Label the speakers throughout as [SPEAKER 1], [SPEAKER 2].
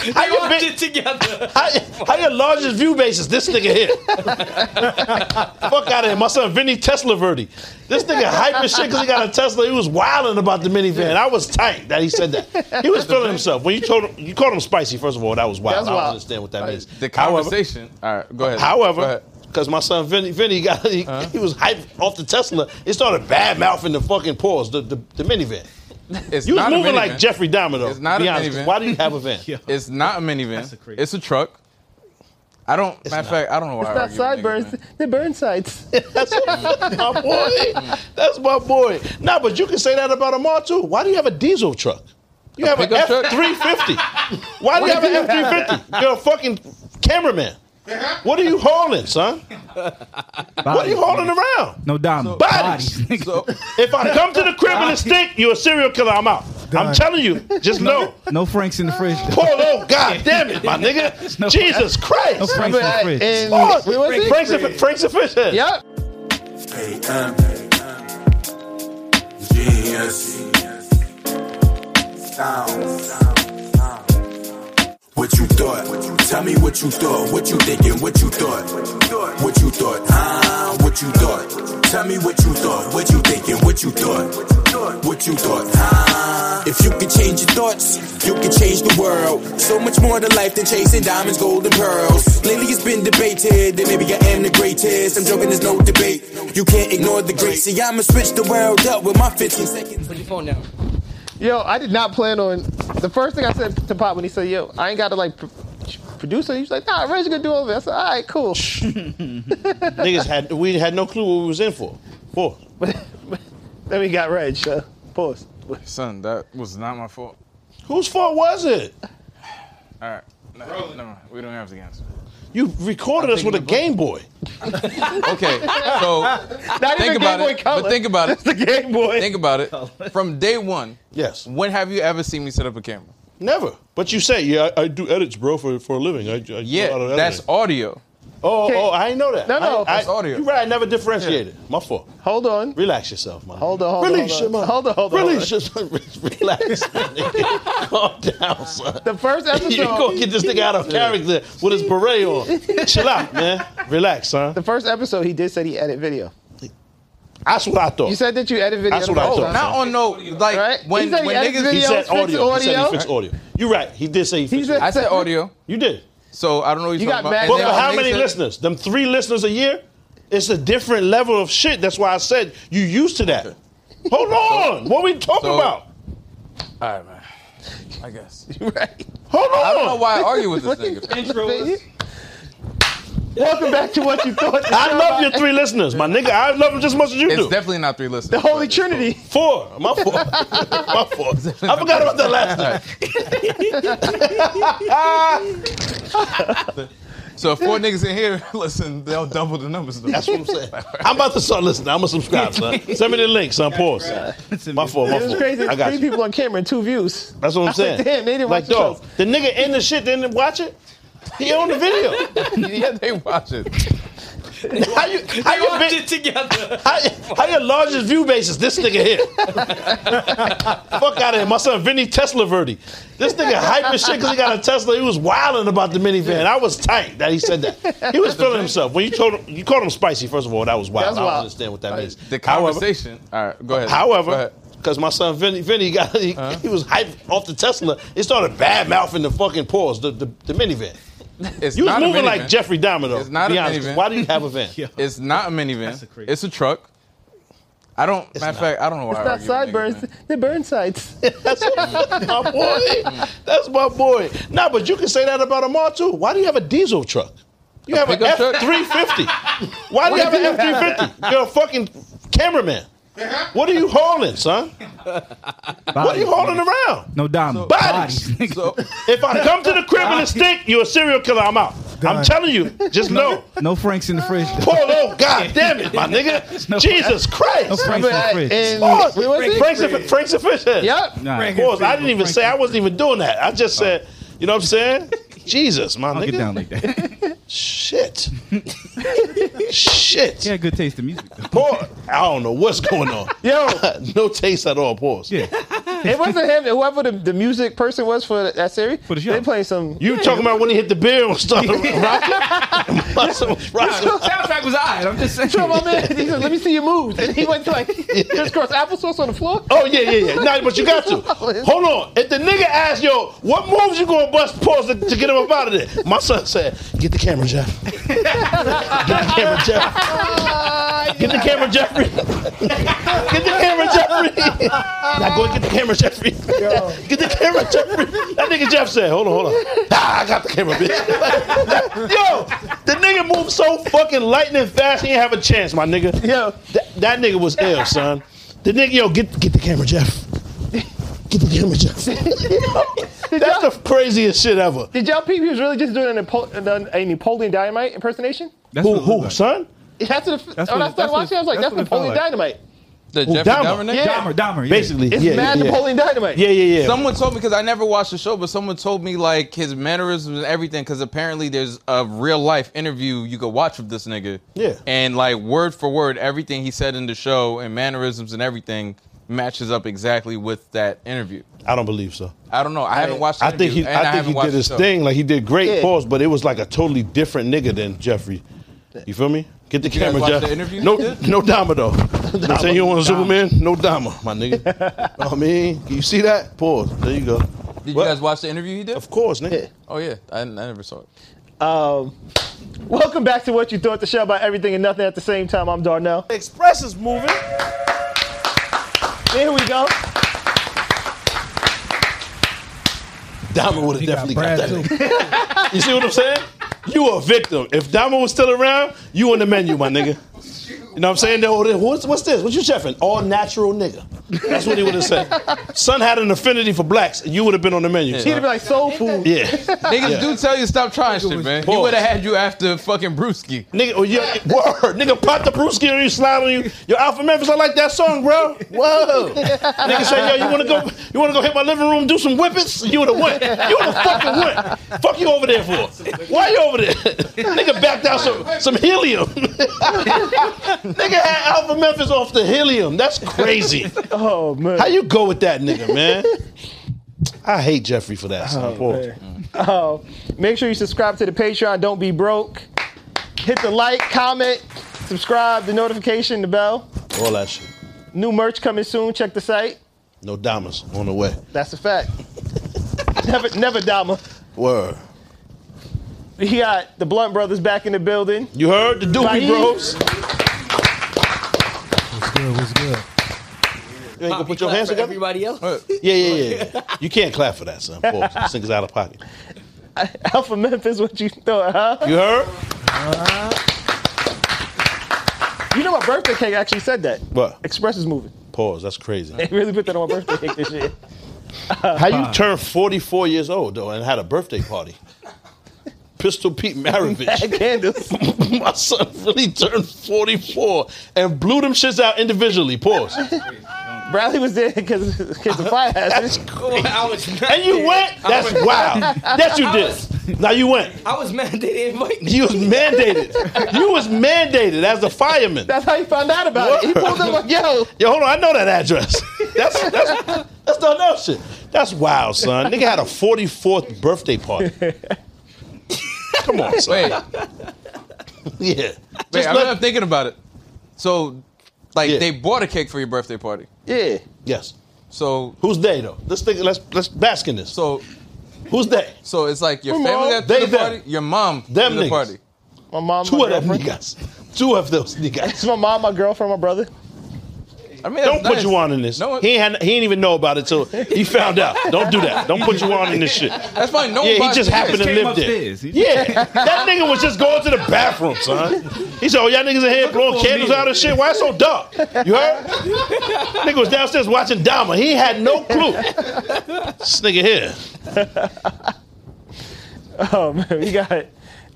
[SPEAKER 1] How your,
[SPEAKER 2] watch
[SPEAKER 1] big,
[SPEAKER 2] it together.
[SPEAKER 1] how, how your largest view base is this nigga here? Fuck out of here. My son Vinny Tesla Verdi. This nigga hype as shit because he got a Tesla. He was wilding about the minivan. I was tight that he said that. He was feeling himself. When you told him, you called him spicy, first of all, that was wild.
[SPEAKER 3] That's
[SPEAKER 1] I don't
[SPEAKER 3] wild.
[SPEAKER 1] understand what that means.
[SPEAKER 3] The
[SPEAKER 1] However-
[SPEAKER 3] conversation. all right, go ahead. Go
[SPEAKER 1] However,
[SPEAKER 3] ahead. Uh-huh.
[SPEAKER 1] because my son Vinny, Vinny got he, he was hyped off the Tesla. It started bad mouthing the fucking pause, the, the, the minivan.
[SPEAKER 3] it's
[SPEAKER 1] You was
[SPEAKER 3] not a
[SPEAKER 1] moving like
[SPEAKER 3] minivan.
[SPEAKER 1] Jeffrey Dahmer though.
[SPEAKER 3] It's not
[SPEAKER 1] be
[SPEAKER 3] a
[SPEAKER 1] honest.
[SPEAKER 3] minivan.
[SPEAKER 1] Why do you have a van?
[SPEAKER 3] It's not a minivan.
[SPEAKER 2] That's a crazy-
[SPEAKER 3] it's a truck. I don't. matter of fact, I don't know why. I
[SPEAKER 4] Not
[SPEAKER 3] argue with niggas,
[SPEAKER 4] sideburns.
[SPEAKER 3] man.
[SPEAKER 4] They're burn sites.
[SPEAKER 1] That's my boy. That's my boy. Nah, but you can say that about Amar too. Why do you have a diesel truck? You have an
[SPEAKER 3] pickup
[SPEAKER 1] F
[SPEAKER 3] truck?
[SPEAKER 1] three fifty. Why do you have an F three fifty? You're a fucking cameraman. What are you hauling, son? What are you hauling around?
[SPEAKER 5] No diamond.
[SPEAKER 1] Bodies.
[SPEAKER 5] Bodies.
[SPEAKER 3] So
[SPEAKER 1] If I come to the crib and a stick, you're a serial killer. I'm out. I'm
[SPEAKER 5] Done.
[SPEAKER 1] telling you. Just know.
[SPEAKER 5] no Franks in the fridge. though.
[SPEAKER 1] Polo, god damn it, my nigga.
[SPEAKER 5] No-
[SPEAKER 1] Jesus Christ.
[SPEAKER 5] No Franks in the
[SPEAKER 4] But
[SPEAKER 5] fridge.
[SPEAKER 4] in-
[SPEAKER 1] Fuck.
[SPEAKER 4] where Oh, was he?
[SPEAKER 1] Frank's a, Frank's a fish head.
[SPEAKER 4] Yep.
[SPEAKER 6] AM Genius Sound What you thought? Tell me what you thought. What you thinking? What you thought? What you thought? Ah, what you thought? Tell me what you thought. What you thinking? What you thought? What you thought? Ah. If you could change your thoughts, you could change the world. So much more to life than chasing diamonds, gold, and pearls. Lately it's been debated that maybe I am the greatest. I'm joking, there's no debate. You can't ignore the great. See, I'ma switch the world up with my 15 seconds.
[SPEAKER 2] Put your phone down.
[SPEAKER 4] Yo, I did not plan on. The first thing I said to Pop when he said, "Yo, I ain't got to like." Pr- Producer, he's like, nah, Reg gonna do over. I said, all right, cool.
[SPEAKER 1] Niggas had we had no clue what we was in for. For
[SPEAKER 4] then we got Reg. Uh, pause.
[SPEAKER 3] son, that was not my fault.
[SPEAKER 1] whose fault was it?
[SPEAKER 3] All right, no, never mind. We don't have to answer.
[SPEAKER 1] You recorded us with a Game Boy.
[SPEAKER 3] Okay, so
[SPEAKER 4] Not
[SPEAKER 3] think
[SPEAKER 4] even
[SPEAKER 3] about
[SPEAKER 4] Game Boy
[SPEAKER 3] it.
[SPEAKER 4] Color.
[SPEAKER 3] But think about it.
[SPEAKER 4] the Game Boy.
[SPEAKER 3] Think about it. From day one,
[SPEAKER 1] Yes.
[SPEAKER 3] when have you ever seen me set up a camera?
[SPEAKER 1] Never. But you say, yeah, I, I do edits, bro, for, for a living. I, I do a lot
[SPEAKER 3] Yeah,
[SPEAKER 1] of
[SPEAKER 3] that's
[SPEAKER 1] editing.
[SPEAKER 3] audio.
[SPEAKER 1] Oh, oh, I ain't know that.
[SPEAKER 4] No, no,
[SPEAKER 1] I, I,
[SPEAKER 3] that's audio.
[SPEAKER 1] You're right. I never differentiated. My fault.
[SPEAKER 4] Hold on.
[SPEAKER 1] Relax yourself, man.
[SPEAKER 4] Hold on, hold on,
[SPEAKER 1] Release
[SPEAKER 4] hold on.
[SPEAKER 1] your mind.
[SPEAKER 4] Hold on, hold on,
[SPEAKER 1] Release your Relax. nigga. Calm down, son.
[SPEAKER 4] The first
[SPEAKER 1] You gonna
[SPEAKER 4] episode,
[SPEAKER 1] get this nigga out of character with his beret on. Chill out, man. Relax, son.
[SPEAKER 4] the first episode, he did said he edit video.
[SPEAKER 1] That's what I thought.
[SPEAKER 4] You said that you edit video.
[SPEAKER 1] That's what I
[SPEAKER 4] Oh,
[SPEAKER 1] thought.
[SPEAKER 3] Not on no like
[SPEAKER 4] Right?
[SPEAKER 3] when
[SPEAKER 4] He said he
[SPEAKER 3] when
[SPEAKER 4] edits
[SPEAKER 3] niggas.
[SPEAKER 1] he
[SPEAKER 4] video.
[SPEAKER 1] said
[SPEAKER 4] fix
[SPEAKER 1] audio. He said he
[SPEAKER 4] audio?
[SPEAKER 1] fixed audio. You're right. He did say he fixed
[SPEAKER 4] said-
[SPEAKER 1] audio.
[SPEAKER 3] I said audio,
[SPEAKER 1] You did.
[SPEAKER 3] so I don't know what
[SPEAKER 4] You
[SPEAKER 3] you're
[SPEAKER 4] got
[SPEAKER 3] talking
[SPEAKER 4] mad
[SPEAKER 3] about. And then
[SPEAKER 1] But for
[SPEAKER 4] now.
[SPEAKER 3] when
[SPEAKER 1] how
[SPEAKER 3] niggas
[SPEAKER 1] many
[SPEAKER 3] said-
[SPEAKER 1] listeners? Them three listeners a year? It's a different level of shit. That's why I said you used to that. Hold on. what we talking
[SPEAKER 3] so-
[SPEAKER 1] about?
[SPEAKER 3] All right, man. I guess.
[SPEAKER 4] right.
[SPEAKER 1] Hold on.
[SPEAKER 3] I don't know why I argue with this nigga.
[SPEAKER 2] Intro is-
[SPEAKER 4] Welcome back to what you thought. the
[SPEAKER 1] I
[SPEAKER 4] show
[SPEAKER 1] love
[SPEAKER 4] about-
[SPEAKER 1] your three listeners, my nigga. I love them just as much as you
[SPEAKER 3] It's
[SPEAKER 1] do.
[SPEAKER 3] definitely not three listeners.
[SPEAKER 4] The Holy
[SPEAKER 3] but it's cool.
[SPEAKER 4] Trinity.
[SPEAKER 1] Four. My fault. My fault. I forgot about that last night.
[SPEAKER 3] So if four niggas in here, listen, they'll double the numbers. Though.
[SPEAKER 1] That's what I'm saying. I'm about to start listening. I'm gonna subscribe, son. Send me the link, son. Pause. My fault. My
[SPEAKER 4] It was
[SPEAKER 1] fault.
[SPEAKER 4] crazy.
[SPEAKER 1] I got
[SPEAKER 4] Three
[SPEAKER 1] you.
[SPEAKER 4] people on camera and two views.
[SPEAKER 1] That's what I'm
[SPEAKER 4] was
[SPEAKER 1] saying.
[SPEAKER 4] like, damn, they didn't
[SPEAKER 1] like,
[SPEAKER 4] watch the
[SPEAKER 1] dog, the nigga in the shit didn't watch it. He owned the video.
[SPEAKER 3] yeah, they watch it.
[SPEAKER 1] How you? How
[SPEAKER 2] They
[SPEAKER 1] you?
[SPEAKER 2] watch
[SPEAKER 1] Been,
[SPEAKER 2] it together.
[SPEAKER 1] How, how your largest view base is this nigga here? Fuck out of here. My son Vinny Tesla Verdi. This nigga hype as shit because he got a Tesla. He was wilding about the minivan. I was tight that he said that. He was feeling himself. When you told him, you called him spicy, first of all, that was wild.
[SPEAKER 4] That's
[SPEAKER 1] I don't
[SPEAKER 4] wild.
[SPEAKER 1] understand what that means.
[SPEAKER 3] The
[SPEAKER 1] However-
[SPEAKER 3] conversation. All right, go ahead. go
[SPEAKER 1] However,
[SPEAKER 3] ahead.
[SPEAKER 1] because my son Vinny, Vinny got he,
[SPEAKER 3] Uh-huh.
[SPEAKER 1] he was hyped off the Tesla. It started bad mouthing the fucking pause, the, the, the minivan.
[SPEAKER 3] it's
[SPEAKER 1] You was
[SPEAKER 3] not a
[SPEAKER 1] moving like
[SPEAKER 3] minivan.
[SPEAKER 1] Jeffrey Dahmer though.
[SPEAKER 3] It's not
[SPEAKER 1] be
[SPEAKER 3] a
[SPEAKER 1] honest.
[SPEAKER 3] minivan.
[SPEAKER 1] Why do you have a van?
[SPEAKER 3] It's not a minivan.
[SPEAKER 2] That's a crazy-
[SPEAKER 3] it's a truck. I don't. matter of fact, I don't know why. I
[SPEAKER 4] Not
[SPEAKER 3] argue with niggas,
[SPEAKER 4] sideburns.
[SPEAKER 3] man.
[SPEAKER 4] They're burn sites.
[SPEAKER 1] That's my boy. That's my boy. Nah, but you can say that about Amar too. Why do you have a diesel truck? You have an
[SPEAKER 3] pickup
[SPEAKER 1] F
[SPEAKER 3] truck?
[SPEAKER 1] three fifty. Why do you have an F three fifty? You're a fucking cameraman. What are you hauling, son? What are you hauling around?
[SPEAKER 5] No diamond.
[SPEAKER 1] Bodies.
[SPEAKER 5] Bodies.
[SPEAKER 3] So
[SPEAKER 1] If I come to the crib and a stick, you're a serial killer. I'm out. I'm
[SPEAKER 5] Done.
[SPEAKER 1] telling you. Just know.
[SPEAKER 5] No Franks in the fridge. though.
[SPEAKER 1] Polo, god damn it, my nigga.
[SPEAKER 5] No-
[SPEAKER 1] Jesus Christ.
[SPEAKER 5] No Franks in the
[SPEAKER 4] But
[SPEAKER 5] fridge.
[SPEAKER 4] in,
[SPEAKER 1] Pause.
[SPEAKER 4] where was he?
[SPEAKER 1] Frank's a, Frank's a fish head.
[SPEAKER 4] Yep.
[SPEAKER 5] Nah.
[SPEAKER 1] Pause. I didn't even say I wasn't even doing that. I just said, you know what I'm saying? Jesus, my
[SPEAKER 5] Don't
[SPEAKER 1] nigga.
[SPEAKER 5] get down like that.
[SPEAKER 1] Shit. Shit.
[SPEAKER 5] He had good taste in music. though.
[SPEAKER 1] Pause. I don't know what's going on.
[SPEAKER 4] Yo,
[SPEAKER 1] no taste at all. Pause.
[SPEAKER 5] Yeah.
[SPEAKER 4] It wasn't him. Whoever the, the music person was for that series,
[SPEAKER 5] For the show.
[SPEAKER 4] they played some.
[SPEAKER 1] You talking about when he hit the beer and stuff? Rocket? Muscle was rocking.
[SPEAKER 2] soundtrack was alright. I'm just saying.
[SPEAKER 4] Yo, my man, he said, "Let me see your moves," and he went to like crisscross applesauce on the floor.
[SPEAKER 1] Oh yeah, yeah, yeah. Nah, but you got to. Hold on. If the nigga asks, yo, what moves you gonna bust pause to, to get him up out of there? My son said, get the camera, Jeff. get the camera, Jeff. Get the camera, Jeffrey. get the camera, Jeffrey. now go and get the camera, Jeffrey. get the camera, Jeffrey. That nigga Jeff said, hold on, hold on. Ah, I got the camera, bitch. yo, the nigga moved so fucking lightning fast, he didn't have a chance, my nigga.
[SPEAKER 4] Yo,
[SPEAKER 1] That, that nigga was ill, son. The nigga, yo, get get the camera, Jeff. Get the camera, Jeff. That's the craziest shit ever.
[SPEAKER 4] did y'all peep? He was really just doing an Napo- an- a Napoleon Dynamite impersonation.
[SPEAKER 5] That's
[SPEAKER 1] Who,
[SPEAKER 5] what it looked
[SPEAKER 1] who,
[SPEAKER 5] like.
[SPEAKER 1] son?
[SPEAKER 4] That's what. It, when I
[SPEAKER 5] That's what- that's
[SPEAKER 4] started
[SPEAKER 5] what-
[SPEAKER 4] watching, I was like, "That's,
[SPEAKER 5] that's what it felt
[SPEAKER 4] Napoleon
[SPEAKER 5] like.
[SPEAKER 4] Dynamite."
[SPEAKER 2] The
[SPEAKER 1] Who,
[SPEAKER 2] Jeffrey
[SPEAKER 1] Dahmer?
[SPEAKER 2] Dahmer nigga?
[SPEAKER 4] Yeah.
[SPEAKER 5] Dahmer, Dahmer. Yeah.
[SPEAKER 1] Basically,
[SPEAKER 4] It's
[SPEAKER 1] yeah,
[SPEAKER 4] mad
[SPEAKER 1] yeah, yeah.
[SPEAKER 4] Napoleon Dynamite.
[SPEAKER 1] yeah, yeah, yeah.
[SPEAKER 3] Someone told me because I never watched the show, but someone told me like his mannerisms and everything. Because apparently there's a real life interview you could watch of this nigga.
[SPEAKER 1] Yeah.
[SPEAKER 3] And like word for word, everything he said in the show and mannerisms and everything matches up exactly with that interview.
[SPEAKER 1] I don't believe so.
[SPEAKER 3] I don't know. I haven't watched. The
[SPEAKER 1] I think he,
[SPEAKER 3] interview, and
[SPEAKER 1] I think
[SPEAKER 3] haven't
[SPEAKER 1] he
[SPEAKER 3] watched
[SPEAKER 1] did
[SPEAKER 3] the
[SPEAKER 1] his
[SPEAKER 3] show.
[SPEAKER 1] thing. Like he did great
[SPEAKER 4] Yeah.
[SPEAKER 1] pause, but it was like a totally different nigga than Jeffrey. You feel me? Get the
[SPEAKER 3] guys
[SPEAKER 1] camera,
[SPEAKER 3] watch
[SPEAKER 1] Jeff.
[SPEAKER 3] the interview?
[SPEAKER 1] no,
[SPEAKER 3] Yeah.
[SPEAKER 1] no Dama though. You know what I'm saying you don't want to zoom in. No Dama, my nigga. Know what I mean, you see that? Pause. There you go.
[SPEAKER 3] Did
[SPEAKER 1] What?
[SPEAKER 3] you guys watch the interview he did?
[SPEAKER 1] Of course, nigga.
[SPEAKER 3] Oh yeah, I, I never saw it.
[SPEAKER 4] Um, welcome back to what you thought the show about everything and nothing at the same time. I'm Darnell.
[SPEAKER 1] Express is moving.
[SPEAKER 4] Here we go.
[SPEAKER 1] Diamond would have definitely got,
[SPEAKER 5] Brad,
[SPEAKER 1] that.
[SPEAKER 5] too.
[SPEAKER 1] You see what I'm saying? You a victim. If Diamond was still around, you on the menu, my nigga. You know what I'm saying? They would- What's, what's this? What you chefing? All natural nigga. That's what he would have said. Son had an affinity for blacks, and you would have been on the menu.
[SPEAKER 4] He'd be like soul food.
[SPEAKER 1] Yeah.
[SPEAKER 3] Niggas do tell you to stop trying shit,
[SPEAKER 5] was
[SPEAKER 3] man. He
[SPEAKER 1] paused.
[SPEAKER 3] would have had you after fucking Brewski.
[SPEAKER 1] Nigga, oh, yeah, word. Nigga, pop the brewski on you, slide on you. Yo, Alpha Memphis, I like that song, bro. Whoa. Nigga say, yo, you wanna go, you wanna go hit my living room, do some whippets? You would've went. You would've fucking went. Fuck you over there for? Why you over there? Nigga backed out some, some helium. nigga had Alpha Memphis off the helium. That's crazy.
[SPEAKER 4] Oh man.
[SPEAKER 1] How you go with that nigga, man? I hate Jeffrey for that. son. Pause.
[SPEAKER 4] Oh, make sure you subscribe to the Patreon. Don't be broke. Hit the like, comment, subscribe, the notification, the bell.
[SPEAKER 1] All that shit.
[SPEAKER 4] New merch coming soon. Check the site.
[SPEAKER 1] No diamonds on the way.
[SPEAKER 4] That's a fact. never, never Dama.
[SPEAKER 1] Word.
[SPEAKER 4] We got the Blunt Brothers back in the building.
[SPEAKER 1] You heard the
[SPEAKER 4] Bye.
[SPEAKER 1] Doobie Bros.
[SPEAKER 5] What's good? What's good?
[SPEAKER 1] You ain't gonna put your hands
[SPEAKER 7] for
[SPEAKER 1] together?
[SPEAKER 7] everybody else.
[SPEAKER 1] Yeah, yeah, yeah. You can't clap for that, son. Pause. This nigga's out of pocket.
[SPEAKER 4] Alpha Memphis, what you thought, huh?
[SPEAKER 1] You heard?
[SPEAKER 4] You know my birthday cake actually said that.
[SPEAKER 1] What?
[SPEAKER 4] Express is moving.
[SPEAKER 1] Pause. That's crazy.
[SPEAKER 4] They really put that on my birthday cake this year.
[SPEAKER 1] How you turned 44 years old, though, and had a birthday party? Pistol Pete Maravich.
[SPEAKER 4] At Candles.
[SPEAKER 1] My son really turned 44 and blew them shits out individually. Pause.
[SPEAKER 4] Bradley was there because the fire
[SPEAKER 1] That's
[SPEAKER 4] hazard.
[SPEAKER 1] crazy.
[SPEAKER 7] I was not
[SPEAKER 1] And you
[SPEAKER 7] there.
[SPEAKER 1] went? That's wild. Yes, you did. Now you went.
[SPEAKER 7] I was mad they didn't invite me.
[SPEAKER 1] You was mandated. You was mandated as a fireman.
[SPEAKER 4] That's how he found out about it. He pulled up like, yo,
[SPEAKER 1] Yo, hold on, I know that address. That's that's that's not no shit. That's wild, son. Nigga had a 44th birthday party. Come on, son.
[SPEAKER 3] Wait,
[SPEAKER 1] Yeah.
[SPEAKER 3] wait,
[SPEAKER 1] Just
[SPEAKER 3] I'm
[SPEAKER 1] let-
[SPEAKER 3] not thinking about it. So, like,
[SPEAKER 1] Yeah.
[SPEAKER 3] they bought a cake for your birthday party.
[SPEAKER 4] yeah.
[SPEAKER 1] yes.
[SPEAKER 3] So,
[SPEAKER 1] Who's they though? Let's think let's let's bask in this.
[SPEAKER 3] so,
[SPEAKER 1] Who's they?
[SPEAKER 3] so it's like your
[SPEAKER 4] My
[SPEAKER 3] family
[SPEAKER 4] mom.
[SPEAKER 3] got threw
[SPEAKER 1] They,
[SPEAKER 3] the
[SPEAKER 1] them.
[SPEAKER 3] party, your mom threw
[SPEAKER 1] Them
[SPEAKER 3] the
[SPEAKER 1] niggas.
[SPEAKER 3] party.
[SPEAKER 4] My mom,
[SPEAKER 1] Two
[SPEAKER 4] my
[SPEAKER 1] of them
[SPEAKER 4] girlfriend.
[SPEAKER 1] niggas. Two of those
[SPEAKER 4] It's
[SPEAKER 1] niggas.
[SPEAKER 4] my mom, my girlfriend, my brother.
[SPEAKER 3] I mean,
[SPEAKER 1] Don't
[SPEAKER 3] that's
[SPEAKER 1] put
[SPEAKER 3] nice.
[SPEAKER 1] you on in this.
[SPEAKER 3] No,
[SPEAKER 1] he ain't had, he ain't even know about it till he found out. Don't do that. Don't put you on in this shit.
[SPEAKER 3] that's fine. No, one
[SPEAKER 1] Yeah, he
[SPEAKER 3] buys
[SPEAKER 1] just
[SPEAKER 3] the
[SPEAKER 1] happened to
[SPEAKER 3] cake.
[SPEAKER 5] came
[SPEAKER 1] live there.
[SPEAKER 5] upstairs. He-
[SPEAKER 1] Yeah, that nigga was just going to the bathroom, son. He said, "Oh, y'all niggas in here blowing
[SPEAKER 5] for a
[SPEAKER 1] candles
[SPEAKER 5] meal."
[SPEAKER 1] out and shit. Why it's so dark? You heard? nigga was downstairs watching Dama. He had no clue. This nigga here.
[SPEAKER 4] Oh man, we got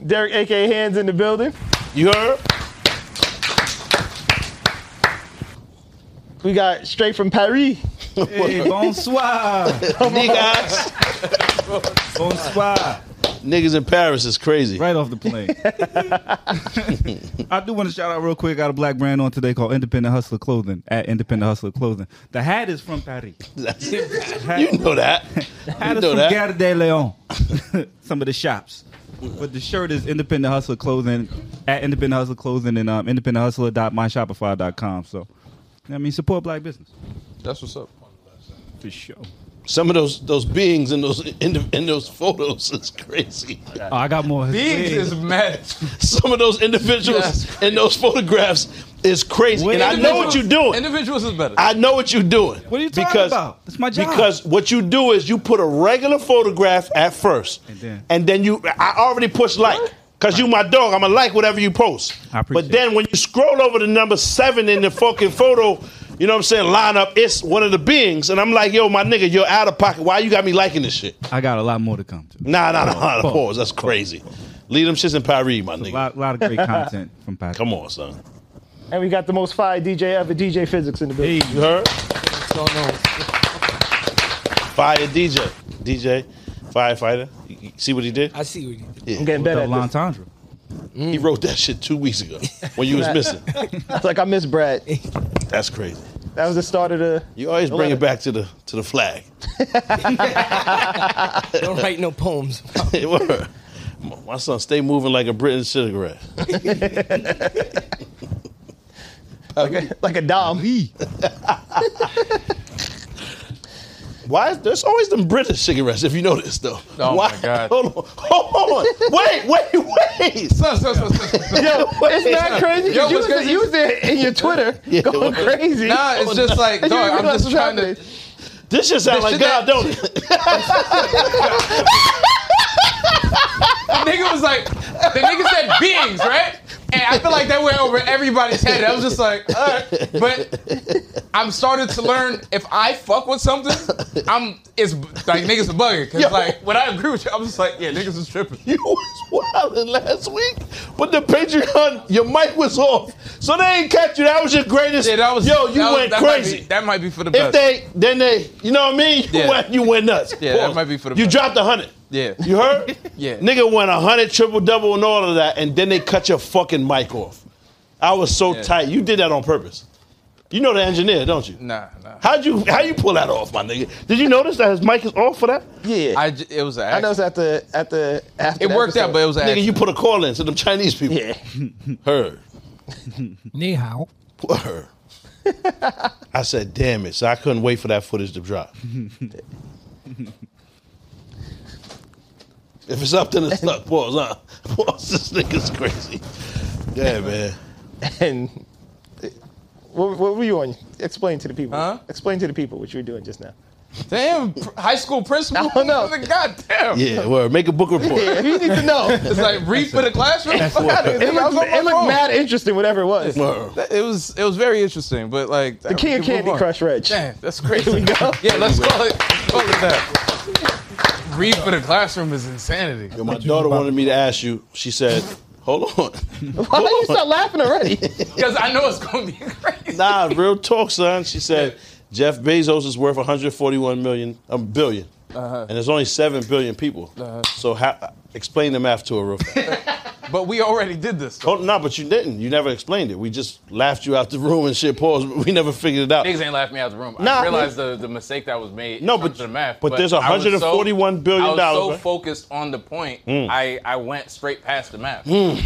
[SPEAKER 4] Derek, aka Hands, in the building.
[SPEAKER 1] You heard?
[SPEAKER 4] We got straight from Paris.
[SPEAKER 5] Hey, bonsoir.
[SPEAKER 1] Niggas.
[SPEAKER 5] bonsoir.
[SPEAKER 1] Niggas in Paris is crazy.
[SPEAKER 5] Right off the plane. I do want to shout out real quick. Got a black brand on today called Independent Hustler Clothing at Independent Hustler Clothing. The hat is from Paris. Hat,
[SPEAKER 1] You know that.
[SPEAKER 5] hat
[SPEAKER 1] you
[SPEAKER 5] is
[SPEAKER 1] know
[SPEAKER 5] from
[SPEAKER 1] that.
[SPEAKER 5] Gare de Leon. Some of the shops. But the shirt is Independent Hustler Clothing at Independent Hustler Clothing and um, independenthustler.myshopify.com. So, you know what I mean, support black business.
[SPEAKER 8] That's what's up.
[SPEAKER 5] For sure.
[SPEAKER 1] Some of those those beings in those in, the, in those photos is crazy.
[SPEAKER 5] Oh, I got more.
[SPEAKER 8] Biggs is mad.
[SPEAKER 1] Some of those individuals
[SPEAKER 8] Yes.
[SPEAKER 1] in those photographs is crazy.
[SPEAKER 5] Wait,
[SPEAKER 1] and I know what you're doing.
[SPEAKER 8] Individuals is better.
[SPEAKER 1] I know what you're doing.
[SPEAKER 5] What are you talking
[SPEAKER 1] because,
[SPEAKER 5] about? It's my job.
[SPEAKER 1] Because what you do is you put a regular photograph at first, and
[SPEAKER 5] then-
[SPEAKER 1] then, you. I already push like because you my dog. I'ma like whatever you post.
[SPEAKER 5] I appreciate
[SPEAKER 1] but then when you scroll over to number seven in the fucking photo, you know what I'm saying? Lineup, it's one of the beings, and I'm like, yo, my nigga, you're out of pocket. Why you got me liking this shit?
[SPEAKER 5] I got a lot more to come to.
[SPEAKER 1] Nah, nah, nah, nah.
[SPEAKER 5] Pause,
[SPEAKER 1] Pause. That's crazy. Leave them shits in Paris, my
[SPEAKER 5] A
[SPEAKER 1] nigga.
[SPEAKER 5] lot, lot of great content from Paris.
[SPEAKER 1] Come on, son.
[SPEAKER 9] And we got the most fire DJ ever, DJ Physics in the building.
[SPEAKER 5] Hey,
[SPEAKER 1] You heard?
[SPEAKER 8] So no.
[SPEAKER 1] Fire DJ, DJ, firefighter. You- you See what he did?
[SPEAKER 7] I see what you did.
[SPEAKER 9] I'm getting better at
[SPEAKER 5] double
[SPEAKER 9] this.
[SPEAKER 5] entendre.
[SPEAKER 8] Mm.
[SPEAKER 1] He wrote that shit two weeks ago when you was missing.
[SPEAKER 4] It's like I miss Brad.
[SPEAKER 1] That's crazy.
[SPEAKER 4] That was the start of the.
[SPEAKER 1] You always bring it back to the to the flag.
[SPEAKER 7] Don't write no poems.
[SPEAKER 1] Word. My son stay moving like a British cigarette.
[SPEAKER 4] like a dom.
[SPEAKER 1] Why? is- There's always them British cigarettes. If you notice, though.
[SPEAKER 8] Oh, my
[SPEAKER 1] Why-
[SPEAKER 8] God.
[SPEAKER 1] Hold on. Hold on. Wait. Wait. Wait.
[SPEAKER 8] So, so, so, so, so.
[SPEAKER 4] Yo, it's not crazy. 'cause
[SPEAKER 8] Yo,
[SPEAKER 4] you,
[SPEAKER 8] what's
[SPEAKER 4] was,
[SPEAKER 8] crazy?
[SPEAKER 4] you was there in your Twitter going
[SPEAKER 1] what?
[SPEAKER 4] crazy.
[SPEAKER 8] Nah, it's just like, dog, I'm
[SPEAKER 4] realize
[SPEAKER 8] just
[SPEAKER 4] what's
[SPEAKER 8] trying to.
[SPEAKER 4] happening.
[SPEAKER 1] This shit sound
[SPEAKER 8] This
[SPEAKER 1] like
[SPEAKER 8] shit
[SPEAKER 1] God,
[SPEAKER 8] that-
[SPEAKER 1] don't it?
[SPEAKER 8] The nigga was like, the nigga said beings, right? And I feel like that went over everybody's head. I was just like, uh, but I'm starting to learn if I fuck with something, I'm it's like niggas are bugging. Cause
[SPEAKER 1] Yo.
[SPEAKER 8] like when I agree with you, I'm just like, yeah, niggas is tripping.
[SPEAKER 1] You was wilding last week, but the Patreon, your mic was off, so they ain't catch you. That was your greatest.
[SPEAKER 8] Yeah, that was
[SPEAKER 1] Yo, you
[SPEAKER 8] that was-
[SPEAKER 1] went
[SPEAKER 8] that might be-
[SPEAKER 1] crazy.
[SPEAKER 8] that might be for the
[SPEAKER 1] If
[SPEAKER 8] best.
[SPEAKER 1] they, then they, you know what I mean? You
[SPEAKER 8] Yeah.
[SPEAKER 1] went, you went nuts.
[SPEAKER 8] Yeah, that might be for the
[SPEAKER 1] You
[SPEAKER 8] best.
[SPEAKER 1] dropped a hundred.
[SPEAKER 8] Yeah.
[SPEAKER 1] You heard?
[SPEAKER 8] Yeah.
[SPEAKER 1] Nigga went a hundred triple double and all of that, and then they cut your fucking mic off. I was so
[SPEAKER 8] Yeah.
[SPEAKER 1] tight. You did that on purpose. You know the engineer, don't you?
[SPEAKER 8] Nah, nah.
[SPEAKER 1] How'd you how you pull that off, my nigga? Did you notice that his mic is off for that?
[SPEAKER 4] Yeah. I,
[SPEAKER 8] I j- it was an
[SPEAKER 4] know
[SPEAKER 8] accident.
[SPEAKER 4] it's at the at the after.
[SPEAKER 8] It
[SPEAKER 4] the
[SPEAKER 8] worked out,
[SPEAKER 4] episode.
[SPEAKER 8] but it was an
[SPEAKER 1] Nigga, you
[SPEAKER 8] accident.
[SPEAKER 1] put a call in to them Chinese people.
[SPEAKER 4] yeah.
[SPEAKER 1] Heard.
[SPEAKER 7] Ni hao.
[SPEAKER 1] Word. I said, damn it. So I couldn't wait for that footage to drop. if it's up, then it's up. Pause, huh? Pause. This nigga's crazy. Yeah, man.
[SPEAKER 4] And what, what were you on? Explain to the people.
[SPEAKER 8] Huh?
[SPEAKER 4] Explain to the people what you were doing just now.
[SPEAKER 8] Damn, pr- high school principal.
[SPEAKER 4] I don't know.
[SPEAKER 8] God damn.
[SPEAKER 1] Yeah, word. Make a book report.
[SPEAKER 4] Yeah, if you need to know. it
[SPEAKER 8] It's like read for the classroom. Fuck outta here,
[SPEAKER 4] looked,
[SPEAKER 8] nigga, I was on my
[SPEAKER 4] it looked
[SPEAKER 8] phone.
[SPEAKER 4] mad interesting, whatever it was.
[SPEAKER 1] Word.
[SPEAKER 8] That- It was it was very interesting, but like uh, the
[SPEAKER 4] King of Candy Crush Reg.
[SPEAKER 8] Damn, that's crazy.
[SPEAKER 4] Here we go.
[SPEAKER 8] Yeah, let's call it, let's call it that. Read for the classroom is insanity.
[SPEAKER 1] Yo, my daughter wanted me to ask you. She said, hold on.
[SPEAKER 4] Why you start laughing already?
[SPEAKER 8] Because I know it's gonna be crazy.
[SPEAKER 1] nah, real talk, son. She said, Jeff Bezos is worth 141 million, um, billion. And there's only 7 billion people. So how, explain the math to her real fast.
[SPEAKER 8] But we already did this.
[SPEAKER 1] Oh, no, but you didn't. You never explained it. We just laughed you out the room and shit, pause, but we never figured it out.
[SPEAKER 8] Niggas ain't laughed me out the room.
[SPEAKER 1] Nah,
[SPEAKER 8] I realized the, the mistake that was made.
[SPEAKER 1] No,
[SPEAKER 8] in terms
[SPEAKER 1] but-
[SPEAKER 8] of the math.
[SPEAKER 1] but there's
[SPEAKER 8] I was so-
[SPEAKER 1] $141 billion Hmm.
[SPEAKER 8] I was so
[SPEAKER 1] right?
[SPEAKER 8] focused on the point, I I went straight past the math.
[SPEAKER 1] Hmm.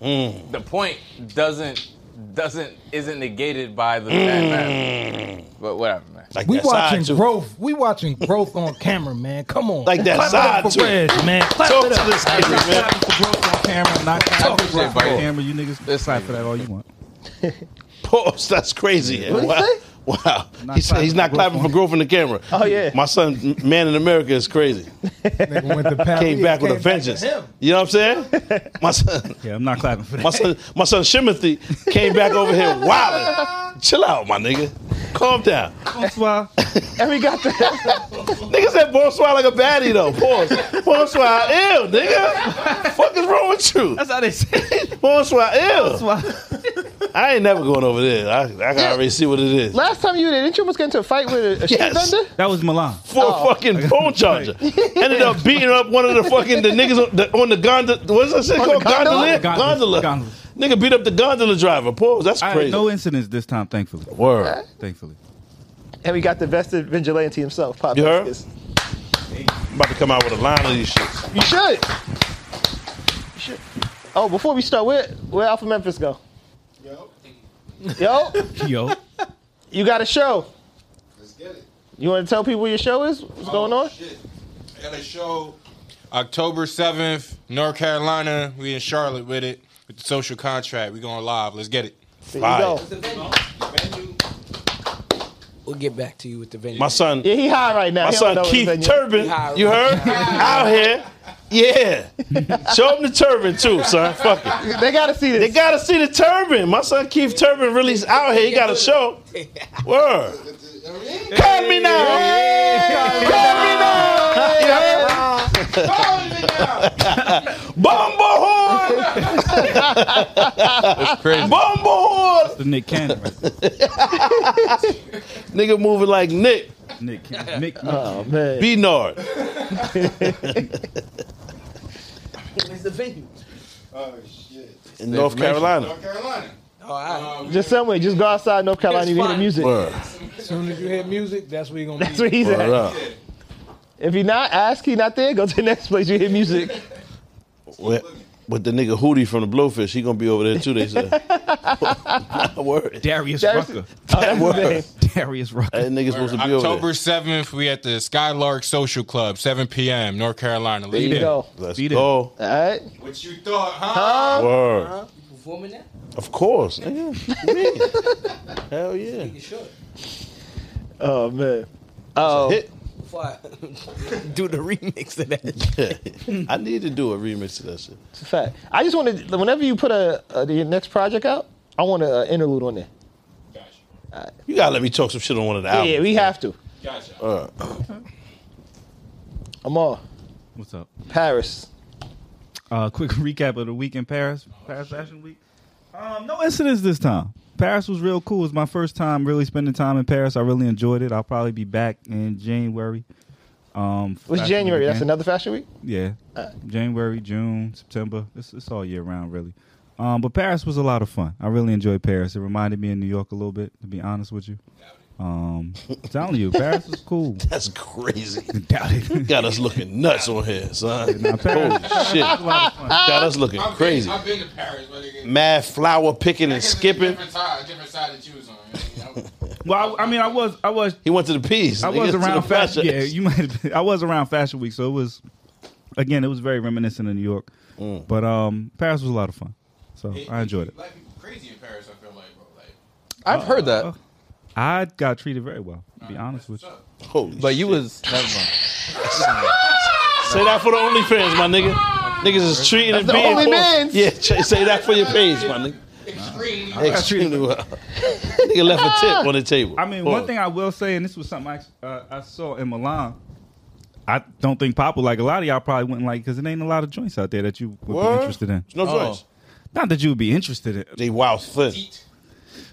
[SPEAKER 8] Hmm. The point doesn't doesn't isn't negated by the bad
[SPEAKER 1] Hmm.
[SPEAKER 8] math. But whatever, man.
[SPEAKER 1] Like
[SPEAKER 7] We
[SPEAKER 1] that
[SPEAKER 7] watching
[SPEAKER 1] side, too.
[SPEAKER 7] growth. We watching growth on camera, man. Come on.
[SPEAKER 1] Like that
[SPEAKER 7] Clap it
[SPEAKER 1] side,
[SPEAKER 7] up for
[SPEAKER 1] too.
[SPEAKER 7] Reg, man. Clap
[SPEAKER 1] Talk
[SPEAKER 7] it
[SPEAKER 1] to
[SPEAKER 7] up.
[SPEAKER 1] this nigga, man.
[SPEAKER 5] Growth on camera, not
[SPEAKER 8] I appreciate it, buddy.
[SPEAKER 5] camera. You niggas
[SPEAKER 8] This
[SPEAKER 5] slap
[SPEAKER 8] nigga.
[SPEAKER 5] for that all you want.
[SPEAKER 1] Pause. That's crazy.
[SPEAKER 4] What'd he
[SPEAKER 1] wow.
[SPEAKER 4] say?
[SPEAKER 1] Wow.
[SPEAKER 5] Not
[SPEAKER 1] he said he's not clapping
[SPEAKER 5] clapping
[SPEAKER 1] for
[SPEAKER 5] for
[SPEAKER 1] growth in the camera.
[SPEAKER 4] Oh, yeah.
[SPEAKER 1] My son, M- Man in America, is crazy.
[SPEAKER 7] Nigga went to Paris.
[SPEAKER 1] Came back with a vengeance.
[SPEAKER 7] him.
[SPEAKER 1] You know what I'm saying? My son,
[SPEAKER 5] Yeah, I'm not clapping for that.
[SPEAKER 1] my son, my son Shimothy came back over here wilding. Chill out, my nigga. Calm down.
[SPEAKER 5] Bonsoir.
[SPEAKER 4] and we got the
[SPEAKER 1] Nigga said bonsoir like a baddie though. Pause. Bonsoir, ew, nigga. Fuck is wrong with you?
[SPEAKER 5] That's how they say it.
[SPEAKER 1] Bonsoir, ew.
[SPEAKER 5] Bonsoir.
[SPEAKER 1] I ain't never going over there. I, I can already see what it is.
[SPEAKER 4] Last time you were there, didn't you almost get into a fight with a, a street
[SPEAKER 1] Yes.
[SPEAKER 4] vendor?
[SPEAKER 5] That was Milan.
[SPEAKER 1] for a fucking phone charger. Ended up beating up one of the fucking the niggas on the, on the gondola. What's that shit called? Gondolier? Gondola.
[SPEAKER 5] Gondola? Gondola.
[SPEAKER 1] Nigga beat up the gondola driver. Pause. That's
[SPEAKER 5] I
[SPEAKER 1] crazy.
[SPEAKER 5] had no incidents this time, thankfully.
[SPEAKER 1] Word.
[SPEAKER 5] Thankfully.
[SPEAKER 4] And we got the vested vigilante himself, Pop
[SPEAKER 1] You heard?
[SPEAKER 4] Vasquez.
[SPEAKER 1] I'm about to come out with a line of these shits.
[SPEAKER 4] You should. You should. Oh, before we start, where where Alpha Memphis go? Yo. Yo,
[SPEAKER 5] Yo.
[SPEAKER 4] you got a show. You want to tell people what your show is? What's going on?
[SPEAKER 3] Oh, I got a show October 7th, North Carolina. We in Charlotte with it. With the social contract. We going live. Let's get it.
[SPEAKER 4] There
[SPEAKER 1] Fire.
[SPEAKER 4] you go.
[SPEAKER 8] We'll get back to you with the venue.
[SPEAKER 1] My son,
[SPEAKER 4] Yeah, he high right now.
[SPEAKER 1] my
[SPEAKER 4] He don't
[SPEAKER 1] son
[SPEAKER 4] know his
[SPEAKER 1] Keith
[SPEAKER 4] venue.
[SPEAKER 1] Turbin.
[SPEAKER 8] Yeah.
[SPEAKER 1] You heard? out here. Yeah. Show him the turban too, son. Fuck it.
[SPEAKER 4] They gotta see
[SPEAKER 1] They
[SPEAKER 4] this.
[SPEAKER 1] gotta see the turban. My son Keith Turbin really's out here. He got a show. Word. Call me now. Call me now. You heard? Bumblehorn!
[SPEAKER 3] Crazy.
[SPEAKER 1] Bumblehorn!
[SPEAKER 5] The Nick Cannon. Right there.
[SPEAKER 1] Nigga moving like Nick.
[SPEAKER 5] Nick Cannon. Nick, Nick.
[SPEAKER 4] Oh man.
[SPEAKER 1] Beanard.
[SPEAKER 8] Where's the venue?
[SPEAKER 1] In North Carolina.
[SPEAKER 3] Carolina.
[SPEAKER 8] Oh, all right.
[SPEAKER 4] Just somewhere. Just go outside North Carolina. You can hear the music.
[SPEAKER 8] fine.
[SPEAKER 1] Word.
[SPEAKER 7] As soon as you hear music, that's where you're gonna
[SPEAKER 4] That's
[SPEAKER 7] be.
[SPEAKER 4] where he's
[SPEAKER 1] Word
[SPEAKER 4] at.
[SPEAKER 1] up.
[SPEAKER 4] If he not, ask he not there. Go to the next place. You hear music.
[SPEAKER 1] With, with the nigga Hootie from the Blowfish, he gonna be over there too, they said. Word.
[SPEAKER 5] Darius
[SPEAKER 4] Darius-
[SPEAKER 5] Rucker.
[SPEAKER 4] Oh, that's his name.
[SPEAKER 5] Darius Rucker.
[SPEAKER 1] That nigga supposed to be over
[SPEAKER 3] October
[SPEAKER 1] there.
[SPEAKER 3] 7th, we at the Skylark Social Club, 7 p.m., North Carolina. Let's
[SPEAKER 4] There Oh. you
[SPEAKER 3] get
[SPEAKER 4] go.
[SPEAKER 3] it.
[SPEAKER 4] All
[SPEAKER 1] Let's
[SPEAKER 5] Be there.
[SPEAKER 1] go.
[SPEAKER 4] right.
[SPEAKER 3] What you thought, huh?
[SPEAKER 1] Word.
[SPEAKER 4] Uh-huh.
[SPEAKER 8] You performing that?
[SPEAKER 1] Of course, nigga. Man. Hell yeah.
[SPEAKER 8] You sure?
[SPEAKER 4] Oh man. Oh.
[SPEAKER 1] Hit.
[SPEAKER 8] Before I do the remix of that.
[SPEAKER 1] I need to do a remix of that shit.
[SPEAKER 4] It's a fact. I just want to. Whenever you put a, a your next project out, I want an uh, interlude on there.
[SPEAKER 1] You gotta let me talk some shit on one of the
[SPEAKER 4] Yeah,
[SPEAKER 1] albums.
[SPEAKER 4] we have to.
[SPEAKER 3] Gotcha.
[SPEAKER 4] Amar,
[SPEAKER 5] What's up?
[SPEAKER 4] Paris.
[SPEAKER 5] Uh, quick recap of the week in Paris, Paris Fashion Week. Um, no incidents this time. Paris was real cool. It was my first time really spending time in Paris. I really enjoyed it. I'll probably be back in January. Um,
[SPEAKER 4] It was
[SPEAKER 5] Fashion
[SPEAKER 4] January.
[SPEAKER 5] Week
[SPEAKER 4] That's Uh,
[SPEAKER 5] again.
[SPEAKER 4] another fashion week.
[SPEAKER 5] Yeah, January, June, September. It's, it's all year round, really. Um, but Paris was a lot of fun. I really enjoyed Paris. It reminded me of New York a little bit, to be honest with you. Um, I'm telling you, Paris was cool.
[SPEAKER 1] That's crazy.
[SPEAKER 5] Doubt it. It
[SPEAKER 1] Got us looking nuts on here, son. Holy shit.
[SPEAKER 5] was a lot of fun.
[SPEAKER 1] Got us looking crazy.
[SPEAKER 3] I've been to Paris, but again,
[SPEAKER 1] Mad flower picking and skipping.
[SPEAKER 3] Different side, different side that you was on.
[SPEAKER 5] Well, I, I mean, I was, I was
[SPEAKER 1] He went to the peas.
[SPEAKER 5] I
[SPEAKER 1] nigga,
[SPEAKER 5] was
[SPEAKER 1] to
[SPEAKER 5] around
[SPEAKER 1] the
[SPEAKER 5] fashion.
[SPEAKER 1] projects.
[SPEAKER 5] Yeah, you might. Have been, I was around Fashion Week, so it was again. It was very reminiscent of New York,
[SPEAKER 1] Mm.
[SPEAKER 5] but um, Paris was a lot of fun, so I enjoyed it.
[SPEAKER 3] Black people crazy in Paris. I feel like, bro. Like,
[SPEAKER 8] I've heard that.
[SPEAKER 5] I got treated very well. To be honest with you,
[SPEAKER 1] Holy
[SPEAKER 8] But you
[SPEAKER 1] shit.
[SPEAKER 8] was never mind.
[SPEAKER 1] say that for the OnlyFans, my nigga. Niggas is treating and
[SPEAKER 4] the
[SPEAKER 1] being poor.
[SPEAKER 4] OnlyFans.
[SPEAKER 1] Yeah, tra- say that for your page, my nigga. Extremely well. nigga left a tip on the table. Oh.
[SPEAKER 5] I mean, one thing I will say, and this was something I, uh, I saw in Milan. I don't think Pop would like a lot of y'all probably wouldn't like because it ain't a lot of joints out there that you would
[SPEAKER 1] Word.
[SPEAKER 5] be interested in. Oh.
[SPEAKER 1] no choice.
[SPEAKER 5] Not that you would be interested in.
[SPEAKER 1] They wild thin.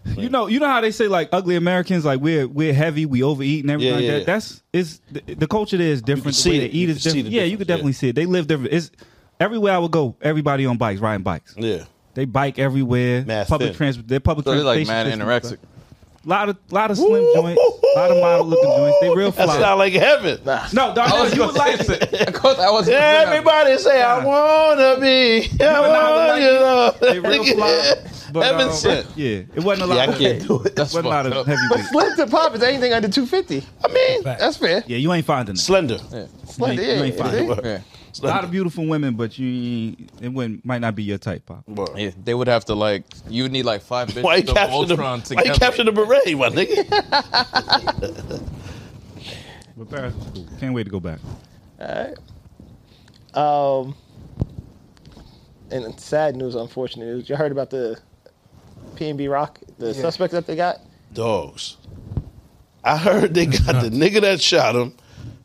[SPEAKER 5] You know, you know how they say like ugly Americans, like we're we're heavy, we overeat and everything
[SPEAKER 1] Yeah,
[SPEAKER 5] like
[SPEAKER 1] yeah,
[SPEAKER 5] that.
[SPEAKER 1] yeah.
[SPEAKER 5] That's it's the, the culture there is different.
[SPEAKER 1] see
[SPEAKER 5] the way
[SPEAKER 1] it.
[SPEAKER 5] they
[SPEAKER 1] You
[SPEAKER 5] eat
[SPEAKER 1] can
[SPEAKER 5] is
[SPEAKER 1] see
[SPEAKER 5] different.
[SPEAKER 1] the
[SPEAKER 5] Yeah, you could
[SPEAKER 1] difference, yeah.
[SPEAKER 5] definitely see it. They live different. It's everywhere I would go, everybody on bikes, riding bikes.
[SPEAKER 1] Yeah.
[SPEAKER 5] They bike everywhere.
[SPEAKER 1] Mad
[SPEAKER 5] public
[SPEAKER 1] thin.
[SPEAKER 5] transport. Their public
[SPEAKER 8] So they like
[SPEAKER 5] transportation.
[SPEAKER 8] mad
[SPEAKER 5] system-
[SPEAKER 8] anorexic.
[SPEAKER 5] Lot of lot of slim joints. lot of model looking joints. They real
[SPEAKER 1] That
[SPEAKER 5] fly.
[SPEAKER 1] sound like heaven.
[SPEAKER 5] no,
[SPEAKER 8] I
[SPEAKER 5] dog,
[SPEAKER 3] Oh,
[SPEAKER 8] was
[SPEAKER 5] you
[SPEAKER 8] gonna
[SPEAKER 5] would like
[SPEAKER 8] say that. Of course, I was.
[SPEAKER 1] Everybody say, I wanna be. I wanna, you know.
[SPEAKER 5] they real fly. But,
[SPEAKER 1] Heaven
[SPEAKER 5] um,
[SPEAKER 1] sent.
[SPEAKER 5] Yeah, it wasn't a
[SPEAKER 1] Yeah,
[SPEAKER 5] lot.
[SPEAKER 1] I can't do it.
[SPEAKER 8] That's
[SPEAKER 5] wasn't a lot
[SPEAKER 8] fucked
[SPEAKER 5] of
[SPEAKER 8] up.
[SPEAKER 5] heavy.
[SPEAKER 4] But Slim to Pop is anything under 250. I mean,
[SPEAKER 7] Fact.
[SPEAKER 4] that's fair.
[SPEAKER 5] Yeah, you ain't finding that.
[SPEAKER 1] Slender.
[SPEAKER 5] You
[SPEAKER 4] Slim,
[SPEAKER 5] ain't,
[SPEAKER 4] yeah,
[SPEAKER 5] you ain't finding
[SPEAKER 4] see?
[SPEAKER 5] it.
[SPEAKER 8] Yeah.
[SPEAKER 5] A lot of beautiful women, but you ain't- it wouldn't might not be your type, Pop.
[SPEAKER 1] Word.
[SPEAKER 8] Yeah, they would have to like. You would need like five bitches
[SPEAKER 1] Why you
[SPEAKER 8] of
[SPEAKER 1] capture the,
[SPEAKER 8] Voltron
[SPEAKER 1] why
[SPEAKER 8] together.
[SPEAKER 1] you capture the beret, my nigga?
[SPEAKER 5] But Paris was cool. Can't wait to go back.
[SPEAKER 4] Um, and it's sad news, unfortunate news. You heard about the PNB Rock, the suspect that they got.
[SPEAKER 1] Dogs. I heard they got the nigga that shot him,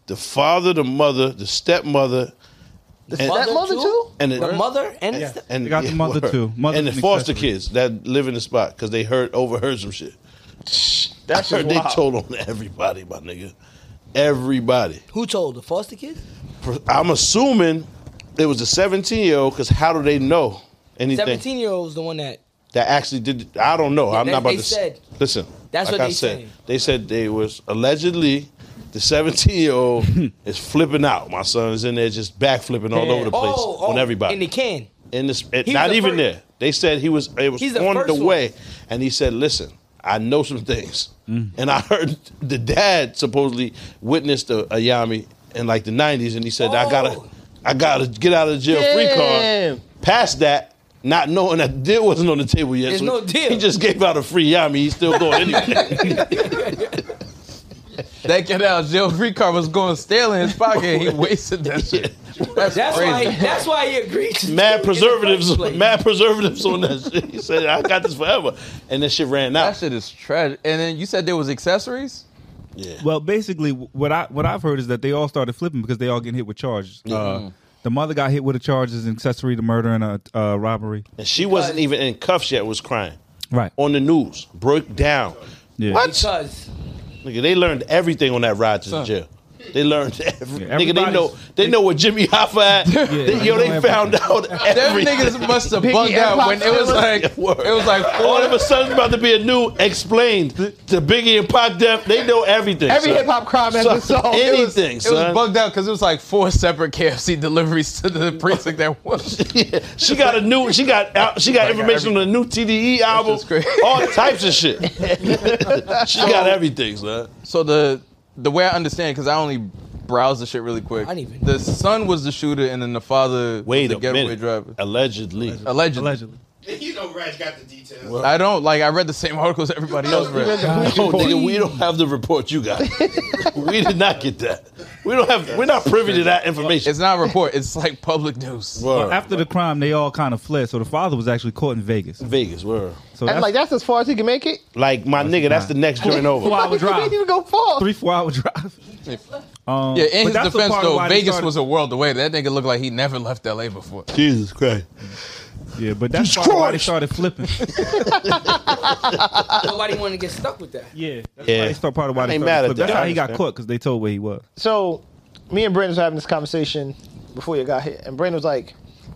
[SPEAKER 1] the father, the mother, the stepmother,
[SPEAKER 4] That mother too?
[SPEAKER 1] And
[SPEAKER 10] The mother and
[SPEAKER 7] Yeah.
[SPEAKER 10] the-
[SPEAKER 1] and
[SPEAKER 5] They got the mother,
[SPEAKER 1] word.
[SPEAKER 5] too. Mother's
[SPEAKER 1] and the
[SPEAKER 5] an
[SPEAKER 1] foster
[SPEAKER 5] accessory.
[SPEAKER 1] kids that live in the spot because they heard overheard some shit. That's heard they told on everybody, my nigga. Everybody.
[SPEAKER 10] who told the foster kid?
[SPEAKER 1] I'm assuming it was a 17 year old because how do they know anything
[SPEAKER 10] Seventeen year old's the one that.
[SPEAKER 1] that actually did? I don't know. I'm
[SPEAKER 10] they-
[SPEAKER 1] not about
[SPEAKER 10] they
[SPEAKER 1] to s-
[SPEAKER 10] said-
[SPEAKER 1] listen.
[SPEAKER 10] That's
[SPEAKER 1] like
[SPEAKER 10] what
[SPEAKER 1] I
[SPEAKER 10] they
[SPEAKER 1] said.
[SPEAKER 10] saying.
[SPEAKER 1] They said they was allegedly the 17 year old is flipping out. My son's in there just back flipping all over the place
[SPEAKER 10] Oh, oh,
[SPEAKER 1] on everybody.
[SPEAKER 10] in the can.
[SPEAKER 1] in this it,
[SPEAKER 10] He was
[SPEAKER 1] not
[SPEAKER 10] the
[SPEAKER 1] even
[SPEAKER 10] first-
[SPEAKER 1] there. They said he was it was
[SPEAKER 10] He's the
[SPEAKER 1] on
[SPEAKER 10] first
[SPEAKER 1] the
[SPEAKER 10] one.
[SPEAKER 1] way and he said, "Listen, I know some things."
[SPEAKER 10] Mm.
[SPEAKER 1] And I heard the dad supposedly witnessed a, a Yami in like the 90s and he said, "I got to
[SPEAKER 10] Oh.
[SPEAKER 1] I got to get out of jail free
[SPEAKER 4] Damn.
[SPEAKER 1] card." Past that not knowing that the deal wasn't on the table yet.
[SPEAKER 10] There's no deal.
[SPEAKER 1] He just gave out a free Yami. He's still going anyway.
[SPEAKER 8] That get out jail free card was going stale in his pocket. He wasted that shit. That's,
[SPEAKER 10] That's why.
[SPEAKER 8] crazy.
[SPEAKER 10] That's why he agreed. To do it in
[SPEAKER 1] mad
[SPEAKER 10] the
[SPEAKER 1] preservatives,
[SPEAKER 10] first place.
[SPEAKER 1] mad preservatives on that shit. He said, "I got this forever." And this shit ran out.
[SPEAKER 8] That shit is tragic. And then you said there was accessories.
[SPEAKER 1] yeah.
[SPEAKER 5] Well, basically, what I what I've heard is that they all started flipping because they all getting hit with charges. Uh, the mother got hit with a charge as an accessory to murder and a uh, robbery.
[SPEAKER 1] And she wasn't even in cuffs yet, was crying.
[SPEAKER 5] Right.
[SPEAKER 1] On the news, broke down.
[SPEAKER 5] Yeah.
[SPEAKER 1] What?
[SPEAKER 10] Because
[SPEAKER 1] Nigga, they learned everything on that ride to the jail. They learned every,
[SPEAKER 5] Yeah,
[SPEAKER 1] nigga. They
[SPEAKER 5] everybody's-
[SPEAKER 1] know they know what Jimmy Hoffa had. they,
[SPEAKER 5] they
[SPEAKER 1] yo,
[SPEAKER 5] know
[SPEAKER 1] they found out
[SPEAKER 8] Them
[SPEAKER 1] everything.
[SPEAKER 8] niggas must have bugged out when it was like it was like
[SPEAKER 1] All
[SPEAKER 8] four
[SPEAKER 1] of a sudden, about to be a new explained to Biggie and Pac death. They know everything.
[SPEAKER 4] Every
[SPEAKER 1] son.
[SPEAKER 4] hip hop crime has
[SPEAKER 1] Son,
[SPEAKER 4] a song.
[SPEAKER 1] anything,
[SPEAKER 8] It was
[SPEAKER 1] son.
[SPEAKER 8] bugged out because it was like four separate KFC deliveries to the precinct that was.
[SPEAKER 1] Yeah. She got a new. She got out. She got information on the new TDE album.
[SPEAKER 8] just crazy.
[SPEAKER 1] All types of shit. she got everything, son.
[SPEAKER 8] So the the way I understand, because I only browse the shit really quick.
[SPEAKER 10] I didn't even-
[SPEAKER 8] The son was the shooter, and then the father
[SPEAKER 1] Wait
[SPEAKER 8] was the
[SPEAKER 1] a
[SPEAKER 8] getaway
[SPEAKER 1] minute.
[SPEAKER 8] driver.
[SPEAKER 1] Allegedly.
[SPEAKER 8] Allegedly.
[SPEAKER 5] Allegedly.
[SPEAKER 11] You know Raj got the details.
[SPEAKER 8] I don't like. I read the same articles everybody else read.
[SPEAKER 1] No, Oh, nigga, we don't have the report you got. we did not get that. We don't have. We're not privy to that information.
[SPEAKER 8] It's not a report. It's like public news.
[SPEAKER 1] Word.
[SPEAKER 5] After the crime, they all kind of fled. So the father was actually caught in Vegas.
[SPEAKER 1] Vegas, word.
[SPEAKER 5] So
[SPEAKER 4] And
[SPEAKER 5] that's
[SPEAKER 4] like that's as far as he can make it.
[SPEAKER 1] Like my nigga, that's the next joint over.
[SPEAKER 5] Four-hour
[SPEAKER 4] He didn't
[SPEAKER 5] drive.
[SPEAKER 4] even go far.
[SPEAKER 5] three four hour drive. Um,
[SPEAKER 8] Yeah, in
[SPEAKER 5] but
[SPEAKER 8] his
[SPEAKER 5] that's the
[SPEAKER 8] defense
[SPEAKER 5] part
[SPEAKER 8] though,
[SPEAKER 5] why they
[SPEAKER 8] Vegas
[SPEAKER 5] started-
[SPEAKER 8] was a world away. That nigga looked like he never left LA before.
[SPEAKER 1] Jesus Christ.
[SPEAKER 5] Yeah, but that's
[SPEAKER 1] Jesus
[SPEAKER 5] part why they
[SPEAKER 1] Christ.
[SPEAKER 5] started flipping.
[SPEAKER 10] nobody wanted to get stuck with that.
[SPEAKER 5] yeah, that's
[SPEAKER 1] Yeah.
[SPEAKER 5] why they start part of why they
[SPEAKER 1] ain't
[SPEAKER 5] started
[SPEAKER 1] mad at
[SPEAKER 5] flipping. That's
[SPEAKER 1] that.
[SPEAKER 5] how he got
[SPEAKER 1] Understand.
[SPEAKER 5] caught because they told where he was.
[SPEAKER 4] So, me and Brandon was having this conversation before you got here, and Brandon was like,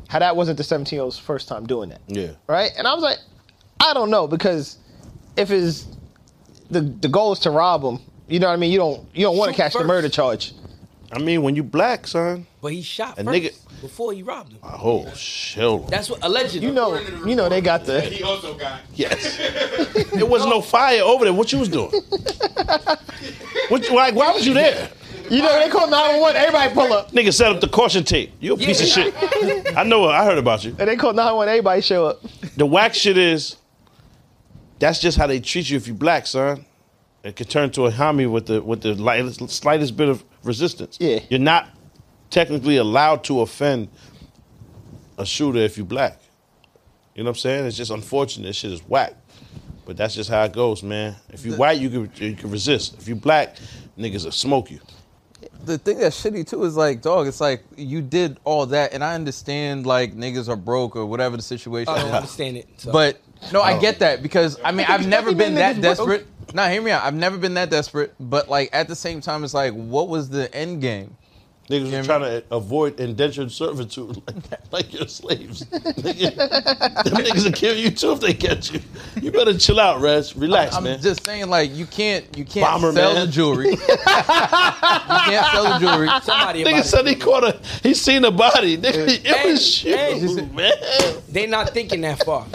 [SPEAKER 4] "How that wasn't the 17 year old's first time doing that,
[SPEAKER 1] Yeah.
[SPEAKER 4] right?" And I was like, "I don't know because if his the the goal is to rob him, you know what I mean? You don't you don't want to
[SPEAKER 10] Shoot
[SPEAKER 4] catch the
[SPEAKER 10] first.
[SPEAKER 4] murder charge.
[SPEAKER 1] I mean, when you black, son.
[SPEAKER 10] But he shot
[SPEAKER 1] A
[SPEAKER 10] first
[SPEAKER 1] nigga-
[SPEAKER 10] before he robbed him.
[SPEAKER 1] Oh, shit.
[SPEAKER 10] That's what allegedly.
[SPEAKER 4] You know you know they got the
[SPEAKER 11] He also got.
[SPEAKER 1] Yes. there was no fire over there. What you was doing? What, you- like, why was you there?
[SPEAKER 4] you know they call 911. Everybody pull up.
[SPEAKER 1] Nigga set up the caution tape. You a piece of
[SPEAKER 10] Yeah.
[SPEAKER 1] shit. I know. I heard about you.
[SPEAKER 4] And they call 911. Everybody show up.
[SPEAKER 1] The whack shit is that's just how they treat you if you black, son. It could turn to a homie with the with the lightest, slightest bit of resistance.
[SPEAKER 4] Yeah.
[SPEAKER 1] You're not technically allowed to offend a shooter if you black. You know what I'm saying? It's just unfortunate. This shit is whack. But that's just how it goes, man. If you white, you can you can resist. If you black, niggas will smoke you.
[SPEAKER 8] the thing that's shitty too is like, dog, it's like you did all that, and I understand like niggas are broke or whatever the situation
[SPEAKER 10] I don't
[SPEAKER 8] is.
[SPEAKER 10] understand it. So.
[SPEAKER 8] But no, I get that because I mean I've never
[SPEAKER 4] fucking
[SPEAKER 8] been that
[SPEAKER 4] niggas broke.
[SPEAKER 8] desperate. Nah, hear me out. I've never been that desperate, but like at the same time, it's like, what was the end game?
[SPEAKER 1] Niggas
[SPEAKER 8] Yeah,
[SPEAKER 1] were trying to avoid indentured servitude like that, like you're slaves. Nigga, them niggas will kill you too if they catch you. You better chill out, Rez. Relax,
[SPEAKER 8] I'm
[SPEAKER 1] man.
[SPEAKER 8] just saying, like you can't you can't
[SPEAKER 1] Bomber
[SPEAKER 8] sell
[SPEAKER 1] man.
[SPEAKER 8] the jewelry. you can't sell the jewelry.
[SPEAKER 10] somebody about
[SPEAKER 1] Nigga
[SPEAKER 10] it.
[SPEAKER 1] said he caught a, he seen a body. Nigga, it
[SPEAKER 10] Hey,
[SPEAKER 1] was you,
[SPEAKER 10] hey.
[SPEAKER 1] man.
[SPEAKER 10] they not thinking that far.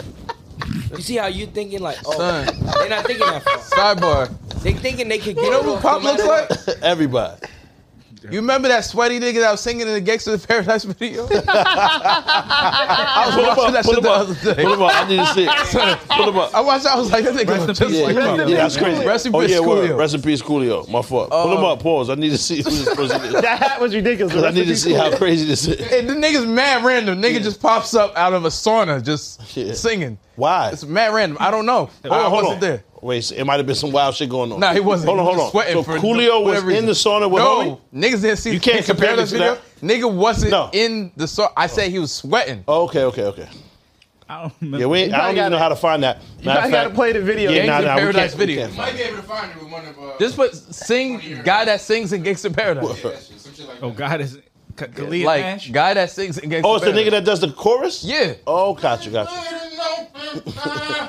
[SPEAKER 10] You see how you thinking like, oh,
[SPEAKER 8] Son.
[SPEAKER 10] they not thinking that far.
[SPEAKER 8] Sidebar.
[SPEAKER 10] They thinking they could get.
[SPEAKER 8] You know who Pop looks like?
[SPEAKER 1] Everybody.
[SPEAKER 8] You remember that sweaty nigga that was singing in the Gangster of Paradise video? I was
[SPEAKER 1] Pull him up,
[SPEAKER 8] watching that
[SPEAKER 1] pull
[SPEAKER 8] shit
[SPEAKER 1] him
[SPEAKER 8] the
[SPEAKER 1] up.
[SPEAKER 8] other day.
[SPEAKER 1] Pull him up. I need to see it. Pull him up.
[SPEAKER 8] I watched. I was like, that nigga look
[SPEAKER 5] Rest in
[SPEAKER 8] just
[SPEAKER 5] peace,
[SPEAKER 8] like
[SPEAKER 5] Coolio.
[SPEAKER 8] Pop.
[SPEAKER 1] Yeah, yeah, that's crazy.
[SPEAKER 8] Rest in
[SPEAKER 1] oh,
[SPEAKER 8] peace,
[SPEAKER 1] yeah, word.
[SPEAKER 8] Coolio.
[SPEAKER 1] Rest in peace, Um, Coolio. My fault. Pull him
[SPEAKER 8] Oh.
[SPEAKER 1] up. Pause. I need to see who this person is.
[SPEAKER 2] That hat was ridiculous.
[SPEAKER 1] 'Cause I need to see how crazy this is.
[SPEAKER 8] And the nigga's mad random. Nigga just pops up out of a sauna, just
[SPEAKER 1] Yeah.
[SPEAKER 8] singing.
[SPEAKER 1] Why?
[SPEAKER 8] It's mad random. I don't know.
[SPEAKER 1] Hold on,
[SPEAKER 8] I
[SPEAKER 1] hold
[SPEAKER 8] wasn't
[SPEAKER 1] on.
[SPEAKER 8] there.
[SPEAKER 1] Wait, so it might have been some wild shit going on.
[SPEAKER 8] Nah, he wasn't.
[SPEAKER 1] Hold on,
[SPEAKER 8] He was
[SPEAKER 1] hold on.
[SPEAKER 8] sweating
[SPEAKER 1] so
[SPEAKER 8] for
[SPEAKER 1] Coolio was
[SPEAKER 8] whatever
[SPEAKER 1] in
[SPEAKER 8] reason.
[SPEAKER 1] the sauna with homie?
[SPEAKER 8] No, niggas didn't see.
[SPEAKER 1] You can't compare
[SPEAKER 8] this
[SPEAKER 1] this to
[SPEAKER 8] video. Nigga wasn't
[SPEAKER 1] No.
[SPEAKER 8] in the sauna. I said he was sweating.
[SPEAKER 1] Oh, okay, okay, okay.
[SPEAKER 5] I don't remember.
[SPEAKER 1] Yeah, we, ain't- I don't
[SPEAKER 4] probably
[SPEAKER 1] even know
[SPEAKER 4] gotta-
[SPEAKER 1] how to find that. Matter
[SPEAKER 4] probably
[SPEAKER 1] of
[SPEAKER 4] gotta
[SPEAKER 1] fact-
[SPEAKER 4] play the video.
[SPEAKER 1] Yeah,
[SPEAKER 4] Gangs
[SPEAKER 1] nah,
[SPEAKER 8] in
[SPEAKER 1] nah, we
[SPEAKER 8] Paradise
[SPEAKER 1] can't- we
[SPEAKER 8] video.
[SPEAKER 1] can't find
[SPEAKER 11] Might be able to find it with one of uh,
[SPEAKER 8] This was sing guy that sings in Gangsta Paradise.
[SPEAKER 11] some shit like
[SPEAKER 5] Oh,
[SPEAKER 11] that.
[SPEAKER 5] God, is K- Khalid
[SPEAKER 8] like
[SPEAKER 5] Nash?
[SPEAKER 8] guy that sings in Gangsta.
[SPEAKER 1] Oh, it's the
[SPEAKER 8] Paradise.
[SPEAKER 1] nigga that does the chorus?
[SPEAKER 8] Yeah.
[SPEAKER 1] Oh, gotcha, gotcha.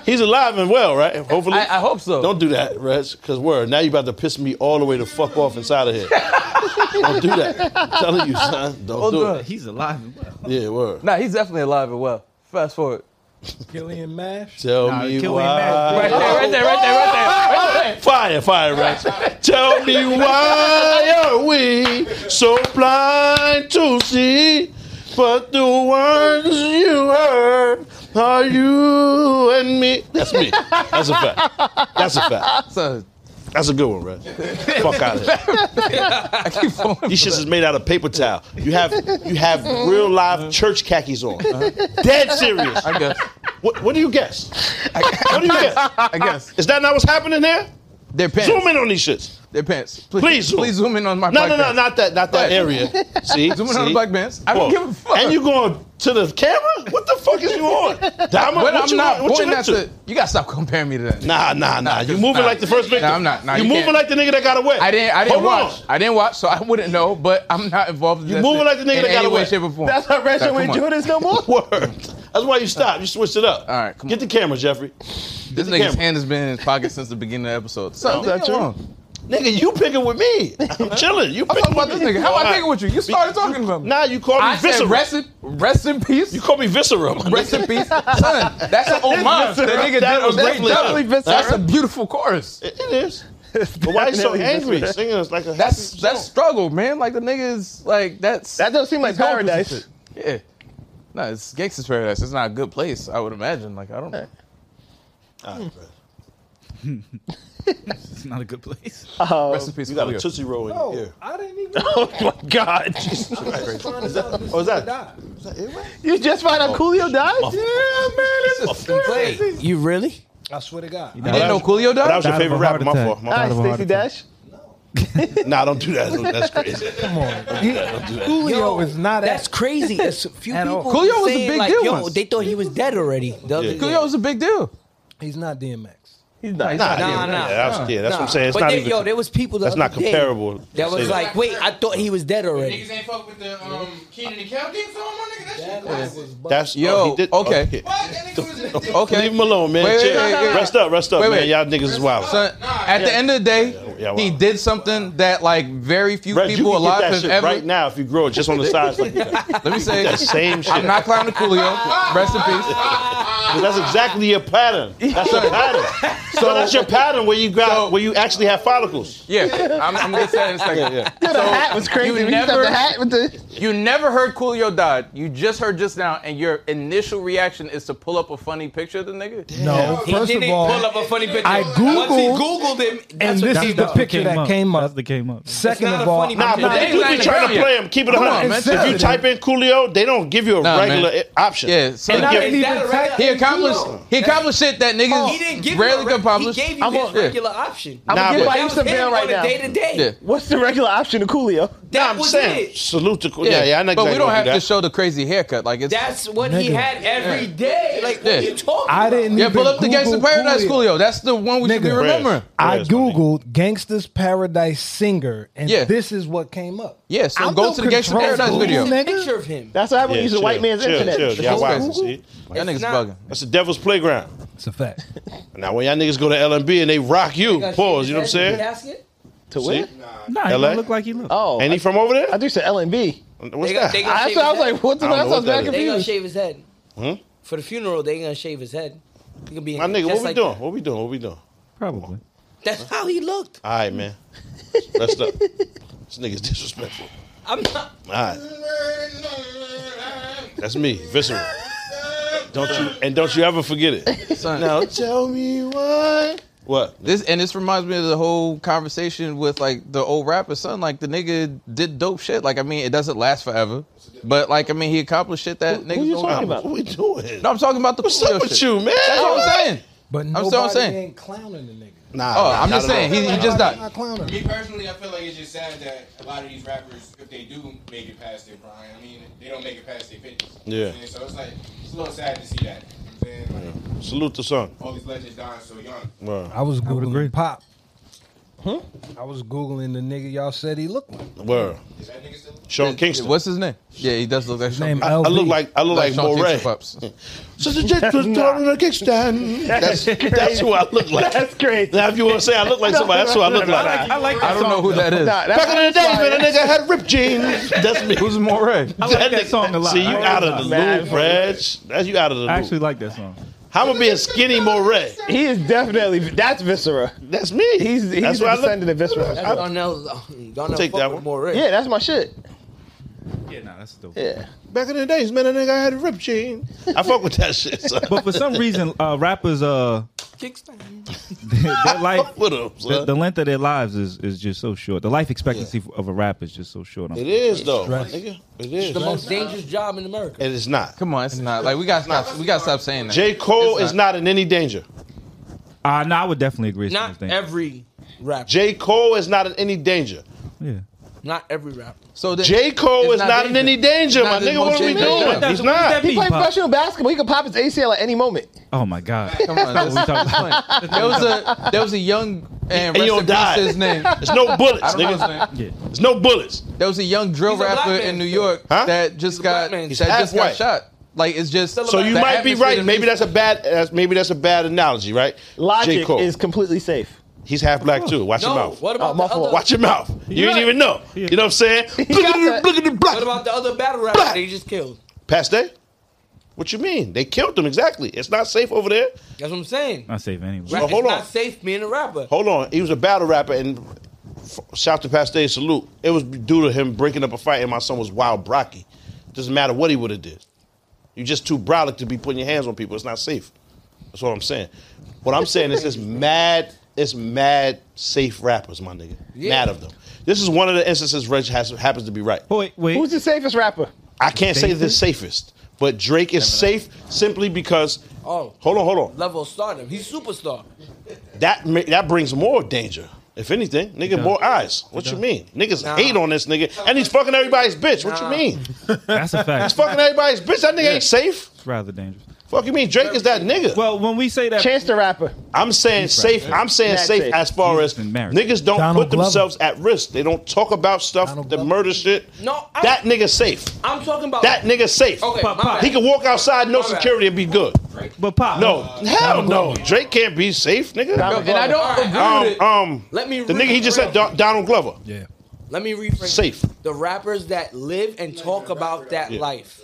[SPEAKER 1] He's alive and well, right? Hopefully.
[SPEAKER 8] I, I hope so.
[SPEAKER 1] Don't do that, Reg, because word, now you about to piss me all the way the fuck off inside of here. don't do that. I'm telling you, son. Don't
[SPEAKER 8] Hold
[SPEAKER 1] do
[SPEAKER 8] on.
[SPEAKER 1] it.
[SPEAKER 5] He's alive and well.
[SPEAKER 1] Yeah, word.
[SPEAKER 8] Nah, he's definitely alive and well. Fast forward.
[SPEAKER 7] Killian Mash.
[SPEAKER 1] Tell
[SPEAKER 5] Nah,
[SPEAKER 1] me
[SPEAKER 5] Killian
[SPEAKER 1] why.
[SPEAKER 5] Mack.
[SPEAKER 8] Right there, right there, right there, right there.
[SPEAKER 1] Fire, fire, Rex. Tell me why are we so blind to see? But the ones you heard are you and me. That's me. That's a fact. That's a fact.
[SPEAKER 8] That's a-
[SPEAKER 1] That's a good one, Rex. Fuck out of here.
[SPEAKER 8] I keep falling.
[SPEAKER 1] These shits is made out of paper towel. You have you have
[SPEAKER 8] Uh-huh.
[SPEAKER 1] real live church khakis on. Dead serious.
[SPEAKER 8] I guess.
[SPEAKER 1] What, what do you guess? What do you guess?
[SPEAKER 8] I guess.
[SPEAKER 1] Is that not what's happening there?
[SPEAKER 8] Their pants.
[SPEAKER 1] Zoom in on these shits.
[SPEAKER 8] Their pants.
[SPEAKER 1] Please zoom.
[SPEAKER 8] Please zoom in on my
[SPEAKER 1] No,
[SPEAKER 8] black
[SPEAKER 1] no, no,
[SPEAKER 8] pants.
[SPEAKER 1] not that, not that
[SPEAKER 8] Right.
[SPEAKER 1] area. See,
[SPEAKER 8] Zoom in on the
[SPEAKER 1] See?
[SPEAKER 8] black pants. I don't
[SPEAKER 1] Whoa.
[SPEAKER 8] give a fuck.
[SPEAKER 1] And you going to the camera? What the fuck is you on, Dama?
[SPEAKER 8] But
[SPEAKER 1] what
[SPEAKER 8] I'm
[SPEAKER 1] you
[SPEAKER 8] not
[SPEAKER 1] want- what you
[SPEAKER 8] pointing at
[SPEAKER 1] into?
[SPEAKER 8] the. You gotta stop comparing me to that.
[SPEAKER 1] Nah, nah, nah. You
[SPEAKER 8] 'cause-
[SPEAKER 1] moving
[SPEAKER 8] nah.
[SPEAKER 1] like the first victim.
[SPEAKER 8] Nah, I'm not. Nah,
[SPEAKER 1] you
[SPEAKER 8] you
[SPEAKER 1] moving
[SPEAKER 8] can't.
[SPEAKER 1] like the nigga that got away.
[SPEAKER 8] I didn't. I didn't
[SPEAKER 1] Hold on.
[SPEAKER 8] watch. I didn't watch, so I wouldn't know. But I'm not involved. in
[SPEAKER 1] You
[SPEAKER 8] that
[SPEAKER 1] moving
[SPEAKER 8] shit
[SPEAKER 1] like the nigga
[SPEAKER 8] in
[SPEAKER 1] that got
[SPEAKER 8] any way,
[SPEAKER 1] away.
[SPEAKER 8] shape, or form.
[SPEAKER 4] That's why Reg
[SPEAKER 8] Nah,
[SPEAKER 4] ain't
[SPEAKER 8] come on.
[SPEAKER 4] doing this no more.
[SPEAKER 1] Word. That's why you stopped. You switched it up.
[SPEAKER 8] All right, come
[SPEAKER 1] Get the camera, Jeffrey.
[SPEAKER 8] This
[SPEAKER 1] the
[SPEAKER 8] nigga's
[SPEAKER 1] camera.
[SPEAKER 8] hand has been in his pocket since the beginning of the episode. So
[SPEAKER 4] Is that
[SPEAKER 8] leave me
[SPEAKER 4] true?
[SPEAKER 8] alone.
[SPEAKER 1] Nigga, you picking with me. I'm chilling. You
[SPEAKER 8] I'm
[SPEAKER 1] picking
[SPEAKER 8] talking about
[SPEAKER 1] with
[SPEAKER 8] this
[SPEAKER 1] me.
[SPEAKER 8] nigga. How am I
[SPEAKER 1] Alright.
[SPEAKER 8] thinking with you? You started talking about me.
[SPEAKER 1] Nah, you call me
[SPEAKER 8] I said
[SPEAKER 1] visceral.
[SPEAKER 8] rest in, rest in peace.
[SPEAKER 1] you call me visceral. my
[SPEAKER 8] Rest in peace, son. That's an homage. That nigga
[SPEAKER 1] That was
[SPEAKER 8] did a great
[SPEAKER 1] definitely
[SPEAKER 8] job.
[SPEAKER 1] Viscera.
[SPEAKER 8] That's a beautiful chorus.
[SPEAKER 1] nigga. It is. But why you so
[SPEAKER 4] Definitely
[SPEAKER 1] angry?
[SPEAKER 4] visceral.
[SPEAKER 1] Singing us like a
[SPEAKER 8] That's
[SPEAKER 1] happy
[SPEAKER 8] that's
[SPEAKER 1] song.
[SPEAKER 8] struggle, man. Like the niggas, like that's
[SPEAKER 4] That don't seem like
[SPEAKER 8] he's going through some
[SPEAKER 4] paradise.
[SPEAKER 8] shit. Yeah. No, it's gangster's paradise. It's not a good place, I would imagine. Like I don't know.
[SPEAKER 1] Alright, bro.
[SPEAKER 5] It's not a good place.
[SPEAKER 8] Rest in peace.
[SPEAKER 1] You got a
[SPEAKER 8] Coolio.
[SPEAKER 1] tootsie roll in your
[SPEAKER 7] Oh,
[SPEAKER 1] ear.
[SPEAKER 7] I didn't even.
[SPEAKER 4] Oh my God!
[SPEAKER 7] Is that,
[SPEAKER 1] Oh, is that-
[SPEAKER 4] you just found
[SPEAKER 8] Oh,
[SPEAKER 4] out Coolio died? Yeah, man.
[SPEAKER 8] This is insane.
[SPEAKER 10] Wait, you really?
[SPEAKER 7] I swear to God.
[SPEAKER 8] You didn't know Coolio
[SPEAKER 1] That was your
[SPEAKER 8] died?
[SPEAKER 5] Died of a
[SPEAKER 1] favorite
[SPEAKER 5] heart
[SPEAKER 1] rapper. My
[SPEAKER 5] attack.
[SPEAKER 1] fault. My
[SPEAKER 4] All
[SPEAKER 1] fault.
[SPEAKER 5] Died of a
[SPEAKER 4] right,
[SPEAKER 5] heart
[SPEAKER 4] Stacey
[SPEAKER 5] attack.
[SPEAKER 4] Dash.
[SPEAKER 1] Nah, don't do that. That's crazy.
[SPEAKER 7] Come on. Coolio is not
[SPEAKER 10] That's
[SPEAKER 7] that.
[SPEAKER 10] crazy. It's a few
[SPEAKER 8] At
[SPEAKER 10] people
[SPEAKER 8] all. Coolio was a
[SPEAKER 10] saying,
[SPEAKER 8] big
[SPEAKER 10] like,
[SPEAKER 8] deal
[SPEAKER 10] Yo,
[SPEAKER 8] once.
[SPEAKER 10] they thought he was dead already. The other
[SPEAKER 1] Yeah.
[SPEAKER 10] day.
[SPEAKER 8] Coolio was a big deal.
[SPEAKER 7] He's not DMX.
[SPEAKER 8] He's not.
[SPEAKER 1] Nah, yeah,
[SPEAKER 10] Nah, nah.
[SPEAKER 1] yeah, that's, yeah, that's what I'm saying. It's
[SPEAKER 10] but
[SPEAKER 1] not
[SPEAKER 10] there,
[SPEAKER 1] even.
[SPEAKER 10] yo, there was people the
[SPEAKER 1] that's not
[SPEAKER 10] other day
[SPEAKER 1] comparable.
[SPEAKER 10] That
[SPEAKER 1] Say
[SPEAKER 10] was
[SPEAKER 1] that.
[SPEAKER 10] like, wait, I thought he was dead already.
[SPEAKER 11] Niggas ain't fuck with the um, Keenan and Kel did song, my nigga. That shit classic.
[SPEAKER 1] that's oh,
[SPEAKER 8] Yo,
[SPEAKER 1] he did- oh,
[SPEAKER 8] okay.
[SPEAKER 11] What? That nigga was in the dick.
[SPEAKER 8] Okay.
[SPEAKER 1] Leave him alone, man.
[SPEAKER 8] Wait, wait,
[SPEAKER 1] Chill.
[SPEAKER 8] wait, wait, wait.
[SPEAKER 1] Rest up, rest up,
[SPEAKER 8] Wait,
[SPEAKER 1] man.
[SPEAKER 8] wait.
[SPEAKER 1] Y'all niggas is wild.
[SPEAKER 8] Son, at the end of the day,
[SPEAKER 1] Yeah, wow.
[SPEAKER 8] he did something that like very few
[SPEAKER 1] Reg, you
[SPEAKER 8] people
[SPEAKER 1] can get
[SPEAKER 8] alive
[SPEAKER 1] that
[SPEAKER 8] have
[SPEAKER 1] shit
[SPEAKER 8] ever.
[SPEAKER 1] right now if you grow it just on the sides like that.
[SPEAKER 8] Let me say,
[SPEAKER 1] That same shit.
[SPEAKER 8] I'm not clowning Coolio. Rest in peace.
[SPEAKER 1] that's exactly your pattern. That's your pattern. So that's your pattern where you got
[SPEAKER 8] So-
[SPEAKER 1] where you actually have follicles.
[SPEAKER 8] Yeah, I'm, I'm gonna say it in a second.
[SPEAKER 4] Yeah, the hat was crazy.
[SPEAKER 8] you
[SPEAKER 4] You never,
[SPEAKER 8] never-
[SPEAKER 4] the hat with the.
[SPEAKER 8] You never heard Coolio died. You just heard just now, and your initial reaction is to pull up a funny picture of the nigga.
[SPEAKER 7] No,
[SPEAKER 10] He
[SPEAKER 7] first of
[SPEAKER 10] didn't
[SPEAKER 7] all,
[SPEAKER 10] pull up a funny picture.
[SPEAKER 7] I
[SPEAKER 10] Once he
[SPEAKER 7] Googled,
[SPEAKER 10] Googled him,
[SPEAKER 7] and
[SPEAKER 10] that's what
[SPEAKER 7] this
[SPEAKER 10] he
[SPEAKER 7] is the
[SPEAKER 10] done.
[SPEAKER 7] picture that came
[SPEAKER 5] That's
[SPEAKER 7] up.
[SPEAKER 5] the came up.
[SPEAKER 7] Second
[SPEAKER 10] not
[SPEAKER 7] of
[SPEAKER 10] a
[SPEAKER 7] all,
[SPEAKER 10] funny
[SPEAKER 1] Nah,
[SPEAKER 10] picture.
[SPEAKER 7] I'm
[SPEAKER 1] but
[SPEAKER 7] not-
[SPEAKER 1] they do be trying to play them. Keep it
[SPEAKER 8] Come on,
[SPEAKER 1] 100.
[SPEAKER 8] man.
[SPEAKER 1] if you type in Coolio, they don't give you a
[SPEAKER 8] Nah,
[SPEAKER 1] regular
[SPEAKER 8] man.
[SPEAKER 1] option.
[SPEAKER 8] Yeah, so-
[SPEAKER 1] They
[SPEAKER 8] And I
[SPEAKER 1] give-
[SPEAKER 7] didn't even
[SPEAKER 10] That
[SPEAKER 7] type-
[SPEAKER 8] He
[SPEAKER 7] Hey,
[SPEAKER 8] accomplished. He accomplished shit that niggas
[SPEAKER 10] He didn't give
[SPEAKER 8] rarely
[SPEAKER 10] you
[SPEAKER 8] could
[SPEAKER 10] a re-
[SPEAKER 8] accomplish.
[SPEAKER 10] He gave you
[SPEAKER 4] I'm
[SPEAKER 10] his
[SPEAKER 4] on- yeah.
[SPEAKER 10] regular option.
[SPEAKER 1] Nah,
[SPEAKER 4] I'm
[SPEAKER 1] but-
[SPEAKER 4] gonna
[SPEAKER 10] That
[SPEAKER 4] buy you
[SPEAKER 10] was
[SPEAKER 4] some
[SPEAKER 10] him
[SPEAKER 4] bail
[SPEAKER 10] on
[SPEAKER 4] right
[SPEAKER 10] a
[SPEAKER 4] now.
[SPEAKER 10] day to
[SPEAKER 8] Yeah.
[SPEAKER 10] day.
[SPEAKER 4] What's the regular option of Coolio?
[SPEAKER 1] Nah,
[SPEAKER 10] That
[SPEAKER 1] I'm
[SPEAKER 10] was
[SPEAKER 1] saying
[SPEAKER 10] it.
[SPEAKER 1] salute to Coolio. Yeah, yeah, I know
[SPEAKER 8] but we
[SPEAKER 1] exactly
[SPEAKER 8] don't
[SPEAKER 1] what
[SPEAKER 8] have
[SPEAKER 1] you
[SPEAKER 8] to
[SPEAKER 1] got.
[SPEAKER 8] show the crazy haircut. Like it's
[SPEAKER 10] That's what he
[SPEAKER 7] Nigga.
[SPEAKER 10] had every day. Like, what
[SPEAKER 8] Yeah.
[SPEAKER 10] are you talking
[SPEAKER 7] I
[SPEAKER 10] about?
[SPEAKER 7] didn't
[SPEAKER 8] yeah.
[SPEAKER 7] even
[SPEAKER 8] Pull up the
[SPEAKER 7] Google
[SPEAKER 8] Gangsta Paradise Coolio. That's the one we should be
[SPEAKER 7] Nigga.
[SPEAKER 8] remembering.
[SPEAKER 1] Prayers.
[SPEAKER 7] I
[SPEAKER 1] Prayers, my nigga.
[SPEAKER 7] googled "Gangsters Paradise singer" and
[SPEAKER 8] Yeah.
[SPEAKER 7] this is what came up.
[SPEAKER 8] Yeah, so
[SPEAKER 7] I'm
[SPEAKER 8] go
[SPEAKER 7] no
[SPEAKER 8] to the Gangsta
[SPEAKER 7] control,
[SPEAKER 8] Paradise
[SPEAKER 7] Google,
[SPEAKER 8] video.
[SPEAKER 10] It's a
[SPEAKER 7] nigga.
[SPEAKER 10] picture of him.
[SPEAKER 4] That's what happened when you use a
[SPEAKER 1] chill,
[SPEAKER 4] white man's
[SPEAKER 1] chill,
[SPEAKER 4] internet.
[SPEAKER 1] Chill, Y'all
[SPEAKER 8] It's
[SPEAKER 1] wild,
[SPEAKER 8] crazy.
[SPEAKER 1] see?
[SPEAKER 8] That nigga's
[SPEAKER 10] not-
[SPEAKER 8] bugging.
[SPEAKER 1] That's the devil's playground.
[SPEAKER 7] It's a fact.
[SPEAKER 1] Now, when y'all niggas go to LMB and they rock you, pause, you know what I'm saying?
[SPEAKER 10] Basket?
[SPEAKER 4] To win?
[SPEAKER 1] See?
[SPEAKER 5] Nah, he
[SPEAKER 1] LA?
[SPEAKER 5] don't look like he looked.
[SPEAKER 4] Oh,
[SPEAKER 1] Ain't he from over
[SPEAKER 4] I
[SPEAKER 1] there?
[SPEAKER 4] do say LNB.
[SPEAKER 1] What's
[SPEAKER 10] They got-
[SPEAKER 1] that?
[SPEAKER 10] they got-
[SPEAKER 4] I,
[SPEAKER 10] shave
[SPEAKER 4] so I
[SPEAKER 10] his
[SPEAKER 4] was
[SPEAKER 10] head.
[SPEAKER 4] like, what's the
[SPEAKER 1] I don't
[SPEAKER 4] last?
[SPEAKER 1] know
[SPEAKER 4] I
[SPEAKER 1] what
[SPEAKER 4] was
[SPEAKER 1] that
[SPEAKER 4] back
[SPEAKER 1] is.
[SPEAKER 10] They gonna
[SPEAKER 4] confused.
[SPEAKER 10] shave his head.
[SPEAKER 1] Hmm?
[SPEAKER 10] For the funeral, they gonna shave his head. He gonna be
[SPEAKER 1] My nigga,
[SPEAKER 10] just
[SPEAKER 1] what we
[SPEAKER 10] like
[SPEAKER 1] doing? What we doing? What we doing?
[SPEAKER 5] Probably.
[SPEAKER 10] that. That's how he looked.
[SPEAKER 1] All right, man. Rest up. This nigga's disrespectful.
[SPEAKER 10] I'm not.
[SPEAKER 1] All right. That's me, visceral. Don't you and don't you ever forget it.
[SPEAKER 8] Son,
[SPEAKER 1] Now tell me why What?
[SPEAKER 8] This and this reminds me of the whole conversation with like the old rapper son. Like the nigga did dope shit. Like I mean, it doesn't last forever, but like I mean, he accomplished shit that niggas
[SPEAKER 2] you
[SPEAKER 8] don't
[SPEAKER 2] talking
[SPEAKER 8] accomplish.
[SPEAKER 2] about?
[SPEAKER 1] What we doing?
[SPEAKER 8] No, I'm talking about the
[SPEAKER 1] What's up
[SPEAKER 8] Coolio
[SPEAKER 1] with
[SPEAKER 8] shit.
[SPEAKER 1] you, man?
[SPEAKER 8] That's what I'm saying.
[SPEAKER 7] But
[SPEAKER 8] what I'm
[SPEAKER 7] nobody
[SPEAKER 8] saying.
[SPEAKER 7] ain't clowning the nigga.
[SPEAKER 1] Nah,
[SPEAKER 8] Oh,
[SPEAKER 1] nah,
[SPEAKER 8] I'm
[SPEAKER 1] not
[SPEAKER 8] just
[SPEAKER 1] at all.
[SPEAKER 8] saying he, he just
[SPEAKER 7] Nobody's
[SPEAKER 8] died.
[SPEAKER 7] not clowning him.
[SPEAKER 11] Me personally, I feel like it's just sad that a lot of these rappers, if they do make it past their prime, I mean, they don't make it past their fifties.
[SPEAKER 1] Yeah.
[SPEAKER 11] So it's like it's a little sad to see that. You know what I'm saying like
[SPEAKER 1] Salute the son.
[SPEAKER 11] all these legends dying so young.
[SPEAKER 1] Word.
[SPEAKER 7] I was googling pop. Huh? I was googling the nigga y'all said he looked like.
[SPEAKER 1] Word.
[SPEAKER 11] Is that nigga still?
[SPEAKER 1] Sean Kingston.
[SPEAKER 8] What's his name? Yeah, he does look like Sean.
[SPEAKER 7] name
[SPEAKER 8] Kingston.
[SPEAKER 1] I, I look
[SPEAKER 7] LV.
[SPEAKER 1] like I look like,
[SPEAKER 8] Sean Kingston
[SPEAKER 1] Moray.
[SPEAKER 8] Pops.
[SPEAKER 1] Since the Jets was thrown in a kickstand. That's that's who I look like.
[SPEAKER 2] That's crazy.
[SPEAKER 1] Now, if you want to say I look like somebody, that's who I look like.
[SPEAKER 5] I like that
[SPEAKER 8] I don't know who that is.
[SPEAKER 4] Nah,
[SPEAKER 1] Back
[SPEAKER 4] that's
[SPEAKER 1] in the day, when a nigga had ripped jeans, that's me.
[SPEAKER 8] Who's Moray?
[SPEAKER 5] I like that song a lot.
[SPEAKER 1] See, you
[SPEAKER 5] I
[SPEAKER 1] out of the
[SPEAKER 2] Nah,
[SPEAKER 1] loop, Reg. That's you out of the
[SPEAKER 5] I actually
[SPEAKER 1] loop.
[SPEAKER 5] like that song.
[SPEAKER 1] How am I being skinny Moray?
[SPEAKER 2] He is definitely that's Viscera.
[SPEAKER 1] That's me.
[SPEAKER 2] He's he's
[SPEAKER 1] that's
[SPEAKER 2] a
[SPEAKER 1] what I look.
[SPEAKER 2] descendant of Viscera.
[SPEAKER 10] That's Darnell. Darnell
[SPEAKER 1] Take
[SPEAKER 10] Take
[SPEAKER 1] that
[SPEAKER 10] that
[SPEAKER 1] one.
[SPEAKER 10] More
[SPEAKER 4] yeah, that's my shit.
[SPEAKER 5] Yeah, nah, that's dope.
[SPEAKER 4] Yeah.
[SPEAKER 1] Back in the days, man, a nigga had a ripped jean. I fuck with that shit. Son.
[SPEAKER 5] But for some reason, uh, rappers, uh, their, their life,
[SPEAKER 1] fuck with him.
[SPEAKER 5] the,
[SPEAKER 1] Son.
[SPEAKER 5] the length of their lives is, is just so short. The life expectancy of a rapper is just so short.
[SPEAKER 1] it is though,
[SPEAKER 7] Right.
[SPEAKER 1] nigga. It
[SPEAKER 10] It's the
[SPEAKER 1] is.
[SPEAKER 10] most dangerous job in America.
[SPEAKER 1] It is not.
[SPEAKER 8] Come on, it's not. Like we got stop. We got to stop saying that.
[SPEAKER 1] J. Cole
[SPEAKER 8] It's
[SPEAKER 1] is not in any danger.
[SPEAKER 5] Uh, no, I would definitely agree. with
[SPEAKER 10] Not
[SPEAKER 5] something.
[SPEAKER 10] every rapper.
[SPEAKER 1] J. Cole is not in any danger.
[SPEAKER 5] Yeah.
[SPEAKER 10] not every rapper.
[SPEAKER 8] So then-
[SPEAKER 1] J. Cole
[SPEAKER 8] It's
[SPEAKER 1] is not,
[SPEAKER 8] not
[SPEAKER 1] in
[SPEAKER 8] danger.
[SPEAKER 1] any danger,
[SPEAKER 8] It's
[SPEAKER 1] my
[SPEAKER 8] not the
[SPEAKER 1] nigga. What
[SPEAKER 8] most
[SPEAKER 1] are we
[SPEAKER 8] danger.
[SPEAKER 1] doing?
[SPEAKER 8] What does-
[SPEAKER 1] He's not.
[SPEAKER 4] He played
[SPEAKER 5] Pop.
[SPEAKER 4] professional basketball. He could pop his ACL at any moment.
[SPEAKER 5] Oh my God.
[SPEAKER 8] Come on,
[SPEAKER 5] That's
[SPEAKER 8] that's-
[SPEAKER 5] not what we talking about.
[SPEAKER 8] there was a there was a young and
[SPEAKER 1] he
[SPEAKER 8] rest
[SPEAKER 1] don't
[SPEAKER 8] in
[SPEAKER 1] die.
[SPEAKER 8] peace to his name.
[SPEAKER 1] There's no bullets,
[SPEAKER 8] I don't know his
[SPEAKER 1] nigga.
[SPEAKER 8] name.
[SPEAKER 1] There's no bullets.
[SPEAKER 8] There was a young drill
[SPEAKER 10] He's a black
[SPEAKER 8] rapper
[SPEAKER 10] man
[SPEAKER 8] in New
[SPEAKER 10] still.
[SPEAKER 8] York
[SPEAKER 1] Huh?
[SPEAKER 8] that
[SPEAKER 10] He's
[SPEAKER 8] just
[SPEAKER 10] a black
[SPEAKER 8] got
[SPEAKER 10] man
[SPEAKER 8] that
[SPEAKER 10] still.
[SPEAKER 8] just got
[SPEAKER 1] Half-white.
[SPEAKER 8] shot. Like it's just
[SPEAKER 1] So you
[SPEAKER 8] the
[SPEAKER 1] might be
[SPEAKER 8] atmosphere
[SPEAKER 1] right.
[SPEAKER 8] in
[SPEAKER 1] Maybe
[SPEAKER 8] these-
[SPEAKER 1] that's a bad. That's, maybe that's a bad analogy, right? J.
[SPEAKER 2] Logic
[SPEAKER 1] Cole.
[SPEAKER 2] is completely safe.
[SPEAKER 1] He's half black too. Watch
[SPEAKER 10] No,
[SPEAKER 1] your mouth.
[SPEAKER 10] what about
[SPEAKER 4] my
[SPEAKER 10] the
[SPEAKER 4] fault.
[SPEAKER 10] other?
[SPEAKER 1] Watch your mouth. You ain't
[SPEAKER 5] right.
[SPEAKER 1] even know. You know what I'm saying? Look
[SPEAKER 4] got
[SPEAKER 1] at
[SPEAKER 4] that.
[SPEAKER 1] the look at the
[SPEAKER 10] What
[SPEAKER 1] black.
[SPEAKER 10] about the other battle rapper that he just killed?
[SPEAKER 1] Past day. What you mean? They killed him exactly. It's not safe over there.
[SPEAKER 10] That's what I'm saying.
[SPEAKER 5] Not safe anyway.
[SPEAKER 10] Ra-
[SPEAKER 1] hold
[SPEAKER 10] it's
[SPEAKER 1] on.
[SPEAKER 10] not safe being a rapper.
[SPEAKER 1] Hold on. He was a battle rapper and f- shout to Past day salute. It was due to him breaking up a fight and my son was wild Brocky. Doesn't matter what he would have did. You're just too brolic to be putting your hands on people. It's not safe. That's what I'm saying. What I'm saying is it's mad. It's mad safe rappers, my nigga. Mad of them. This is one of the instances Reg has, happens to be right.
[SPEAKER 5] Oh, wait, wait.
[SPEAKER 4] Who's the safest rapper?
[SPEAKER 1] I can't say the safest, but Drake is safe simply because.
[SPEAKER 10] Oh.
[SPEAKER 1] Hold on, hold on.
[SPEAKER 10] Level of stardom. He's superstar.
[SPEAKER 1] That ma- that brings more danger. If anything, nigga, more eyes. What you mean? Niggas
[SPEAKER 10] Nah.
[SPEAKER 1] hate on this nigga, and he's fucking everybody's bitch. What you
[SPEAKER 10] Nah.
[SPEAKER 1] mean?
[SPEAKER 5] That's a fact.
[SPEAKER 1] fucking everybody's bitch. That nigga ain't safe.
[SPEAKER 5] It's rather dangerous.
[SPEAKER 1] Fuck you mean? Drake is that nigga.
[SPEAKER 5] Well, when we say that,
[SPEAKER 4] Chance the rapper.
[SPEAKER 1] I'm saying safe. I'm saying
[SPEAKER 4] That's
[SPEAKER 1] safe
[SPEAKER 4] safe.
[SPEAKER 1] as far as
[SPEAKER 5] He's been married.
[SPEAKER 1] niggas don't
[SPEAKER 7] Donald
[SPEAKER 1] put
[SPEAKER 7] Glover.
[SPEAKER 1] themselves at risk. They don't talk about stuff,
[SPEAKER 7] Donald
[SPEAKER 1] the
[SPEAKER 7] Glover.
[SPEAKER 1] murder shit.
[SPEAKER 10] No, I-
[SPEAKER 1] that nigga safe.
[SPEAKER 10] I'm talking about
[SPEAKER 1] That nigga safe.
[SPEAKER 10] Okay, my bad.
[SPEAKER 1] He can walk outside, no
[SPEAKER 10] My bad.
[SPEAKER 1] security, and be good.
[SPEAKER 5] but pop, uh,
[SPEAKER 1] No, hell no. Drake can't be safe,
[SPEAKER 8] Yo,
[SPEAKER 1] nigga.
[SPEAKER 8] and I don't
[SPEAKER 10] All right.
[SPEAKER 8] agree with
[SPEAKER 1] Um,
[SPEAKER 8] it.
[SPEAKER 1] um,
[SPEAKER 10] Let me
[SPEAKER 1] the
[SPEAKER 10] read
[SPEAKER 1] nigga he
[SPEAKER 10] it
[SPEAKER 1] just
[SPEAKER 10] real
[SPEAKER 1] said Don- Donald Glover.
[SPEAKER 7] Yeah.
[SPEAKER 10] Let me rephrase.
[SPEAKER 1] Safe.
[SPEAKER 10] The rappers that live and talk about that
[SPEAKER 1] Yeah.
[SPEAKER 10] life,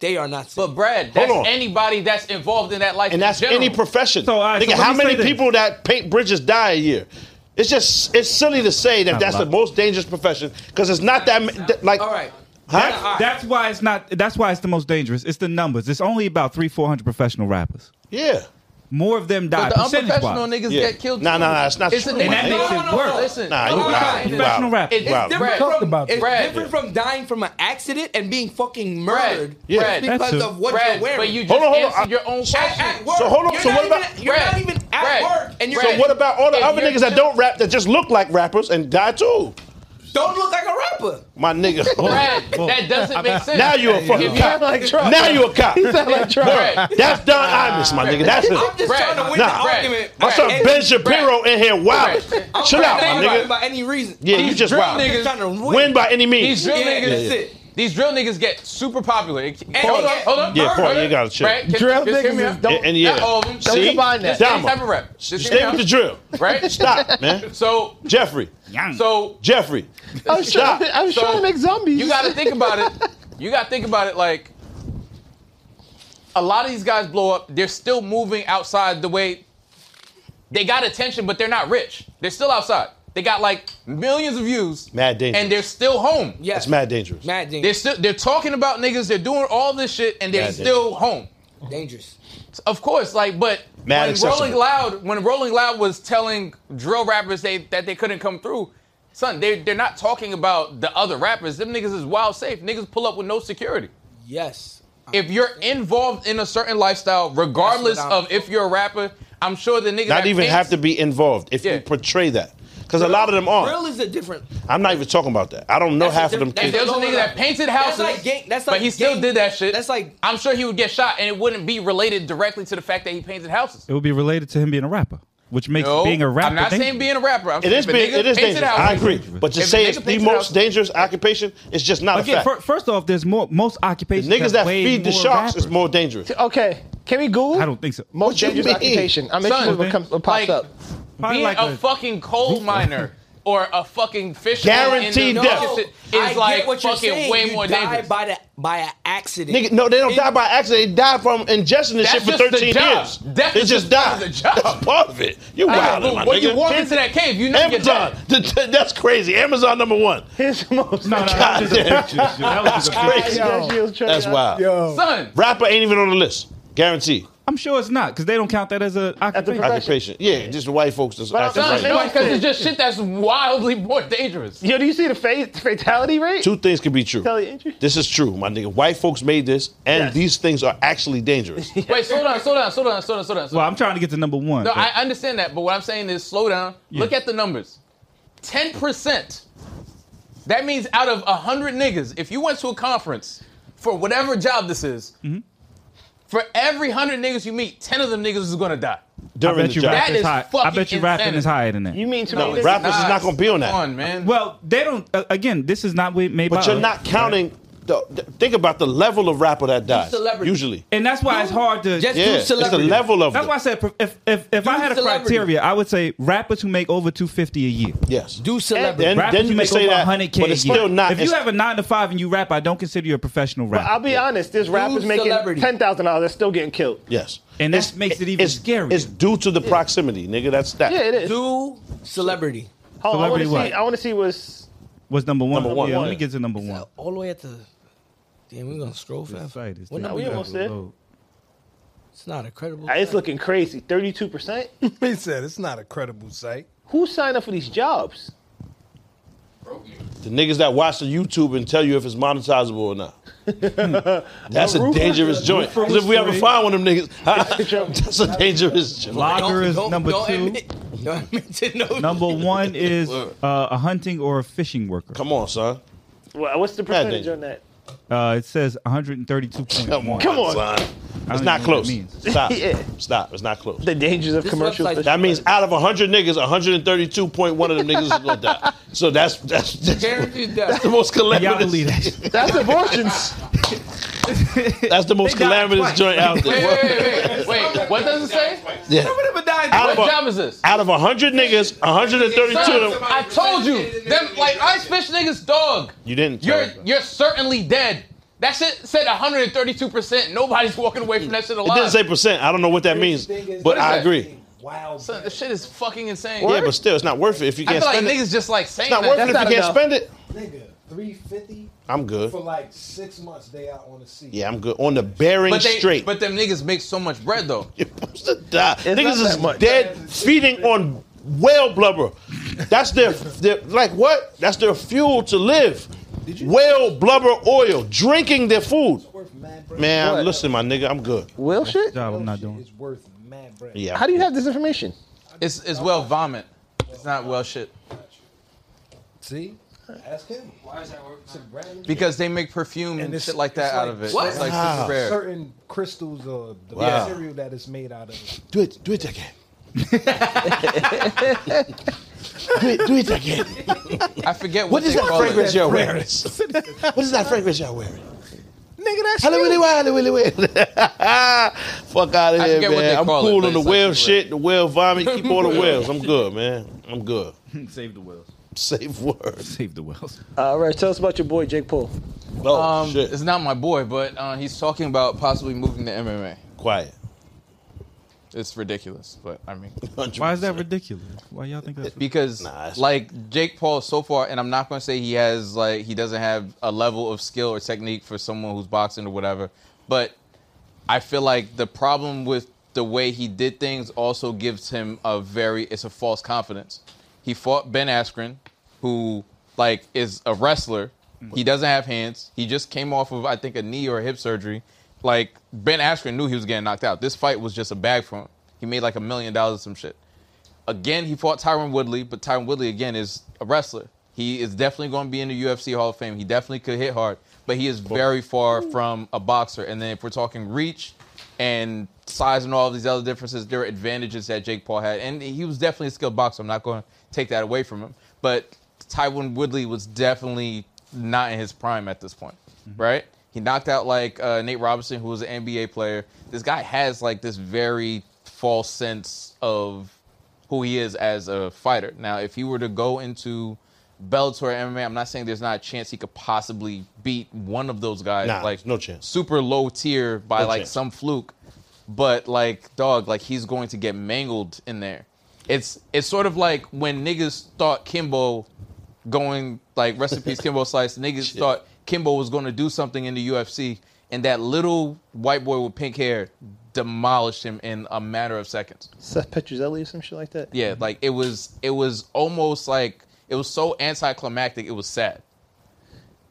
[SPEAKER 10] they are not safe.
[SPEAKER 3] But Brad, that's
[SPEAKER 1] Hold on.
[SPEAKER 3] anybody that's involved in that life.
[SPEAKER 1] And that's
[SPEAKER 3] in general.
[SPEAKER 1] any profession.
[SPEAKER 5] So, all right,
[SPEAKER 1] nigga,
[SPEAKER 5] so let
[SPEAKER 1] how
[SPEAKER 5] me say
[SPEAKER 1] many
[SPEAKER 5] this.
[SPEAKER 1] people that paint bridges die a year? It's just it's silly to say that
[SPEAKER 5] Not a
[SPEAKER 1] that's the
[SPEAKER 5] lot.
[SPEAKER 1] most dangerous profession because it's not that ma- that- like
[SPEAKER 10] all right.
[SPEAKER 1] Huh?
[SPEAKER 10] all right.
[SPEAKER 5] that's why it's not. That's why it's the most dangerous. It's the numbers. It's only about three, four hundred professional rappers.
[SPEAKER 1] yeah.
[SPEAKER 5] More of them die.
[SPEAKER 8] But the
[SPEAKER 5] percentage
[SPEAKER 8] unprofessional
[SPEAKER 5] wise.
[SPEAKER 8] niggas
[SPEAKER 1] Yeah.
[SPEAKER 8] get killed.
[SPEAKER 1] Nah,
[SPEAKER 8] too.
[SPEAKER 1] nah, nah, it's not
[SPEAKER 8] It's
[SPEAKER 1] true,
[SPEAKER 8] a,
[SPEAKER 1] man.
[SPEAKER 8] and that
[SPEAKER 10] No,
[SPEAKER 8] makes
[SPEAKER 10] no,
[SPEAKER 8] it
[SPEAKER 10] no,
[SPEAKER 8] worse.
[SPEAKER 10] no.
[SPEAKER 8] Listen,
[SPEAKER 1] Nah, you
[SPEAKER 10] Okay.
[SPEAKER 1] wild. You
[SPEAKER 5] Professional
[SPEAKER 1] wild.
[SPEAKER 5] rappers.
[SPEAKER 1] You
[SPEAKER 10] It's
[SPEAKER 1] wild.
[SPEAKER 10] different,
[SPEAKER 7] Talked
[SPEAKER 10] from,
[SPEAKER 7] about
[SPEAKER 10] it's
[SPEAKER 7] that.
[SPEAKER 10] different from dying from an accident and being fucking murdered
[SPEAKER 1] Yeah.
[SPEAKER 8] Brad,
[SPEAKER 5] That's
[SPEAKER 10] because
[SPEAKER 5] it.
[SPEAKER 10] of what
[SPEAKER 3] Brad,
[SPEAKER 10] you're wearing.
[SPEAKER 3] but you just
[SPEAKER 1] Hold on, hold on.
[SPEAKER 3] answered
[SPEAKER 1] I-
[SPEAKER 3] your own
[SPEAKER 10] at,
[SPEAKER 3] question.
[SPEAKER 10] at work.
[SPEAKER 1] So hold on,
[SPEAKER 10] You're
[SPEAKER 1] so
[SPEAKER 10] not
[SPEAKER 1] what
[SPEAKER 10] even-
[SPEAKER 1] about-
[SPEAKER 10] you're
[SPEAKER 3] Brad,
[SPEAKER 10] not even at
[SPEAKER 3] Brad,
[SPEAKER 10] work and you're
[SPEAKER 3] Brad.
[SPEAKER 1] So what about all the
[SPEAKER 3] If
[SPEAKER 1] other
[SPEAKER 3] you're
[SPEAKER 1] niggas that
[SPEAKER 3] just-
[SPEAKER 1] don't rap that just look like rappers and die too?
[SPEAKER 10] don't look like a rapper.
[SPEAKER 1] My nigga.
[SPEAKER 3] Brad, that doesn't make sense.
[SPEAKER 1] now you a fucking
[SPEAKER 3] If you
[SPEAKER 1] cop.
[SPEAKER 3] have
[SPEAKER 4] Like Trump.
[SPEAKER 1] Now you a cop.
[SPEAKER 4] Sound like Trump.
[SPEAKER 3] Brad,
[SPEAKER 1] That's Don Imus, my nigga. That's it.
[SPEAKER 10] I'm just
[SPEAKER 3] Brad,
[SPEAKER 10] trying to win
[SPEAKER 1] nah.
[SPEAKER 10] the
[SPEAKER 1] Brad,
[SPEAKER 10] argument.
[SPEAKER 1] My son
[SPEAKER 10] Brad,
[SPEAKER 1] Ben
[SPEAKER 10] and-
[SPEAKER 1] Shapiro in here wild.
[SPEAKER 10] I'm
[SPEAKER 1] Chill
[SPEAKER 10] not
[SPEAKER 1] out, my
[SPEAKER 10] angry
[SPEAKER 1] nigga.
[SPEAKER 10] By any reason.
[SPEAKER 1] Yeah,
[SPEAKER 10] I'm
[SPEAKER 1] you
[SPEAKER 10] just
[SPEAKER 1] just
[SPEAKER 3] drill
[SPEAKER 1] wild.
[SPEAKER 3] niggas-
[SPEAKER 10] trying to win.
[SPEAKER 1] Win by any means.
[SPEAKER 3] these drill
[SPEAKER 10] Yeah,
[SPEAKER 3] niggas,
[SPEAKER 10] that's it.
[SPEAKER 3] these drill niggas get super popular. It-
[SPEAKER 10] And-
[SPEAKER 3] hold on, hold on.
[SPEAKER 1] Yeah,
[SPEAKER 3] Hold
[SPEAKER 1] Paul,
[SPEAKER 3] on.
[SPEAKER 1] you gotta chill.
[SPEAKER 3] Brad, can-
[SPEAKER 4] Drill
[SPEAKER 3] just hear
[SPEAKER 4] niggas
[SPEAKER 3] me
[SPEAKER 4] is
[SPEAKER 3] out.
[SPEAKER 4] dope.
[SPEAKER 1] and, and yeah.
[SPEAKER 3] Not all of them.
[SPEAKER 4] Don't
[SPEAKER 1] See?
[SPEAKER 4] combine that.
[SPEAKER 3] Same
[SPEAKER 1] Dama,
[SPEAKER 3] type of rap. Just hear me
[SPEAKER 1] Stay
[SPEAKER 3] out.
[SPEAKER 1] with the drill.
[SPEAKER 3] Right?
[SPEAKER 1] Stop, man.
[SPEAKER 3] So,
[SPEAKER 1] Jeffrey.
[SPEAKER 3] so
[SPEAKER 1] Jeffrey.
[SPEAKER 4] I was, trying,
[SPEAKER 1] Stop.
[SPEAKER 4] I was
[SPEAKER 3] So,
[SPEAKER 4] trying to make zombies.
[SPEAKER 3] you got to think about it. You got to think about it like a lot of these guys blow up. They're still moving outside the way. They got attention, but they're not rich. They're still outside. They got like millions of views.
[SPEAKER 1] Mad dangerous.
[SPEAKER 3] And they're still home.
[SPEAKER 10] Yes.
[SPEAKER 1] That's mad dangerous.
[SPEAKER 10] Mad dangerous.
[SPEAKER 3] They're still they're talking about niggas. They're doing all this shit, and they're
[SPEAKER 1] Mad
[SPEAKER 3] still home.
[SPEAKER 10] Dangerous.
[SPEAKER 8] Of course, like, but
[SPEAKER 1] Mad
[SPEAKER 8] when
[SPEAKER 1] accessible.
[SPEAKER 8] Rolling Loud, when Rolling Loud was telling drill rappers they that they couldn't come through, son, they they're not talking about the other rappers. Them niggas is wild safe. Niggas pull up with no security.
[SPEAKER 10] Yes.
[SPEAKER 8] If you're involved in a certain lifestyle, regardless
[SPEAKER 10] I'm-
[SPEAKER 8] of if you're a rapper, I'm sure the niggas
[SPEAKER 1] Not even
[SPEAKER 8] pins.
[SPEAKER 1] have to be involved if
[SPEAKER 8] Yeah.
[SPEAKER 1] you portray that. Because a lot of them aren't.
[SPEAKER 10] Grill is a different.
[SPEAKER 1] I'm not even talking about that. I don't know
[SPEAKER 10] That's a
[SPEAKER 1] half of them
[SPEAKER 10] diff-
[SPEAKER 1] kids.
[SPEAKER 8] There was a
[SPEAKER 10] Lower
[SPEAKER 8] nigga that
[SPEAKER 10] level.
[SPEAKER 8] painted
[SPEAKER 10] That's
[SPEAKER 8] houses,
[SPEAKER 10] like gang- that's
[SPEAKER 8] but
[SPEAKER 10] like
[SPEAKER 8] he still
[SPEAKER 10] gang-
[SPEAKER 8] did that shit.
[SPEAKER 10] that's like-
[SPEAKER 8] I'm sure he would get shot, and it wouldn't be related directly to the fact that he painted houses.
[SPEAKER 5] It would be related to him being a rapper, which makes
[SPEAKER 8] No,
[SPEAKER 5] being a rapper.
[SPEAKER 8] I'm not
[SPEAKER 5] dangerous.
[SPEAKER 8] saying being a rapper. I'm
[SPEAKER 1] It
[SPEAKER 8] saying
[SPEAKER 1] is
[SPEAKER 8] if a
[SPEAKER 1] being,
[SPEAKER 8] nigga
[SPEAKER 1] it is
[SPEAKER 8] painted
[SPEAKER 1] dangerous.
[SPEAKER 8] houses-
[SPEAKER 1] I agree. But to
[SPEAKER 8] If a
[SPEAKER 1] say
[SPEAKER 8] nigga
[SPEAKER 1] it's the
[SPEAKER 8] painted
[SPEAKER 1] most
[SPEAKER 8] houses-
[SPEAKER 1] dangerous occupation is just not
[SPEAKER 5] Again,
[SPEAKER 1] a fact.
[SPEAKER 5] fir- first off, there's more most occupations.
[SPEAKER 1] Niggas that
[SPEAKER 5] that way
[SPEAKER 1] feed the
[SPEAKER 5] more
[SPEAKER 1] sharks
[SPEAKER 5] rappers.
[SPEAKER 1] is more dangerous.
[SPEAKER 12] Okay, can we Google?
[SPEAKER 5] I don't think so.
[SPEAKER 12] Most
[SPEAKER 1] What you
[SPEAKER 12] dangerous
[SPEAKER 1] mean?
[SPEAKER 12] occupation. I'm
[SPEAKER 8] Son,
[SPEAKER 12] interested what, comes, what pops
[SPEAKER 8] like,
[SPEAKER 12] up.
[SPEAKER 5] Probably
[SPEAKER 8] being
[SPEAKER 5] like
[SPEAKER 8] a,
[SPEAKER 5] a-
[SPEAKER 8] fucking coal miner or a fucking fisherman in
[SPEAKER 1] Guaranteed
[SPEAKER 8] the
[SPEAKER 1] death.
[SPEAKER 8] Is
[SPEAKER 10] I
[SPEAKER 8] like
[SPEAKER 10] get what you're
[SPEAKER 8] fucking
[SPEAKER 10] saying.
[SPEAKER 8] way
[SPEAKER 10] you
[SPEAKER 8] more
[SPEAKER 10] die
[SPEAKER 8] dangerous.
[SPEAKER 10] by the by an accident.
[SPEAKER 1] Nigga, no, they don't die by accident. They die from ingesting this shit
[SPEAKER 8] That's
[SPEAKER 1] for
[SPEAKER 8] just the
[SPEAKER 1] 13
[SPEAKER 8] job.
[SPEAKER 1] years.
[SPEAKER 8] Death
[SPEAKER 1] they
[SPEAKER 8] is
[SPEAKER 1] just
[SPEAKER 8] just
[SPEAKER 1] die.
[SPEAKER 8] the job.
[SPEAKER 1] That's part of it. You
[SPEAKER 8] Nigga,
[SPEAKER 1] wild,
[SPEAKER 8] but
[SPEAKER 1] my
[SPEAKER 8] when
[SPEAKER 1] nigga.
[SPEAKER 8] you walk into that cave, you know you get
[SPEAKER 1] Amazon. That's crazy. Amazon number one.
[SPEAKER 4] His most.
[SPEAKER 5] No, no, that was just a
[SPEAKER 1] Goddamn.
[SPEAKER 5] picture. That was just a picture.
[SPEAKER 1] Crazy.
[SPEAKER 4] Yo.
[SPEAKER 1] That's wild.
[SPEAKER 4] Yo.
[SPEAKER 8] son.
[SPEAKER 1] Rapper ain't even on the list. Guaranteed.
[SPEAKER 5] I'm sure it's not because they don't count that as an occupation.
[SPEAKER 4] profession.
[SPEAKER 1] Occupation. Yeah, just the white folks that's
[SPEAKER 4] But I'm
[SPEAKER 1] acting
[SPEAKER 4] not-
[SPEAKER 8] Son,
[SPEAKER 1] right.
[SPEAKER 4] they
[SPEAKER 8] no,
[SPEAKER 4] don't-
[SPEAKER 8] because it's just shit that's wildly more dangerous.
[SPEAKER 12] Yo, do you see the fa- fatality rate?
[SPEAKER 1] Two things can be true.
[SPEAKER 12] Fatality injury?
[SPEAKER 1] This is true, my nigga. White folks made this, and
[SPEAKER 4] Yes.
[SPEAKER 1] these things are actually dangerous.
[SPEAKER 8] Wait, slow down, slow down, slow down, slow down, slow down. slow
[SPEAKER 5] Well,
[SPEAKER 8] down.
[SPEAKER 5] I'm trying to get to number one.
[SPEAKER 8] No,
[SPEAKER 5] but-
[SPEAKER 8] I understand that, but what I'm saying is slow down. Look at the numbers. Ten percent. That means out of hundred niggas, if you went to a conference for whatever job this is,
[SPEAKER 1] Mm-hmm.
[SPEAKER 8] for every hundred niggas you meet, ten of them niggas is gonna die.
[SPEAKER 5] I
[SPEAKER 1] During
[SPEAKER 5] bet
[SPEAKER 1] the
[SPEAKER 5] you
[SPEAKER 1] job.
[SPEAKER 5] rap
[SPEAKER 8] That
[SPEAKER 5] is
[SPEAKER 8] is
[SPEAKER 5] high. I
[SPEAKER 8] fucking
[SPEAKER 5] bet you rapping
[SPEAKER 8] insanity.
[SPEAKER 5] is higher than that.
[SPEAKER 12] You mean to
[SPEAKER 1] No,
[SPEAKER 12] me? this-
[SPEAKER 1] rappers is not gonna be on that.
[SPEAKER 8] Come on, man.
[SPEAKER 5] well, they don't. Uh, again, this is not made by.
[SPEAKER 1] But you're
[SPEAKER 5] us.
[SPEAKER 1] not counting. The, the- think about the level of rapper that dies.
[SPEAKER 10] celebrity.
[SPEAKER 1] Usually,
[SPEAKER 5] and that's why it's hard to.
[SPEAKER 10] Just
[SPEAKER 1] yeah,
[SPEAKER 10] do
[SPEAKER 1] it's the
[SPEAKER 10] celebrity.
[SPEAKER 1] level of.
[SPEAKER 5] that's
[SPEAKER 1] it.
[SPEAKER 5] why I said pro- if if, if I had a
[SPEAKER 10] celebrity.
[SPEAKER 5] criteria, I would say rappers who make over 250 a year.
[SPEAKER 1] Yes.
[SPEAKER 10] Do celebrity.
[SPEAKER 1] Then-
[SPEAKER 5] Rappers
[SPEAKER 1] then you
[SPEAKER 5] who
[SPEAKER 1] can
[SPEAKER 5] make
[SPEAKER 1] say
[SPEAKER 5] over
[SPEAKER 1] that,
[SPEAKER 5] 100k.
[SPEAKER 1] but it's
[SPEAKER 5] a year.
[SPEAKER 1] still not-
[SPEAKER 5] If you
[SPEAKER 1] it's-
[SPEAKER 5] have a nine to five and you rap, I don't consider you a professional rapper.
[SPEAKER 4] I'll be honest. This rapper's making
[SPEAKER 10] celebrity.
[SPEAKER 4] ten thousand dollars. They're still getting killed.
[SPEAKER 1] Yes.
[SPEAKER 5] And that makes it even
[SPEAKER 1] it's,
[SPEAKER 5] scarier.
[SPEAKER 1] It's due to the proximity, nigga. That's that.
[SPEAKER 12] Yeah, it is.
[SPEAKER 10] Do celebrity.
[SPEAKER 4] Hold on, I want
[SPEAKER 5] Celebrity
[SPEAKER 4] to
[SPEAKER 5] what?
[SPEAKER 4] see. I want to see what's.
[SPEAKER 5] What's number one?
[SPEAKER 1] Number one.
[SPEAKER 5] Yeah, let me get to number one.
[SPEAKER 10] All the way at the. Damn, we're gonna scroll
[SPEAKER 5] This
[SPEAKER 10] fast.
[SPEAKER 5] site is
[SPEAKER 10] What
[SPEAKER 5] taking
[SPEAKER 10] number
[SPEAKER 4] we
[SPEAKER 10] you
[SPEAKER 5] forever
[SPEAKER 10] on?
[SPEAKER 4] almost
[SPEAKER 5] to
[SPEAKER 4] there.
[SPEAKER 5] load.
[SPEAKER 10] It's not a credible.
[SPEAKER 4] ah, It's
[SPEAKER 10] site.
[SPEAKER 4] looking crazy. Thirty-two percent.
[SPEAKER 7] He said it's not a credible site.
[SPEAKER 4] Who signed up for these jobs?
[SPEAKER 1] The niggas that watch the YouTube and tell you if it's monetizable or not. That's a dangerous joint. 'Cause if we ever find one of them niggas, that's a dangerous joint.
[SPEAKER 5] Blogger is
[SPEAKER 10] Don't-
[SPEAKER 5] number
[SPEAKER 10] don't
[SPEAKER 5] two.
[SPEAKER 10] admit- don't admit to no-
[SPEAKER 5] Number one is uh, a hunting or a fishing worker.
[SPEAKER 1] Come on, son.
[SPEAKER 4] Well, what's the
[SPEAKER 1] Yeah, they-
[SPEAKER 4] percentage on that?
[SPEAKER 5] Uh, it says 132.1.
[SPEAKER 1] Come on,
[SPEAKER 4] Come on.
[SPEAKER 1] son. It's
[SPEAKER 5] even
[SPEAKER 1] not
[SPEAKER 5] know what
[SPEAKER 1] close.
[SPEAKER 5] that means.
[SPEAKER 1] Stop.
[SPEAKER 4] Yeah.
[SPEAKER 1] Stop. It's not close.
[SPEAKER 4] The dangers of
[SPEAKER 10] This
[SPEAKER 4] commercial.
[SPEAKER 10] website-
[SPEAKER 1] That means out of 100 niggas, 132.1 of them niggas is gonna die. So that's that's, that's,
[SPEAKER 10] Guaranteed
[SPEAKER 1] that's
[SPEAKER 10] death.
[SPEAKER 1] the most
[SPEAKER 5] Y'all believe
[SPEAKER 1] calamitous.
[SPEAKER 5] that?
[SPEAKER 12] That's abortions.
[SPEAKER 1] That's the most
[SPEAKER 5] They died
[SPEAKER 1] calamitous
[SPEAKER 5] twice.
[SPEAKER 1] joint out
[SPEAKER 8] wait,
[SPEAKER 1] there.
[SPEAKER 8] wait, wait, wait, wait. What does it say?
[SPEAKER 1] Yeah. Out of
[SPEAKER 8] What
[SPEAKER 1] a,
[SPEAKER 8] job is this?
[SPEAKER 1] out of 100 niggas, 132 of
[SPEAKER 8] Son,
[SPEAKER 1] them.
[SPEAKER 8] I told you, them like ice fish niggas dog.
[SPEAKER 1] You didn't. tell
[SPEAKER 8] You're
[SPEAKER 1] me.
[SPEAKER 8] you're certainly dead. That shit said 132 percent. Nobody's walking away from that shit
[SPEAKER 1] It
[SPEAKER 8] alive.
[SPEAKER 1] didn't say percent. I don't know what that means, but
[SPEAKER 8] is
[SPEAKER 1] I
[SPEAKER 8] that?
[SPEAKER 1] agree.
[SPEAKER 10] Wow.
[SPEAKER 8] Son, this shit is fucking insane.
[SPEAKER 1] Yeah, but still, it's not worth it if you
[SPEAKER 8] I
[SPEAKER 1] can't
[SPEAKER 8] feel like
[SPEAKER 1] spend it.
[SPEAKER 8] niggas just like saying
[SPEAKER 1] It's not
[SPEAKER 8] that.
[SPEAKER 1] worth it if you
[SPEAKER 12] not
[SPEAKER 1] can't
[SPEAKER 12] enough.
[SPEAKER 1] spend it.
[SPEAKER 7] Nigga, 350
[SPEAKER 1] I'm good.
[SPEAKER 7] for like six months. They out on the sea.
[SPEAKER 1] Yeah, I'm good. On the bearing
[SPEAKER 8] But they,
[SPEAKER 1] straight.
[SPEAKER 8] but them niggas make so much bread though.
[SPEAKER 1] You're supposed to die.
[SPEAKER 12] not
[SPEAKER 1] niggas
[SPEAKER 12] that
[SPEAKER 1] is
[SPEAKER 12] much.
[SPEAKER 1] dead feeding on whale blubber. That's their, their like what? That's their fuel to live. Whale blubber oil, drinking their food.
[SPEAKER 7] Worth mad bread.
[SPEAKER 1] Man,
[SPEAKER 12] What?
[SPEAKER 1] listen, my nigga, I'm good.
[SPEAKER 12] Will shit?
[SPEAKER 5] Job I'm not doing.
[SPEAKER 7] It's worth mad bread.
[SPEAKER 1] Yeah.
[SPEAKER 12] How do you have this information?
[SPEAKER 8] It's it's well vomit. It's not well shit
[SPEAKER 7] See? Ask him. Why is that worth It's a brand
[SPEAKER 8] because they make perfume and,
[SPEAKER 7] And it's-
[SPEAKER 8] shit like
[SPEAKER 7] it's
[SPEAKER 8] that out
[SPEAKER 7] like-
[SPEAKER 8] of it.
[SPEAKER 10] What?
[SPEAKER 8] It's like
[SPEAKER 1] Wow.
[SPEAKER 8] super rare.
[SPEAKER 7] certain crystals or the
[SPEAKER 1] Wow.
[SPEAKER 7] material that it's made out of.
[SPEAKER 1] do it? Do it again. do it. Do it again.
[SPEAKER 8] I forget what,
[SPEAKER 1] What is
[SPEAKER 8] they
[SPEAKER 1] that
[SPEAKER 8] call it.
[SPEAKER 1] fragrance you're wearing? what is that fragrance you're wearing?
[SPEAKER 12] Nigga, that's
[SPEAKER 1] Hello, Willy Wiley, Willy Willy. Fuck out of
[SPEAKER 8] I
[SPEAKER 1] here,
[SPEAKER 8] forget what they
[SPEAKER 1] man. I'm
[SPEAKER 8] call it,
[SPEAKER 1] cool
[SPEAKER 8] but
[SPEAKER 1] on the
[SPEAKER 8] it's like
[SPEAKER 1] whale
[SPEAKER 8] the
[SPEAKER 1] shit, the whale vomit. Keep all the whales. I'm good, man. I'm good.
[SPEAKER 5] Save the whales.
[SPEAKER 1] Safe word.
[SPEAKER 5] Save the whales.
[SPEAKER 4] All right, tell us about your boy Jake Paul.
[SPEAKER 1] Oh
[SPEAKER 8] Um,
[SPEAKER 1] shit.
[SPEAKER 8] it's not my boy, but uh, he's talking about possibly moving to MMA.
[SPEAKER 1] Quiet.
[SPEAKER 8] It's ridiculous, but I mean,
[SPEAKER 1] 100%.
[SPEAKER 5] Why is that ridiculous? Why y'all think that's
[SPEAKER 8] because
[SPEAKER 1] Nah, it's-
[SPEAKER 8] like Jake Paul so far, and I'm not gonna say he has like he doesn't have a level of skill or technique for someone who's boxing or whatever, but I feel like the problem with the way he did things also gives him a very it's a false confidence. He fought Ben Askren, who like is a wrestler. He doesn't have hands. He just came off of I think a knee or a hip surgery. Like Ben Askren knew he was getting knocked out. This fight was just a bag for him. He made like a million dollars or some shit. Again, he fought Tyron Woodley, but Tyron Woodley again is a wrestler. He is definitely going to be in the UFC Hall of Fame. He definitely could hit hard, but he is very far from a boxer. And then if we're talking reach and size and all these other differences, there are advantages that Jake Paul had, and he was definitely a skilled boxer. I'm not going to take that away from him, but Tyron Woodley was definitely not in his prime at this point, right? He knocked out like uh, Nate Robinson, who was an NBA player. This guy has like this very false sense of who he is as a fighter. Now, if he were to go into Bellator MMA, I'm not saying there's not a chance he could possibly beat one of those guys.
[SPEAKER 1] Nah,
[SPEAKER 8] like
[SPEAKER 1] no chance.
[SPEAKER 8] Super low tier by
[SPEAKER 1] No
[SPEAKER 8] like
[SPEAKER 1] chance.
[SPEAKER 8] some fluke. But like dog, like he's going to get mangled in there. It's it's sort of like when niggas thought Kimbo going like recipes Kimbo slice, niggas thought Kimbo was going to do something in the UFC and that little white boy with pink hair demolished him in a matter of seconds.
[SPEAKER 2] Seth Petruzzelli or some shit like that.
[SPEAKER 1] Mm-hmm.
[SPEAKER 8] Yeah, like it was it was almost like it was so anticlimactic, it was sad.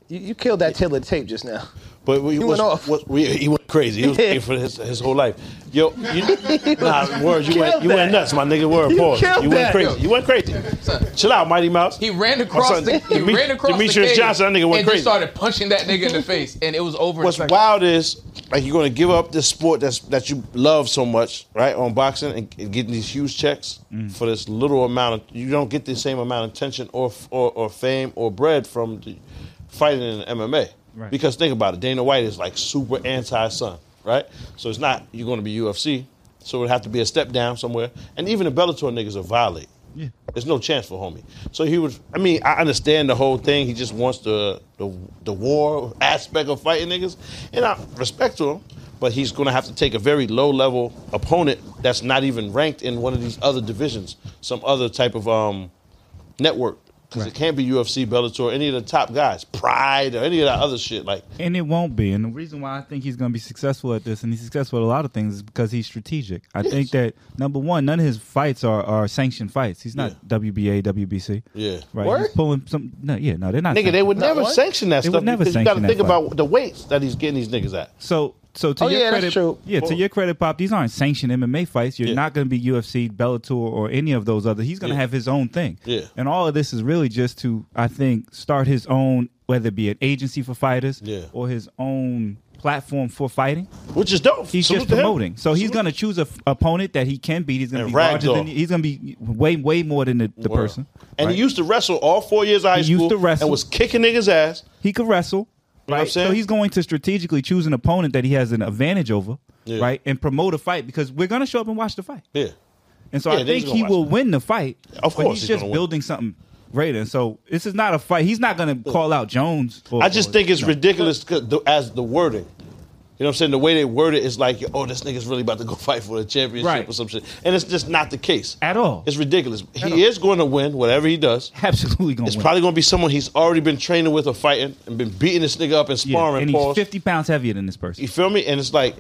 [SPEAKER 4] You, you killed that Taylor tape just now.
[SPEAKER 1] But we,
[SPEAKER 4] He
[SPEAKER 1] was-
[SPEAKER 4] went off.
[SPEAKER 1] was- we- he went crazy. He was
[SPEAKER 4] Yeah.
[SPEAKER 1] crazy for his, his whole life. Yo, you, nah, word, you, went,
[SPEAKER 4] killed
[SPEAKER 1] you went nuts, my nigga. Word,
[SPEAKER 4] You
[SPEAKER 1] pause.
[SPEAKER 4] killed
[SPEAKER 1] You
[SPEAKER 4] that.
[SPEAKER 1] went crazy. You went crazy. Chill out, Mighty Mouse.
[SPEAKER 8] He ran across
[SPEAKER 1] son,
[SPEAKER 8] the he
[SPEAKER 1] Deme-
[SPEAKER 8] ran across
[SPEAKER 1] Demetrius
[SPEAKER 8] the cage
[SPEAKER 1] Johnson, that nigga went
[SPEAKER 8] and
[SPEAKER 1] crazy.
[SPEAKER 8] just started punching that nigga in the face, and it was over. in
[SPEAKER 1] What's
[SPEAKER 8] seconds.
[SPEAKER 1] wild is like you're gonna give up this sport that's that you love so much, right? On boxing and, and getting these huge checks for this little amount of you don't get the same amount of attention or f- or, or fame or bread from the fighting in MMA.
[SPEAKER 5] Right.
[SPEAKER 1] Because think about it, Dana White is like super anti son, right? So it's not you're gonna be UFC. So it would have to be a step down somewhere. And even the Bellator niggas are violate.
[SPEAKER 5] Yeah.
[SPEAKER 1] There's no chance for homie. So he was. I mean, I understand the whole thing. He just wants the the, the war aspect of fighting niggas, and I respect to him. But he's going to have to take a very low level opponent that's not even ranked in one of these other divisions, some other type of um, network. Because it can't be UFC, Bellator, any of the top guys, Pride, or any of that other shit. Like,
[SPEAKER 5] And it won't be. And the reason why I think he's going to be successful at this, and he's successful at a lot of things, is because he's strategic. I think that number one, none of his fights are, are sanctioned fights. He's not WBA, WBC.
[SPEAKER 1] Yeah.
[SPEAKER 5] right.
[SPEAKER 4] Word?
[SPEAKER 5] He's pulling some. No, yeah, no, they're not.
[SPEAKER 1] nigga, they
[SPEAKER 5] sanctioned.
[SPEAKER 1] would
[SPEAKER 4] Not
[SPEAKER 1] never
[SPEAKER 4] what?
[SPEAKER 1] sanction that
[SPEAKER 5] They would
[SPEAKER 1] stuff
[SPEAKER 5] never
[SPEAKER 1] because you got to
[SPEAKER 5] sanction that
[SPEAKER 1] think
[SPEAKER 5] fight.
[SPEAKER 1] about the weights that he's getting these niggas at.
[SPEAKER 5] So, so to
[SPEAKER 4] Oh,
[SPEAKER 5] your
[SPEAKER 4] yeah, that's
[SPEAKER 5] credit,
[SPEAKER 4] true.
[SPEAKER 5] yeah, to your credit, Pop, these aren't sanctioned MMA fights. You're
[SPEAKER 1] Yeah.
[SPEAKER 5] not going to be UFC, Bellator, or any of those other. He's going to
[SPEAKER 1] Yeah.
[SPEAKER 5] have his own thing.
[SPEAKER 1] Yeah.
[SPEAKER 5] And all of this is really just to, I think, start his own, whether it be an agency for fighters,
[SPEAKER 1] Yeah.
[SPEAKER 5] or his own platform for fighting.
[SPEAKER 1] Which is dope.
[SPEAKER 5] He's
[SPEAKER 1] Salute
[SPEAKER 5] just
[SPEAKER 1] to him.
[SPEAKER 5] promoting. So he's going to choose a f- opponent that he can beat. He's going to
[SPEAKER 1] And
[SPEAKER 5] be larger
[SPEAKER 1] ragdoll.
[SPEAKER 5] than he's going to be way way more than the, the
[SPEAKER 1] Word.
[SPEAKER 5] person.
[SPEAKER 1] And
[SPEAKER 5] right?
[SPEAKER 1] he used to wrestle all four years of high
[SPEAKER 5] He
[SPEAKER 1] school
[SPEAKER 5] used to wrestle.
[SPEAKER 1] and was kicking niggas' ass.
[SPEAKER 5] he could wrestle.
[SPEAKER 1] know what
[SPEAKER 5] Right.
[SPEAKER 1] I'm saying?
[SPEAKER 5] So he's going to strategically choose an opponent that he has an advantage over,
[SPEAKER 1] Yeah.
[SPEAKER 5] right? And promote a fight because we're going to show up and watch the fight.
[SPEAKER 1] Yeah.
[SPEAKER 5] And so
[SPEAKER 1] Yeah,
[SPEAKER 5] I
[SPEAKER 1] they're just
[SPEAKER 5] think
[SPEAKER 1] gonna
[SPEAKER 5] he
[SPEAKER 1] watch
[SPEAKER 5] will
[SPEAKER 1] it.
[SPEAKER 5] win the fight.
[SPEAKER 1] Of
[SPEAKER 5] but
[SPEAKER 1] course
[SPEAKER 5] he's
[SPEAKER 1] he's
[SPEAKER 5] just
[SPEAKER 1] gonna win.
[SPEAKER 5] building something greater. And so this is not a fight. He's not going to call out Jones. or-
[SPEAKER 1] I just
[SPEAKER 5] or-
[SPEAKER 1] think it's
[SPEAKER 5] no.
[SPEAKER 1] ridiculous 'cause the, as the wording. You know what I'm saying? The way they word it is like, oh, this nigga's really about to go fight for the championship
[SPEAKER 5] Right.
[SPEAKER 1] or some shit. And it's just not the case.
[SPEAKER 5] At all.
[SPEAKER 1] It's ridiculous. He is going to win, whatever he does.
[SPEAKER 5] absolutely going
[SPEAKER 1] It's
[SPEAKER 5] to win.
[SPEAKER 1] probably going to be someone he's already been training with or fighting and been beating this nigga up and
[SPEAKER 5] Yeah,
[SPEAKER 1] sparring.
[SPEAKER 5] and
[SPEAKER 1] pause.
[SPEAKER 5] he's 50 pounds heavier than this person.
[SPEAKER 1] You feel me? And it's like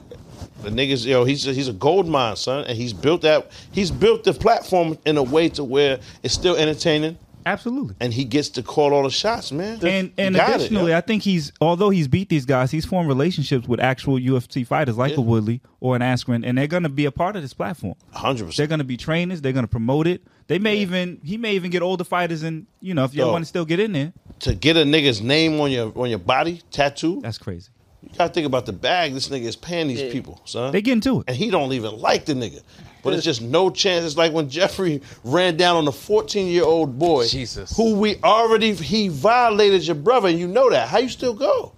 [SPEAKER 1] the niggas, yo, he's he's a gold mine, son, and he's built that. He's built the platform in a way to where it's still entertaining,
[SPEAKER 5] Absolutely.
[SPEAKER 1] and he gets to call all the shots, man.
[SPEAKER 5] and
[SPEAKER 1] He
[SPEAKER 5] and
[SPEAKER 1] got it,
[SPEAKER 5] additionally,
[SPEAKER 1] yo.
[SPEAKER 5] I think he's although he's beat these guys, he's formed relationships with actual UFC fighters like
[SPEAKER 1] Yeah.
[SPEAKER 5] a Woodley or an Askren, and they're going to be a part of this platform.
[SPEAKER 1] 100%.
[SPEAKER 5] They're going to be trainers. They're going to promote it. They may even he may even get older fighters, and you know if you
[SPEAKER 1] Dog.
[SPEAKER 5] want to still get in there,
[SPEAKER 1] to get a nigga's name on your on your body tattoo,
[SPEAKER 5] that's crazy.
[SPEAKER 1] you gotta think about the bag this nigga is paying these people, son.
[SPEAKER 5] They get into
[SPEAKER 1] and
[SPEAKER 5] it.
[SPEAKER 1] he don't even like the nigga. But it's just no chance. It's like when Jeffrey ran down on a 14 year old boy,
[SPEAKER 8] Jesus.
[SPEAKER 1] who we already he violated your brother, and you know that. How you still go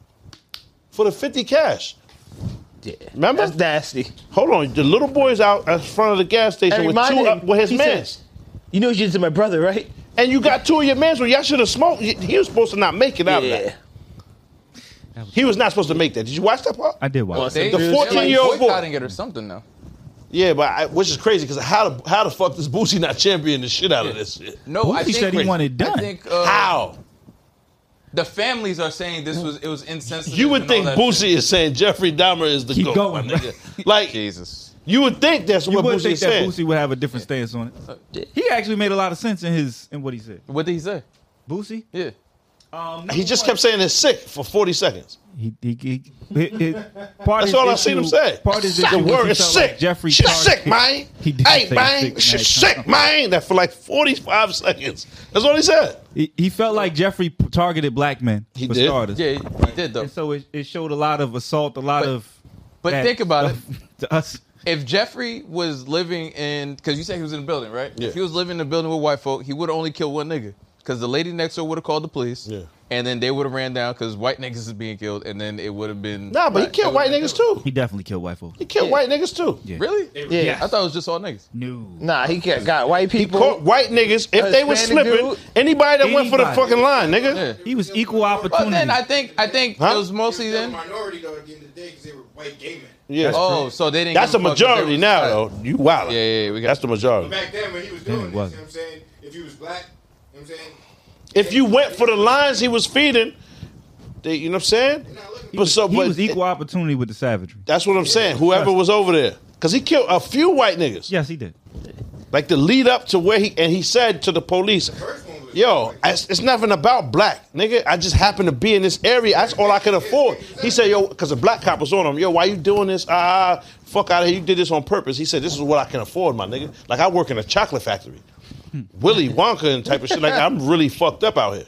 [SPEAKER 1] for the 50 cash?
[SPEAKER 4] Yeah.
[SPEAKER 1] Remember?
[SPEAKER 4] That's nasty.
[SPEAKER 1] Hold on, the little boy's out in front of the gas station
[SPEAKER 4] And
[SPEAKER 1] with
[SPEAKER 4] remind
[SPEAKER 1] two
[SPEAKER 4] him,
[SPEAKER 1] up with his
[SPEAKER 4] he
[SPEAKER 1] mans.
[SPEAKER 4] said- You know you did to my brother, right?
[SPEAKER 1] and you got two of your mans where y'all should have smoked. He- He was supposed to not make it out of that. He was not supposed to make that. Did you watch that part?
[SPEAKER 5] I did watch. it.
[SPEAKER 8] They-
[SPEAKER 1] The
[SPEAKER 8] they're, like,
[SPEAKER 1] 14-year-old boy.
[SPEAKER 8] boycotting it or something though.
[SPEAKER 1] Yeah, but I, which is crazy because how the, how the fuck does Boosie not champion the shit out of this shit?
[SPEAKER 8] No, I
[SPEAKER 5] Boosie
[SPEAKER 8] think
[SPEAKER 5] said he wanted it done.
[SPEAKER 8] I think, uh,
[SPEAKER 1] How?
[SPEAKER 8] The families are saying this was it was insensitive.
[SPEAKER 1] You would
[SPEAKER 8] and all
[SPEAKER 1] think
[SPEAKER 8] that
[SPEAKER 1] Boosie is saying Jeffrey Dahmer is the
[SPEAKER 5] Keep
[SPEAKER 1] goat.
[SPEAKER 5] going,
[SPEAKER 1] my nigga. Like
[SPEAKER 8] Jesus,
[SPEAKER 1] you would think that's
[SPEAKER 5] You
[SPEAKER 1] what
[SPEAKER 5] would
[SPEAKER 1] Boosie
[SPEAKER 5] think
[SPEAKER 1] is
[SPEAKER 5] that
[SPEAKER 1] saying.
[SPEAKER 5] Boosie would have a different stance on it. He actually made a lot of sense in his in what he said.
[SPEAKER 8] What did he say?
[SPEAKER 5] Boosie,
[SPEAKER 8] Yeah.
[SPEAKER 5] um,
[SPEAKER 1] He just kept saying it's sick for 40 seconds.
[SPEAKER 5] he, he, he, he, he- part
[SPEAKER 1] That's
[SPEAKER 5] his
[SPEAKER 1] all I
[SPEAKER 5] issue-
[SPEAKER 1] seen him say.
[SPEAKER 5] Part is
[SPEAKER 1] the word is sick.
[SPEAKER 5] Jeffrey,
[SPEAKER 1] Shit
[SPEAKER 5] targeted-
[SPEAKER 1] sick, man.
[SPEAKER 5] He did
[SPEAKER 1] hey,
[SPEAKER 5] say
[SPEAKER 1] man.
[SPEAKER 5] sick,
[SPEAKER 1] Shit
[SPEAKER 5] man.
[SPEAKER 1] sick, man. That for like 45 seconds. That's all he said.
[SPEAKER 5] He, he felt like Jeffrey p- targeted black men
[SPEAKER 1] He
[SPEAKER 5] for
[SPEAKER 1] did.
[SPEAKER 5] starters.
[SPEAKER 8] Yeah, he did though.
[SPEAKER 5] And so it, it showed a lot of assault, a lot
[SPEAKER 8] But-
[SPEAKER 5] of.
[SPEAKER 8] but
[SPEAKER 5] that
[SPEAKER 8] think about it.
[SPEAKER 5] stuff To us,
[SPEAKER 8] If Jeffrey was living in, because you said he was in the building, right?
[SPEAKER 1] Yeah.
[SPEAKER 8] If he was living in the building with white folk, he would have only killed one nigga. Because the lady next door would have called the police.
[SPEAKER 1] Yeah.
[SPEAKER 8] And then they would have ran down because white niggas is being killed. And then it would have been.
[SPEAKER 1] Nah, but he
[SPEAKER 8] Right.
[SPEAKER 1] killed
[SPEAKER 8] It would've
[SPEAKER 1] white
[SPEAKER 8] been
[SPEAKER 1] niggas
[SPEAKER 8] killed.
[SPEAKER 1] too.
[SPEAKER 5] he definitely killed white folks.
[SPEAKER 1] He killed white niggas too.
[SPEAKER 5] Yeah.
[SPEAKER 8] Really?
[SPEAKER 4] Yeah.
[SPEAKER 8] I thought it was just all niggas.
[SPEAKER 5] No.
[SPEAKER 4] Nah, he got, got white people.
[SPEAKER 1] Caught white niggas, if they were
[SPEAKER 4] Hispanic
[SPEAKER 1] slipping,
[SPEAKER 4] dude.
[SPEAKER 1] anybody that went for the
[SPEAKER 5] Anybody.
[SPEAKER 1] fucking line, nigga.
[SPEAKER 5] He was equal
[SPEAKER 8] But
[SPEAKER 5] opportunity.
[SPEAKER 8] then I think I think
[SPEAKER 1] Huh?
[SPEAKER 8] it was mostly
[SPEAKER 11] They were still
[SPEAKER 8] then.
[SPEAKER 11] a minority though at the end of the day because they were white gay men.
[SPEAKER 1] Yeah.
[SPEAKER 8] Oh, so they didn't.
[SPEAKER 1] That's a
[SPEAKER 8] give fuck 'cause they
[SPEAKER 1] majority
[SPEAKER 8] was-
[SPEAKER 1] now,
[SPEAKER 8] Right.
[SPEAKER 1] though. You wild.
[SPEAKER 8] Yeah, yeah, yeah, we got-
[SPEAKER 1] That's the
[SPEAKER 11] But
[SPEAKER 1] majority.
[SPEAKER 11] back then when he was
[SPEAKER 5] it
[SPEAKER 11] doing this, you know what
[SPEAKER 5] wasn't.
[SPEAKER 11] I'm saying? If he was black, you know what I'm saying?
[SPEAKER 1] If you went for the lines he was feeding, they, you know what I'm saying?
[SPEAKER 11] They're not looking
[SPEAKER 1] But so,
[SPEAKER 5] he
[SPEAKER 1] but
[SPEAKER 5] was equal opportunity with the savagery.
[SPEAKER 1] that's what I'm saying. Whoever was over there, because he killed a few white niggas.
[SPEAKER 5] Yes, he did.
[SPEAKER 1] Like the lead up to where he and he said to the police,
[SPEAKER 11] First one was
[SPEAKER 1] "Yo, it's, it's nothing about black, nigga. I just happen to be in this area. That's all I could afford." He said, "Yo, because a black cop was on him. Yo, why you doing this? Ah, fuck out of here. You did this on purpose." He said, "This is what I can afford, my nigga. Like I work in a chocolate factory,
[SPEAKER 5] Hmm.
[SPEAKER 1] Willy Wonka and type of shit. Like I'm really fucked up out here."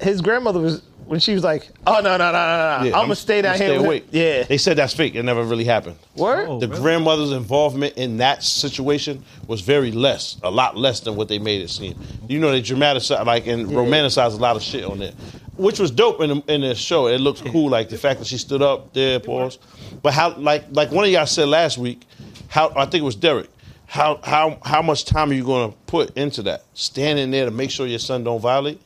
[SPEAKER 4] His grandmother was when she was like, "Oh no, no, no, no, no!
[SPEAKER 1] Yeah,
[SPEAKER 4] I'm gonna stay down
[SPEAKER 1] I'ma
[SPEAKER 4] here."
[SPEAKER 1] Stay
[SPEAKER 4] with-
[SPEAKER 1] awake.
[SPEAKER 4] Yeah.
[SPEAKER 1] They said that's fake. It never really happened.
[SPEAKER 4] Word.
[SPEAKER 5] Oh,
[SPEAKER 1] The
[SPEAKER 5] really?
[SPEAKER 1] grandmother's involvement in that situation was very less, a lot less than what they made it seem. You know, they dramatize like and romanticize a lot of shit on there, which was dope in the, in the show. It looked cool, like the fact that she stood up there, pause. But how, like, like one of y'all said last week, how I think it was Derek. How how how much time are you going to put into that? Standing there to make sure your son don't violate.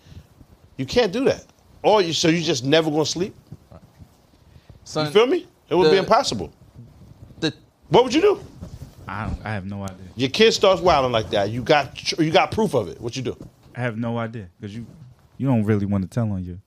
[SPEAKER 1] You can't do that. Or you so you just never going to sleep.
[SPEAKER 8] Son,
[SPEAKER 1] You feel me? It would be
[SPEAKER 8] The-
[SPEAKER 1] impossible.
[SPEAKER 8] the-
[SPEAKER 1] What would you do?
[SPEAKER 5] I don't, I have no idea.
[SPEAKER 1] Your kid starts wilding like that. You got tr- you got proof of it. What you do?
[SPEAKER 5] I have no idea because you you don't really want to tell on you.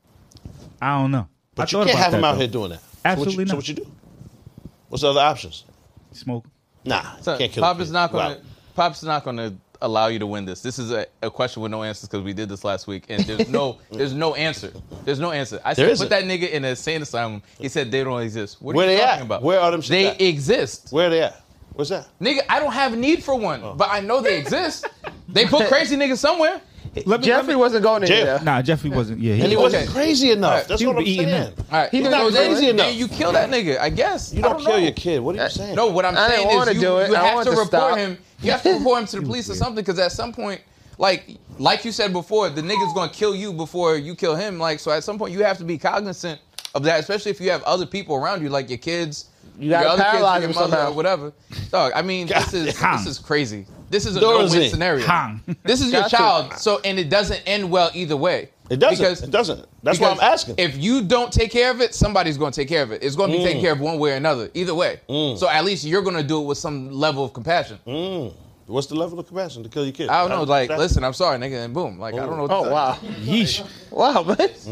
[SPEAKER 5] I don't know. I
[SPEAKER 1] But you
[SPEAKER 5] thought
[SPEAKER 1] can't
[SPEAKER 5] about
[SPEAKER 1] have him
[SPEAKER 5] that,
[SPEAKER 1] out
[SPEAKER 5] though.
[SPEAKER 1] here doing that.
[SPEAKER 5] Absolutely
[SPEAKER 1] so
[SPEAKER 5] not.
[SPEAKER 1] what you, So what you do? What's the other options?
[SPEAKER 5] Smoke.
[SPEAKER 1] Nah, you
[SPEAKER 8] son,
[SPEAKER 1] can't kill. a
[SPEAKER 8] Pop
[SPEAKER 1] kid.
[SPEAKER 8] is not gonna.
[SPEAKER 1] Wow.
[SPEAKER 8] Pop's not gonna allow you to win this. This is a, a question with no answers because we did this last week and there's no there's no answer. There's no answer. I
[SPEAKER 1] There
[SPEAKER 8] said
[SPEAKER 1] isn't.
[SPEAKER 8] put that nigga in a insane asylum. He said they don't exist. What are
[SPEAKER 1] Where
[SPEAKER 8] you
[SPEAKER 1] they
[SPEAKER 8] talking
[SPEAKER 1] at?
[SPEAKER 8] about?
[SPEAKER 1] Where are them shits
[SPEAKER 8] They
[SPEAKER 1] at?
[SPEAKER 8] exist.
[SPEAKER 1] Where Oh. they at? What's that?
[SPEAKER 8] Nigga, I don't have need for one, but I know they exist. they put crazy niggas somewhere.
[SPEAKER 5] Let me-
[SPEAKER 4] Jeffrey wasn't going in
[SPEAKER 1] Jail.
[SPEAKER 4] there.
[SPEAKER 5] Nah, Jeffrey wasn't. Yeah,
[SPEAKER 1] And he
[SPEAKER 5] he,
[SPEAKER 1] wasn't
[SPEAKER 8] okay.
[SPEAKER 1] crazy enough.
[SPEAKER 8] All right.
[SPEAKER 1] That's
[SPEAKER 5] He
[SPEAKER 1] what
[SPEAKER 5] would
[SPEAKER 1] I'm
[SPEAKER 5] be
[SPEAKER 1] saying.
[SPEAKER 5] eating
[SPEAKER 8] All right,
[SPEAKER 4] He
[SPEAKER 8] so
[SPEAKER 4] not
[SPEAKER 8] then-
[SPEAKER 4] crazy
[SPEAKER 8] then
[SPEAKER 1] enough.
[SPEAKER 8] you kill that nigga, I guess.
[SPEAKER 1] You
[SPEAKER 8] I
[SPEAKER 1] don't, kill
[SPEAKER 8] know.
[SPEAKER 1] your kid. What are you saying?
[SPEAKER 8] No, what I'm
[SPEAKER 4] I
[SPEAKER 8] saying
[SPEAKER 4] didn't
[SPEAKER 8] is
[SPEAKER 4] wanna
[SPEAKER 8] you,
[SPEAKER 4] do it.
[SPEAKER 8] you
[SPEAKER 4] I
[SPEAKER 8] have
[SPEAKER 4] wanted
[SPEAKER 8] to
[SPEAKER 4] to
[SPEAKER 8] report
[SPEAKER 4] stop.
[SPEAKER 8] him. You have to report him to the police or something because at some point, like like you said before, the nigga's gonna kill you before you kill him. Like so, at some point, you have to be cognizant of that, especially if you have other people around you, like your kids,
[SPEAKER 4] You gotta
[SPEAKER 8] your other kids,
[SPEAKER 4] paralyze
[SPEAKER 8] your
[SPEAKER 4] him
[SPEAKER 8] mother,
[SPEAKER 4] somehow.
[SPEAKER 8] or whatever. Dog, I mean, this is
[SPEAKER 5] Hang.
[SPEAKER 8] this is crazy. This is a
[SPEAKER 1] Doors
[SPEAKER 8] no-win
[SPEAKER 1] in.
[SPEAKER 8] scenario.
[SPEAKER 5] Hang.
[SPEAKER 8] This is your
[SPEAKER 4] Gotcha.
[SPEAKER 8] child, so and it doesn't end well either way.
[SPEAKER 1] It doesn't.
[SPEAKER 8] Because-
[SPEAKER 1] it doesn't. That's why I'm
[SPEAKER 8] because
[SPEAKER 1] asking.
[SPEAKER 8] If you don't take care of it, somebody's going to take care of it. It's going to be
[SPEAKER 1] Mm.
[SPEAKER 8] taken care of one way or another, either way. So at least you're going to do it with some level of compassion.
[SPEAKER 1] Mm. What's the level of compassion to kill your kid?
[SPEAKER 8] I don't know. Like,
[SPEAKER 1] that-
[SPEAKER 8] listen, I'm sorry, nigga, and boom. Like, I don't know. What to
[SPEAKER 4] Oh
[SPEAKER 8] say.
[SPEAKER 4] wow,
[SPEAKER 5] Yeesh.
[SPEAKER 4] wow,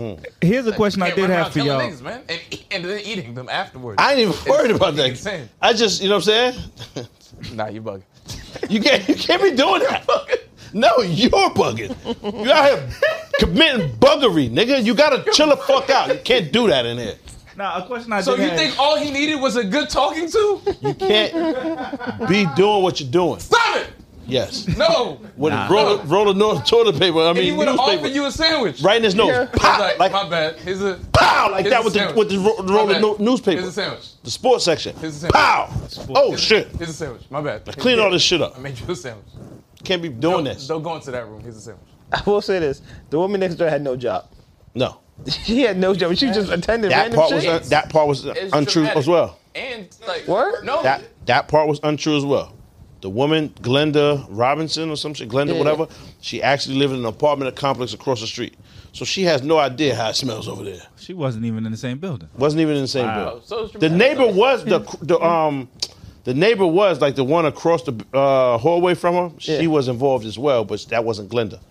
[SPEAKER 4] man.
[SPEAKER 5] Here's a question I
[SPEAKER 8] Can't
[SPEAKER 5] did
[SPEAKER 8] run
[SPEAKER 5] have
[SPEAKER 8] around
[SPEAKER 5] for
[SPEAKER 8] killing
[SPEAKER 5] y'all.
[SPEAKER 8] Niggas, man, and, and then eating them afterwards.
[SPEAKER 1] I ain't even worried about that.
[SPEAKER 8] Insane.
[SPEAKER 1] I just, you know what I'm saying?
[SPEAKER 8] Nah, you bugging.
[SPEAKER 1] You can't you can't be doing that. No, you're bugging. You out here committing buggery, nigga. You gotta chill the fuck out. You can't do that in here.
[SPEAKER 5] Nah, a question I
[SPEAKER 8] So
[SPEAKER 5] did
[SPEAKER 8] you
[SPEAKER 5] have.
[SPEAKER 8] think all he needed was a good talking to?
[SPEAKER 1] You can't be doing what you're doing.
[SPEAKER 8] Stop it!
[SPEAKER 1] Yes.
[SPEAKER 8] No.
[SPEAKER 1] With a roll, roll of nor- toilet paper. I
[SPEAKER 8] And he
[SPEAKER 1] mean,
[SPEAKER 8] would have offered
[SPEAKER 1] newspaper.
[SPEAKER 8] you a sandwich.
[SPEAKER 1] Right in his nose.
[SPEAKER 8] He's
[SPEAKER 1] Pow!
[SPEAKER 8] like,
[SPEAKER 1] like
[SPEAKER 8] my bad. Here's a
[SPEAKER 1] pow! Like
[SPEAKER 8] here's
[SPEAKER 1] that
[SPEAKER 8] a
[SPEAKER 1] with the
[SPEAKER 8] sandwich.
[SPEAKER 1] with the ro-
[SPEAKER 8] My
[SPEAKER 1] roll of
[SPEAKER 8] bad.
[SPEAKER 1] no- newspaper.
[SPEAKER 8] Here's a sandwich.
[SPEAKER 1] The sports section.
[SPEAKER 8] Here's a sandwich.
[SPEAKER 1] Pow! Oh shit!
[SPEAKER 8] Here's a sandwich. My bad.
[SPEAKER 1] Clean all this shit up.
[SPEAKER 8] I made you a sandwich.
[SPEAKER 1] Can't be doing this.
[SPEAKER 8] Don't go into that room. Here's a sandwich.
[SPEAKER 4] I will say this: the woman next door had no job.
[SPEAKER 1] No.
[SPEAKER 4] She had no job. She just attended
[SPEAKER 1] That
[SPEAKER 4] random
[SPEAKER 1] part was
[SPEAKER 4] shit.
[SPEAKER 1] uh, that part was
[SPEAKER 8] It's
[SPEAKER 1] untrue
[SPEAKER 8] dramatic.
[SPEAKER 1] as well.
[SPEAKER 8] And like
[SPEAKER 4] What?
[SPEAKER 8] No.
[SPEAKER 1] that that part was untrue as well. The woman, Glenda Robinson or some shit, Glenda
[SPEAKER 4] Yeah.
[SPEAKER 1] whatever, she actually lived in an apartment complex across the street. So she has no idea how it smells over there.
[SPEAKER 5] she wasn't even in the same building?
[SPEAKER 1] Wasn't even in the same
[SPEAKER 5] Wow.
[SPEAKER 1] building.
[SPEAKER 8] So it's
[SPEAKER 1] the
[SPEAKER 8] dramatic.
[SPEAKER 1] neighbor was the the um the neighbor was like the one across the uh, hallway from her. She
[SPEAKER 4] Yeah.
[SPEAKER 1] was involved as well, but that wasn't Glenda.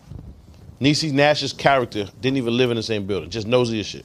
[SPEAKER 1] Niecy Nash's character didn't even live in the same building, just nosy as shit.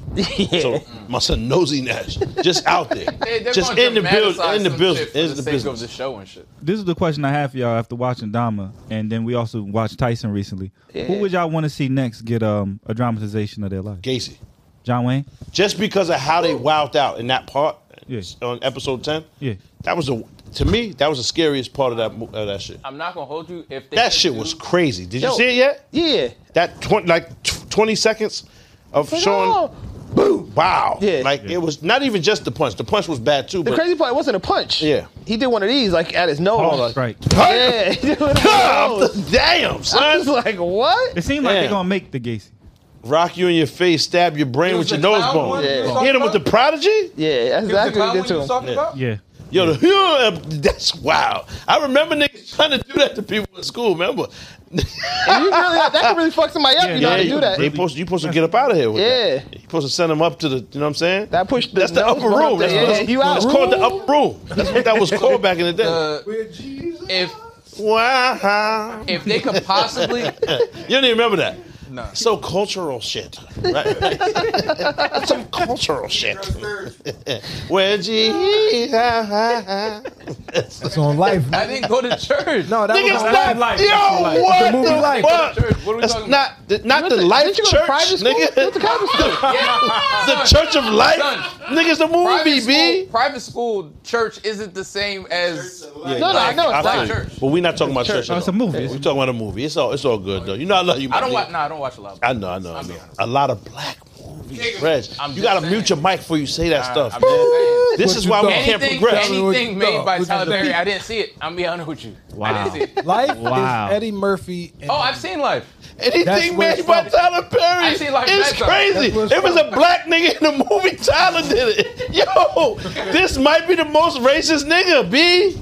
[SPEAKER 1] So my son nosy Nash, just out there,
[SPEAKER 8] They- they're
[SPEAKER 1] just
[SPEAKER 8] gonna
[SPEAKER 1] in the building,
[SPEAKER 8] dramatize
[SPEAKER 1] in the
[SPEAKER 8] some
[SPEAKER 1] building,
[SPEAKER 8] shit for
[SPEAKER 1] in
[SPEAKER 8] the
[SPEAKER 1] the
[SPEAKER 8] sake of
[SPEAKER 1] business.
[SPEAKER 8] the show and shit.
[SPEAKER 5] This is the question I have for y'all after watching Dama, and then we also watched Tyson recently. Who would y'all want to see next get um, a dramatization of their life?
[SPEAKER 1] Gacy.
[SPEAKER 5] John Wayne?
[SPEAKER 1] Just because of how they wowed out in that part
[SPEAKER 5] Yeah.
[SPEAKER 1] on episode ten,
[SPEAKER 5] Yeah.
[SPEAKER 1] that was the to me that was the scariest part of that mo- of that shit.
[SPEAKER 8] I'm not gonna hold you if they
[SPEAKER 1] That shit
[SPEAKER 8] do-
[SPEAKER 1] was crazy. Did you
[SPEAKER 4] Yo.
[SPEAKER 1] see it yet?
[SPEAKER 4] Yeah.
[SPEAKER 1] That twenty like tw- twenty seconds of showing.
[SPEAKER 4] oh.
[SPEAKER 1] Boom! Wow!
[SPEAKER 4] Yeah.
[SPEAKER 1] Like it was not even just the punch. The punch was bad too.
[SPEAKER 4] The
[SPEAKER 1] but
[SPEAKER 4] crazy part, it wasn't a punch.
[SPEAKER 1] Yeah.
[SPEAKER 4] He did one of these, like, at his nose.
[SPEAKER 5] Oh, right.
[SPEAKER 4] Yeah. he did one of those.
[SPEAKER 1] damn,
[SPEAKER 4] I
[SPEAKER 1] son!
[SPEAKER 4] was like, what?
[SPEAKER 5] It seemed like they're
[SPEAKER 1] Damn.
[SPEAKER 5] going to make the Gacy.
[SPEAKER 1] Rock you in your face, stab your brain
[SPEAKER 3] It was
[SPEAKER 1] with your
[SPEAKER 3] the
[SPEAKER 1] nose
[SPEAKER 3] clown
[SPEAKER 1] bone.
[SPEAKER 3] one you
[SPEAKER 4] Yeah.
[SPEAKER 3] was talking
[SPEAKER 1] Hit him with the
[SPEAKER 3] about?
[SPEAKER 1] prodigy.
[SPEAKER 4] Yeah, that's
[SPEAKER 3] It was the
[SPEAKER 4] exactly what
[SPEAKER 3] clown
[SPEAKER 4] he
[SPEAKER 3] one
[SPEAKER 4] did
[SPEAKER 3] you
[SPEAKER 4] to
[SPEAKER 3] was
[SPEAKER 4] him.
[SPEAKER 3] talking about?
[SPEAKER 5] Yeah.
[SPEAKER 1] Yo, the, that's wow. I remember niggas trying to do that to people in school. Remember?
[SPEAKER 4] And you really, that could really fuck somebody up. you know
[SPEAKER 5] yeah,
[SPEAKER 4] how to
[SPEAKER 5] you-
[SPEAKER 4] do that.
[SPEAKER 1] They supposed, you supposed to get up out of here. With
[SPEAKER 4] Yeah.
[SPEAKER 1] that. you supposed to send them up to the. You know what I'm saying?
[SPEAKER 4] That pushed the
[SPEAKER 1] That's the
[SPEAKER 4] nose
[SPEAKER 1] upper
[SPEAKER 4] bone up
[SPEAKER 1] room.
[SPEAKER 4] there.
[SPEAKER 1] That's,
[SPEAKER 4] Yeah,
[SPEAKER 1] that's-
[SPEAKER 4] you out.
[SPEAKER 1] that's called the upper room. That's what that was called back in the day.
[SPEAKER 8] Uh,
[SPEAKER 7] Jesus.
[SPEAKER 8] if
[SPEAKER 1] wow.
[SPEAKER 8] if they could possibly
[SPEAKER 1] You don't even remember that.
[SPEAKER 8] no.
[SPEAKER 1] So cultural shit. Right? That's Some cultural shit. Where Jesus?
[SPEAKER 7] That's on life.
[SPEAKER 8] I didn't go to church.
[SPEAKER 7] No, that
[SPEAKER 1] Niggas
[SPEAKER 7] was on
[SPEAKER 1] not
[SPEAKER 7] life.
[SPEAKER 1] Yo, what
[SPEAKER 7] It's a movie
[SPEAKER 1] the
[SPEAKER 7] life.
[SPEAKER 1] fuck?
[SPEAKER 8] Church, what are we
[SPEAKER 1] That's
[SPEAKER 8] talking
[SPEAKER 1] not the, not the
[SPEAKER 4] Didn't
[SPEAKER 1] life
[SPEAKER 4] you go
[SPEAKER 1] church,
[SPEAKER 4] to private school?
[SPEAKER 1] nigga.
[SPEAKER 4] You went to college school.
[SPEAKER 1] the Church of Life,
[SPEAKER 8] Son.
[SPEAKER 1] niggas. The movie,
[SPEAKER 8] Private
[SPEAKER 1] b.
[SPEAKER 8] school, private school church isn't the same as
[SPEAKER 4] No, no, I know it's
[SPEAKER 1] I
[SPEAKER 4] not.
[SPEAKER 1] feel you.
[SPEAKER 8] church.
[SPEAKER 1] But we're not talking about church.
[SPEAKER 5] No, it's a movie. It's
[SPEAKER 1] We're
[SPEAKER 5] a-
[SPEAKER 1] talking about a movie. It's all it's all good though. You know I love you. my
[SPEAKER 8] I don't
[SPEAKER 1] nigga.
[SPEAKER 8] watch. No, I don't watch a lot.
[SPEAKER 1] I know, I know, I know. A lot of black movies. Fresh.
[SPEAKER 8] I'm
[SPEAKER 1] You
[SPEAKER 8] just
[SPEAKER 1] gotta
[SPEAKER 8] saying.
[SPEAKER 1] mute your mic before you say that stuff.
[SPEAKER 8] I'm
[SPEAKER 1] man.
[SPEAKER 8] just saying.
[SPEAKER 1] This
[SPEAKER 7] What
[SPEAKER 1] is
[SPEAKER 7] you
[SPEAKER 1] why we
[SPEAKER 7] thought?
[SPEAKER 1] can't
[SPEAKER 8] Anything,
[SPEAKER 1] progress.
[SPEAKER 3] what you
[SPEAKER 8] anything made
[SPEAKER 7] thought.
[SPEAKER 8] by
[SPEAKER 7] Which is
[SPEAKER 8] Tyler
[SPEAKER 7] the
[SPEAKER 8] Perry,
[SPEAKER 7] peak.
[SPEAKER 8] I didn't see it. I'm be honest with you. I
[SPEAKER 5] Wow.
[SPEAKER 8] didn't see it.
[SPEAKER 7] Life
[SPEAKER 5] Wow.
[SPEAKER 7] is Eddie Murphy. And
[SPEAKER 8] Oh, I've seen life.
[SPEAKER 7] That's
[SPEAKER 1] Anything
[SPEAKER 7] where
[SPEAKER 1] made
[SPEAKER 7] it
[SPEAKER 1] by
[SPEAKER 7] started.
[SPEAKER 1] Tyler Perry
[SPEAKER 8] I see like
[SPEAKER 1] is
[SPEAKER 8] that, though.
[SPEAKER 1] crazy.
[SPEAKER 7] That's where it
[SPEAKER 1] It was a black nigga in the movie. Tyler did it. Yo, this might be the most racist nigga, B.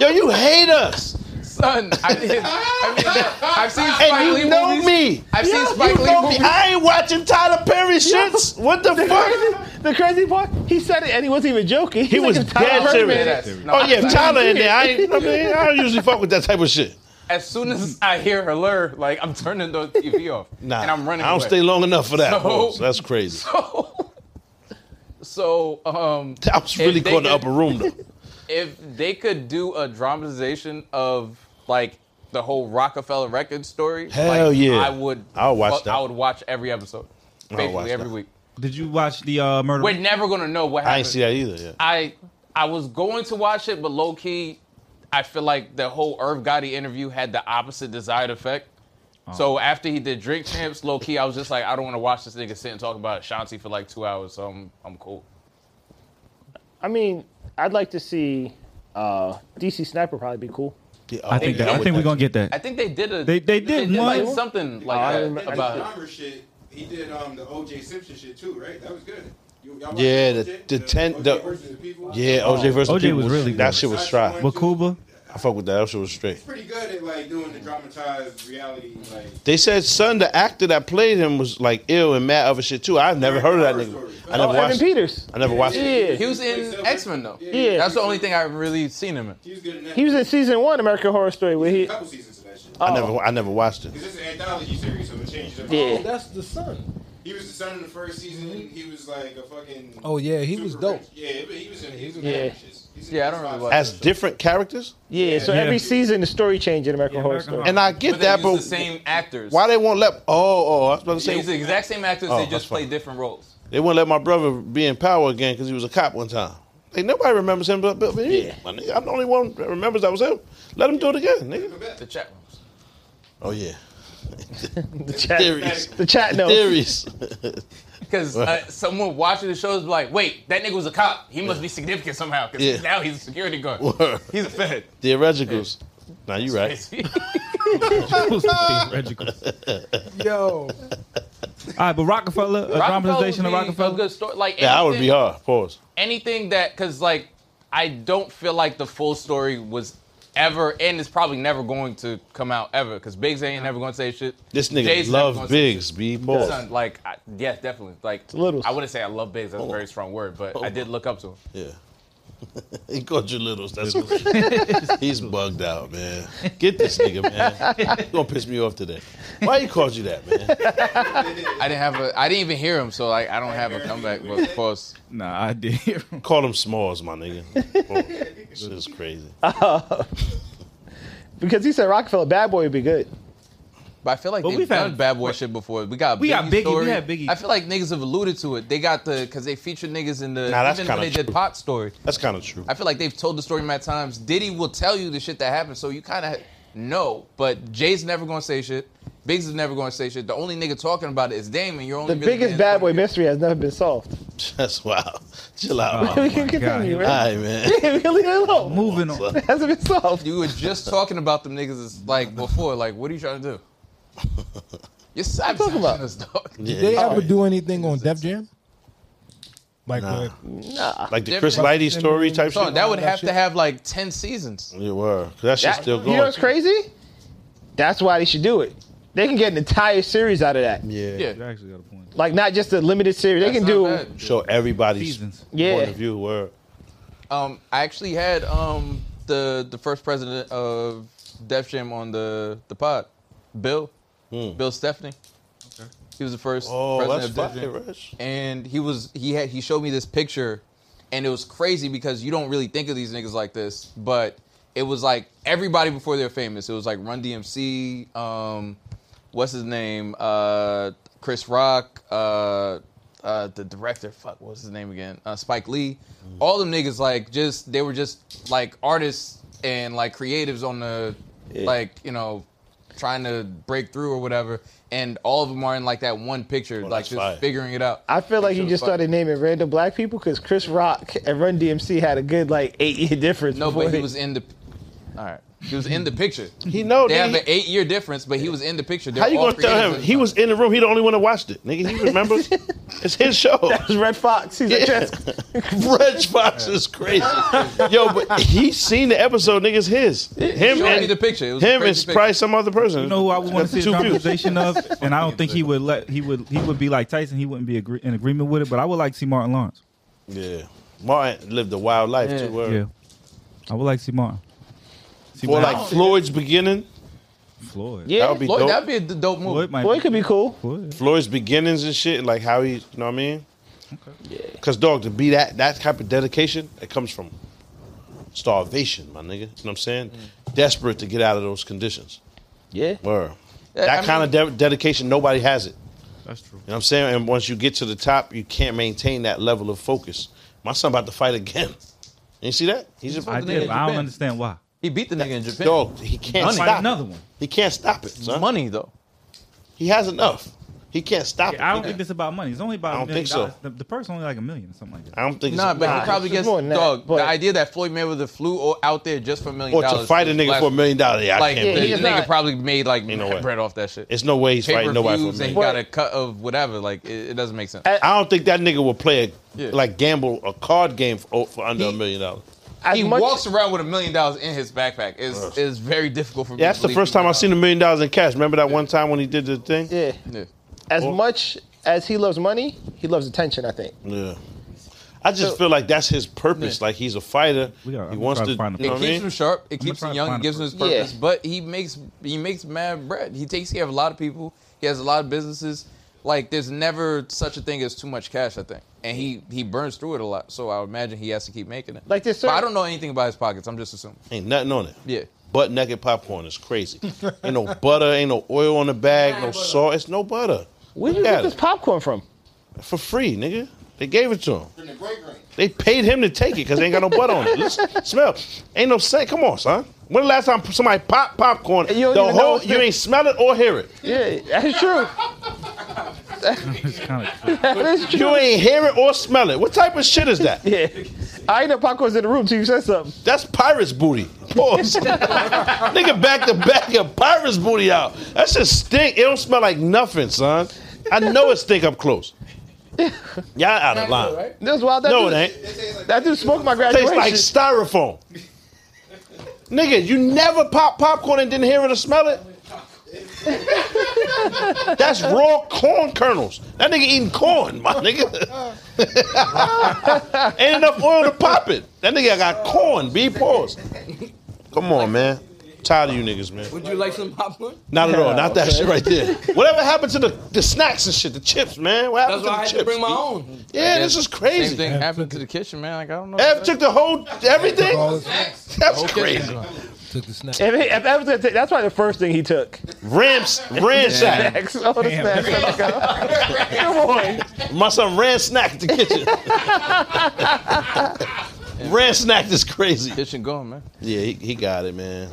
[SPEAKER 1] Yo, you hate us.
[SPEAKER 8] Son, I did. I mean, I've seen Spike
[SPEAKER 1] And
[SPEAKER 8] Lee
[SPEAKER 1] you know
[SPEAKER 8] movies.
[SPEAKER 1] me.
[SPEAKER 8] I've seen Spike
[SPEAKER 1] You
[SPEAKER 8] Lee
[SPEAKER 1] know me.
[SPEAKER 8] movies.
[SPEAKER 1] I ain't watching Tyler Perry shits. What the
[SPEAKER 4] The
[SPEAKER 1] fuck?
[SPEAKER 4] crazy, the crazy part, he said it and he wasn't even joking.
[SPEAKER 1] He was dead serious.
[SPEAKER 8] No,
[SPEAKER 1] Oh yeah,
[SPEAKER 8] I-
[SPEAKER 1] Tyler in there. I ain't, I mean, I don't usually fuck with that type of shit.
[SPEAKER 8] As soon as I hear her lure, like I'm turning the TV off
[SPEAKER 1] Nah,
[SPEAKER 8] and I'm running.
[SPEAKER 1] I don't
[SPEAKER 8] away.
[SPEAKER 1] stay long enough for that.
[SPEAKER 8] So-
[SPEAKER 1] folks. that's crazy.
[SPEAKER 8] So, um,
[SPEAKER 1] I was
[SPEAKER 8] if
[SPEAKER 1] really
[SPEAKER 8] they
[SPEAKER 1] going to
[SPEAKER 8] could-
[SPEAKER 1] upper room though.
[SPEAKER 8] if they could do a dramatization of like the whole Rockefeller record story,
[SPEAKER 1] Hell
[SPEAKER 8] like,
[SPEAKER 1] yeah.
[SPEAKER 8] I would.
[SPEAKER 1] I'll watch
[SPEAKER 8] fuck-
[SPEAKER 1] that.
[SPEAKER 8] I would watch every episode, basically
[SPEAKER 1] watch
[SPEAKER 8] every
[SPEAKER 1] that.
[SPEAKER 8] week.
[SPEAKER 5] Did you watch the uh, murder?
[SPEAKER 8] We're never gonna know what happened.
[SPEAKER 1] I ain't see that either. Yeah.
[SPEAKER 8] I I was going to watch it, but low key, I feel like the whole Irv Gotti interview had the opposite desired effect.
[SPEAKER 5] Oh.
[SPEAKER 8] So after he did Drink Champs, low key, I was just like, I don't want to watch this nigga sit and talk about Shanti for like two hours. So I'm I'm cool.
[SPEAKER 2] I mean, I'd like to see uh, DC Sniper probably be cool.
[SPEAKER 1] Yeah,
[SPEAKER 5] I think that, I think we're gonna get
[SPEAKER 8] I
[SPEAKER 5] that.
[SPEAKER 8] think they did a
[SPEAKER 5] They- they did
[SPEAKER 8] like,
[SPEAKER 5] one.
[SPEAKER 8] something like
[SPEAKER 2] I
[SPEAKER 8] that
[SPEAKER 2] remember-
[SPEAKER 8] about.
[SPEAKER 11] About the shit, he did um the O.J. Simpson shit too, right? That was good. You, y'all watch
[SPEAKER 1] Yeah, the-
[SPEAKER 11] O.J.?
[SPEAKER 1] the ten-
[SPEAKER 11] O.J.
[SPEAKER 1] the-
[SPEAKER 11] versus the people.
[SPEAKER 1] Yeah, OJ versus
[SPEAKER 5] OJ
[SPEAKER 1] people
[SPEAKER 5] was really
[SPEAKER 1] That
[SPEAKER 5] good.
[SPEAKER 1] shit was dry.
[SPEAKER 5] But Cuba,
[SPEAKER 1] I fuck with that. That shit was straight.
[SPEAKER 11] pretty good at like doing the dramatized reality like.
[SPEAKER 1] They said son, the actor that played him was like ill and mad other shit too. I've never heard of that nigga. I never
[SPEAKER 2] Oh, Evan
[SPEAKER 1] watched. it.
[SPEAKER 2] Peters.
[SPEAKER 1] I never watched. it.
[SPEAKER 2] Yeah.
[SPEAKER 8] He was in
[SPEAKER 11] Silver.
[SPEAKER 8] X Men though.
[SPEAKER 2] Yeah.
[SPEAKER 8] That's the only thing I've really seen him in.
[SPEAKER 11] He was good in that.
[SPEAKER 2] He was Uh, in season one, American Horror Story, where he.
[SPEAKER 11] a couple seasons of that shit.
[SPEAKER 1] I never. I never watched it.
[SPEAKER 11] 'Cause it's an anthology series, so it changes up.
[SPEAKER 2] Yeah.
[SPEAKER 7] That's the son.
[SPEAKER 11] He was the son in the first season. He was like a fucking.
[SPEAKER 7] Oh, yeah, he was
[SPEAKER 11] super rich-
[SPEAKER 7] dope.
[SPEAKER 11] Yeah, but he was in. He was in
[SPEAKER 2] Yeah.
[SPEAKER 11] yeah. He's in
[SPEAKER 8] Yeah, I don't really watch
[SPEAKER 1] As different characters,
[SPEAKER 2] Yeah, so
[SPEAKER 5] Yeah.
[SPEAKER 2] every season the story changed in American
[SPEAKER 5] Yeah,
[SPEAKER 2] Horror
[SPEAKER 5] American
[SPEAKER 2] Story.
[SPEAKER 5] Horror.
[SPEAKER 1] and I
[SPEAKER 8] But
[SPEAKER 1] get
[SPEAKER 8] they
[SPEAKER 1] that,
[SPEAKER 8] use
[SPEAKER 1] but
[SPEAKER 8] the same actors.
[SPEAKER 1] why they won't let? Oh, oh, I was about to
[SPEAKER 8] They
[SPEAKER 1] say
[SPEAKER 8] use the exact same actors.
[SPEAKER 1] Oh,
[SPEAKER 8] they
[SPEAKER 1] that's
[SPEAKER 8] just play
[SPEAKER 1] fine.
[SPEAKER 8] different roles.
[SPEAKER 1] They wouldn't let my brother be in power again because he was a cop one time. Like nobody remembers him but, but me. My nigga, I'm the only one that remembers that was him. Let him do it again, nigga.
[SPEAKER 8] The chat rooms.
[SPEAKER 1] Oh yeah,
[SPEAKER 2] The chat,
[SPEAKER 1] theories,
[SPEAKER 2] the chat knows.
[SPEAKER 1] theories.
[SPEAKER 8] Because uh, someone watching the show is like, wait, that nigga was a cop. He must be significant somehow. Because
[SPEAKER 1] Yeah.
[SPEAKER 8] now he's a security guard.
[SPEAKER 1] Word.
[SPEAKER 8] He's a fed.
[SPEAKER 1] Theoreticals. Now you right.
[SPEAKER 5] theoretical. All
[SPEAKER 7] Yo.
[SPEAKER 5] right, but Rockefeller, a dramatization
[SPEAKER 8] Rockefeller. would be A
[SPEAKER 5] of Rockefeller.
[SPEAKER 8] good story. Like
[SPEAKER 1] Yeah, I would be
[SPEAKER 8] anything-
[SPEAKER 1] hard. Pause.
[SPEAKER 8] anything that because like I don't feel like the full story was ever and it's probably never going to come out ever because Biggs ain't never going to say shit.
[SPEAKER 1] This nigga
[SPEAKER 8] Jay's never
[SPEAKER 1] love
[SPEAKER 8] gonna say
[SPEAKER 1] Biggs,
[SPEAKER 8] shit.
[SPEAKER 1] B. Pause.
[SPEAKER 8] Son, like I, yes, definitely. Like
[SPEAKER 2] little.
[SPEAKER 1] Oh.
[SPEAKER 8] I wouldn't say I love Biggs. That's a very strong word, but I did look up to him.
[SPEAKER 1] Yeah. He called you Littles. That's what He's bugged out, man. Get this nigga, man. He's gonna piss me off today. Why he called you that, man?
[SPEAKER 8] I didn't have a. I didn't even hear him, so like I don't have a comeback. But of course,
[SPEAKER 1] Nah, I did hear him. Call him Smalls, my nigga. Oh, Shit is crazy.
[SPEAKER 2] Uh, because he said Rockefeller Bad Boy would be good.
[SPEAKER 8] but I feel like
[SPEAKER 2] But
[SPEAKER 8] they've
[SPEAKER 2] we've had-
[SPEAKER 8] done bad boy shit before. We got
[SPEAKER 2] We got Biggie, we
[SPEAKER 8] Story.
[SPEAKER 2] had Biggie.
[SPEAKER 8] I feel like niggas have alluded to it. They got the because they featured niggas in the
[SPEAKER 1] Nah, that's
[SPEAKER 8] even when
[SPEAKER 1] kinda
[SPEAKER 8] they did
[SPEAKER 1] true.
[SPEAKER 8] pot story.
[SPEAKER 1] That's kind of true.
[SPEAKER 8] I feel like they've told the story many times. Diddy will tell you the shit that happened, so you kind of know. But Jay's never gonna say shit. Biggs is never gonna say shit. The only nigga talking about it is Damon. You're only
[SPEAKER 2] The biggest bad boy mystery has never been solved.
[SPEAKER 1] That's wild. Chill out.
[SPEAKER 2] we can continue,
[SPEAKER 1] All
[SPEAKER 2] right?
[SPEAKER 1] right, man.
[SPEAKER 2] Yeah, we can leave it alone.
[SPEAKER 5] Moving
[SPEAKER 1] on.
[SPEAKER 2] It hasn't been solved.
[SPEAKER 8] You were just talking about them niggas is like before. Like, what are you trying to do? You're sabotaging us, dog.
[SPEAKER 7] Did they ever do anything on Def Jam? Like
[SPEAKER 1] Nah.
[SPEAKER 7] what?
[SPEAKER 8] Nah.
[SPEAKER 1] Like the Chris Lighty story type
[SPEAKER 8] Son,
[SPEAKER 1] shit?
[SPEAKER 8] That would have to have like ten seasons.
[SPEAKER 1] You were. That shit's
[SPEAKER 2] That-
[SPEAKER 1] still
[SPEAKER 2] You
[SPEAKER 1] going.
[SPEAKER 2] know what's crazy? That's why they should do it. They can get an entire series out of that.
[SPEAKER 1] Yeah.
[SPEAKER 5] You actually got a point.
[SPEAKER 2] Like not just a limited series. They can do.
[SPEAKER 1] Show everybody's
[SPEAKER 2] Yeah.
[SPEAKER 1] point of view. Word.
[SPEAKER 8] Um, I actually had um the the first president of Def Jam on the the pod, Bill, Bill Stephanie.
[SPEAKER 5] Okay.
[SPEAKER 8] He was the first
[SPEAKER 1] Hmm. Oh,
[SPEAKER 8] president
[SPEAKER 1] that's
[SPEAKER 8] of Def
[SPEAKER 1] fire,
[SPEAKER 8] Jam. and he was he had he showed me this picture, and it was crazy because you don't really think of these niggas like this, but it was like everybody before they're famous. It was like Run DMC, um, what's his name, uh, Chris Rock, uh, uh, the director, fuck, what's his name again, uh, Spike Lee. All them niggas like just they were just like artists and like creatives on the like you know trying to break through or whatever. And all of them are in like that one picture, like just figuring it out.
[SPEAKER 2] I feel like
[SPEAKER 8] That shit
[SPEAKER 2] you
[SPEAKER 8] was
[SPEAKER 2] just
[SPEAKER 8] fire.
[SPEAKER 2] started naming random black people because Chris Rock and Run DMC had a good like eight year difference.
[SPEAKER 8] No,
[SPEAKER 2] before
[SPEAKER 8] but he
[SPEAKER 2] they-
[SPEAKER 8] was in the. All right, he was in the picture.
[SPEAKER 1] He know,
[SPEAKER 8] they
[SPEAKER 1] nigga,
[SPEAKER 8] have
[SPEAKER 1] he-
[SPEAKER 8] an eight-year difference, but he was in the picture. They're
[SPEAKER 1] How you
[SPEAKER 8] all
[SPEAKER 1] gonna tell
[SPEAKER 8] creators
[SPEAKER 1] him
[SPEAKER 8] of-
[SPEAKER 1] he was in the room? He the only one that watched it, nigga. He remembers. it's his show. That
[SPEAKER 2] was Red Fox. He's like,
[SPEAKER 1] Red Fox is crazy. Yo, but he seen the episode. Nigga's his. Him
[SPEAKER 8] showed me
[SPEAKER 1] and
[SPEAKER 8] the picture. It was a
[SPEAKER 1] him
[SPEAKER 8] crazy
[SPEAKER 1] is
[SPEAKER 8] picture.
[SPEAKER 1] probably some other person.
[SPEAKER 5] You know who I would want
[SPEAKER 1] That's
[SPEAKER 5] to see
[SPEAKER 1] two
[SPEAKER 5] a
[SPEAKER 1] views.
[SPEAKER 5] conversation of, and I don't think he would let he would he would be like Tyson. He wouldn't be agree, in agreement with it, but I would like to see Martin Lawrence.
[SPEAKER 1] Yeah, Martin lived a wild life too. word.
[SPEAKER 5] Yeah, I would like to see Martin. See
[SPEAKER 1] Or
[SPEAKER 5] what
[SPEAKER 1] like
[SPEAKER 5] happens.
[SPEAKER 1] Floyd's beginning.
[SPEAKER 5] Floyd.
[SPEAKER 1] that would be
[SPEAKER 8] Floyd,
[SPEAKER 1] dope.
[SPEAKER 8] that'd be a d- dope move.
[SPEAKER 5] Floyd might Floyd be- could
[SPEAKER 2] be cool.
[SPEAKER 1] Floyd's beginnings and shit, like how he, you know what I mean? Yeah. Cause dog, to be that that type of dedication, it comes from starvation, my nigga. You know what I'm saying? Desperate to get out of those conditions.
[SPEAKER 2] Yeah.
[SPEAKER 1] Word.
[SPEAKER 2] Yeah,
[SPEAKER 1] that
[SPEAKER 2] I
[SPEAKER 1] kind of de- dedication, nobody has it.
[SPEAKER 5] That's true.
[SPEAKER 1] You know what I'm saying? And once you get to the top, you can't maintain that level of focus. My son about to fight again. You see that? He's just
[SPEAKER 5] I did. But I don't understand why.
[SPEAKER 8] He beat the nigga in Japan.
[SPEAKER 1] Dog, he can't
[SPEAKER 5] Money.
[SPEAKER 1] stop
[SPEAKER 5] Another
[SPEAKER 1] it.
[SPEAKER 5] one.
[SPEAKER 1] He can't stop it. Son.
[SPEAKER 8] Money though.
[SPEAKER 1] He has enough. He can't stop it.
[SPEAKER 5] I don't think it's about money. It's only about.
[SPEAKER 1] I
[SPEAKER 5] a
[SPEAKER 1] don't
[SPEAKER 5] million
[SPEAKER 1] think so.
[SPEAKER 5] dollars. The, the purse only like a million or something like that.
[SPEAKER 1] I don't think
[SPEAKER 8] Nah,
[SPEAKER 1] it's
[SPEAKER 8] but he probably gets
[SPEAKER 5] more than that,
[SPEAKER 8] dog. the idea that Floyd Mayweather flew o- out there just for a million
[SPEAKER 1] Or
[SPEAKER 8] dollars,
[SPEAKER 1] to fight a
[SPEAKER 8] is
[SPEAKER 1] nigga for a
[SPEAKER 8] blasphemy.
[SPEAKER 1] million dollars. Yeah, I
[SPEAKER 8] like
[SPEAKER 1] can't
[SPEAKER 8] the,
[SPEAKER 1] believe
[SPEAKER 8] the
[SPEAKER 1] it.
[SPEAKER 8] nigga probably made like bread off that shit.
[SPEAKER 1] It's no way he's fighting nobody for a
[SPEAKER 8] Pay-per-views, and he
[SPEAKER 1] million.
[SPEAKER 8] got a cut of whatever. Like it, it doesn't make sense.
[SPEAKER 1] I don't think that nigga will play a,
[SPEAKER 8] Yeah.
[SPEAKER 1] like gamble a card game for, for under a million dollars.
[SPEAKER 8] he walks around with a million dollars in his backpack. It's, it's very difficult for me.
[SPEAKER 1] Yeah, that's
[SPEAKER 8] to
[SPEAKER 1] the
[SPEAKER 8] believe
[SPEAKER 1] first
[SPEAKER 8] he-
[SPEAKER 1] time I've seen a million dollars in cash. Remember that one time when he did the thing?
[SPEAKER 2] Yeah.
[SPEAKER 8] Yeah.
[SPEAKER 2] As much as he loves money, he loves attention. I think.
[SPEAKER 1] Yeah. I just
[SPEAKER 2] So-
[SPEAKER 1] feel like that's his purpose. Like he's a fighter. he
[SPEAKER 5] I'm
[SPEAKER 1] wants
[SPEAKER 5] trying
[SPEAKER 1] to,
[SPEAKER 5] to find a
[SPEAKER 1] you know
[SPEAKER 8] It
[SPEAKER 1] what I
[SPEAKER 8] keeps
[SPEAKER 1] mean?
[SPEAKER 8] him sharp. It keeps
[SPEAKER 5] try
[SPEAKER 8] him
[SPEAKER 5] to
[SPEAKER 8] young.
[SPEAKER 5] find
[SPEAKER 8] It
[SPEAKER 5] a
[SPEAKER 8] gives him his
[SPEAKER 5] person.
[SPEAKER 8] purpose. But he makes he makes mad bread. He takes care of a lot of people. He has a lot of businesses. Like there's never such a thing as too much cash. I think, and he he burns through it a lot. So I would imagine he has to keep making it.
[SPEAKER 2] Like this,
[SPEAKER 8] But
[SPEAKER 2] sir-
[SPEAKER 8] I don't know anything about his pockets. I'm just assuming.
[SPEAKER 1] Ain't nothing on it.
[SPEAKER 8] Yeah.
[SPEAKER 1] Butt naked popcorn is crazy. ain't no butter, ain't no oil on the bag, no salt. It's no butter.
[SPEAKER 2] Where you get this popcorn from?
[SPEAKER 1] For free, nigga. They gave it to him. They paid him to take it because they ain't got no butter on it. Listen, smell. Ain't no scent. Come on, son. When the last time somebody popped popcorn,
[SPEAKER 2] don't
[SPEAKER 1] the
[SPEAKER 2] even know
[SPEAKER 1] whole
[SPEAKER 2] it's
[SPEAKER 1] you
[SPEAKER 2] there.
[SPEAKER 1] ain't smell it or hear it.
[SPEAKER 2] Yeah, that's true.
[SPEAKER 5] It's kind of
[SPEAKER 2] That is true.
[SPEAKER 1] You ain't hear it or smell it. What type of shit is that?
[SPEAKER 2] Yeah. I ain't know popcorn's in the room till you said something.
[SPEAKER 1] That's pirate's booty. Pause. Nigga back to back your pirate's booty out. That shit stink. It don't smell like nothing, son. I know it stink up close. Y'all out of line.
[SPEAKER 2] That's wild. That
[SPEAKER 1] No,
[SPEAKER 2] dude,
[SPEAKER 1] it ain't.
[SPEAKER 2] That dude smoked my graduation.
[SPEAKER 1] Tastes like styrofoam. Nigga, you never pop popcorn and didn't hear it or smell it? That's raw corn kernels. That nigga eating corn, my nigga. Ain't enough oil to pop it. That nigga got corn. Be paused. Come on, man. Tired of you niggas, man.
[SPEAKER 10] Would you like some popcorn?
[SPEAKER 1] Not at all. Not that shit right there. Whatever happened to the, the snacks and shit, the chips, man? What happened
[SPEAKER 10] That's why I had
[SPEAKER 1] to the
[SPEAKER 10] to
[SPEAKER 1] chips?
[SPEAKER 10] bring my
[SPEAKER 1] B?
[SPEAKER 10] own.
[SPEAKER 1] Yeah, this is crazy.
[SPEAKER 8] Same thing happened to the kitchen, man. Like I don't know.
[SPEAKER 1] Ev took the whole everything.
[SPEAKER 7] all the
[SPEAKER 1] That's
[SPEAKER 8] Okay.
[SPEAKER 1] crazy.
[SPEAKER 7] Took the snap.
[SPEAKER 2] If he- if that was gonna take- that's probably the first thing he took.
[SPEAKER 1] Rams, ransack.
[SPEAKER 2] Snacks. Oh, the snacks. let it go. Come on.
[SPEAKER 1] My son ran snack at the kitchen. ran snack is crazy.
[SPEAKER 8] Kitchen going, man.
[SPEAKER 1] Yeah, he, he got it, man.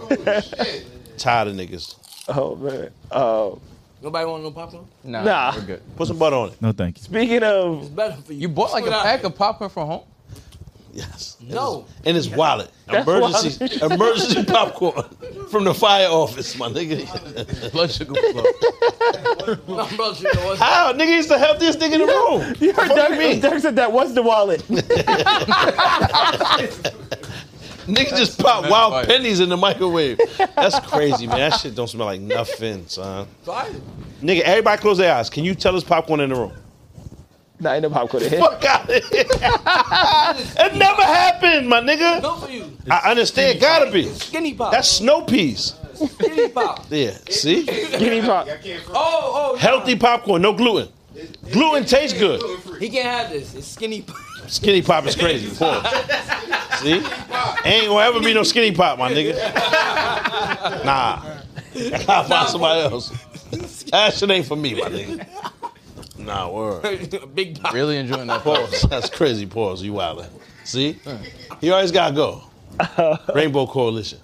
[SPEAKER 1] Tired of niggas.
[SPEAKER 2] Oh man.
[SPEAKER 4] Um,
[SPEAKER 2] Oh.
[SPEAKER 10] Nobody want no popcorn?
[SPEAKER 8] Nah,
[SPEAKER 2] Nah.
[SPEAKER 8] we're good.
[SPEAKER 1] Put some butter on it.
[SPEAKER 5] No, thank you.
[SPEAKER 2] Speaking of
[SPEAKER 10] It's better for you.
[SPEAKER 8] You bought like a
[SPEAKER 10] Put it out.
[SPEAKER 8] pack of popcorn from home.
[SPEAKER 1] Yes.
[SPEAKER 10] No.
[SPEAKER 1] In his wallet. Emergency emergency popcorn from the fire office, my nigga.
[SPEAKER 8] Blood sugar flow.
[SPEAKER 10] No, bro, you know what?
[SPEAKER 1] How? Nigga, he's the healthiest nigga in the room.
[SPEAKER 2] you heard
[SPEAKER 1] Fuck
[SPEAKER 2] Doug,
[SPEAKER 1] me.
[SPEAKER 2] Doug said that was the wallet.
[SPEAKER 1] Nigga just pop wild
[SPEAKER 8] fire.
[SPEAKER 1] pennies in the microwave. That's crazy, man. That shit don't smell like nothing, son.
[SPEAKER 10] Try it.
[SPEAKER 1] Nigga, everybody close their eyes. Can you tell us popcorn in the room?
[SPEAKER 2] Not in the popcorn.
[SPEAKER 1] Fuck out of here. it never happened, my nigga.
[SPEAKER 10] Good for you.
[SPEAKER 1] I understand. Gotta be.
[SPEAKER 10] Skinny pop.
[SPEAKER 1] That's snow peas.
[SPEAKER 10] skinny pop.
[SPEAKER 1] Yeah. See?
[SPEAKER 2] Guinea pop.
[SPEAKER 11] I can't front.
[SPEAKER 10] Oh, oh.
[SPEAKER 1] Healthy popcorn, no gluten. Gluten tastes good.
[SPEAKER 10] He can't have this. It's skinny pop.
[SPEAKER 1] Skinny pop is crazy. Pause. See? Ain't gonna ever be no skinny pop, my nigga. Nah. I gotta find somebody else. That shit ain't for me, my nigga. Nah, word.
[SPEAKER 10] Big pop.
[SPEAKER 8] Really enjoying that.
[SPEAKER 1] Pause. That's crazy. Pause. You wildin'. See? He always gotta go. Rainbow Coalition.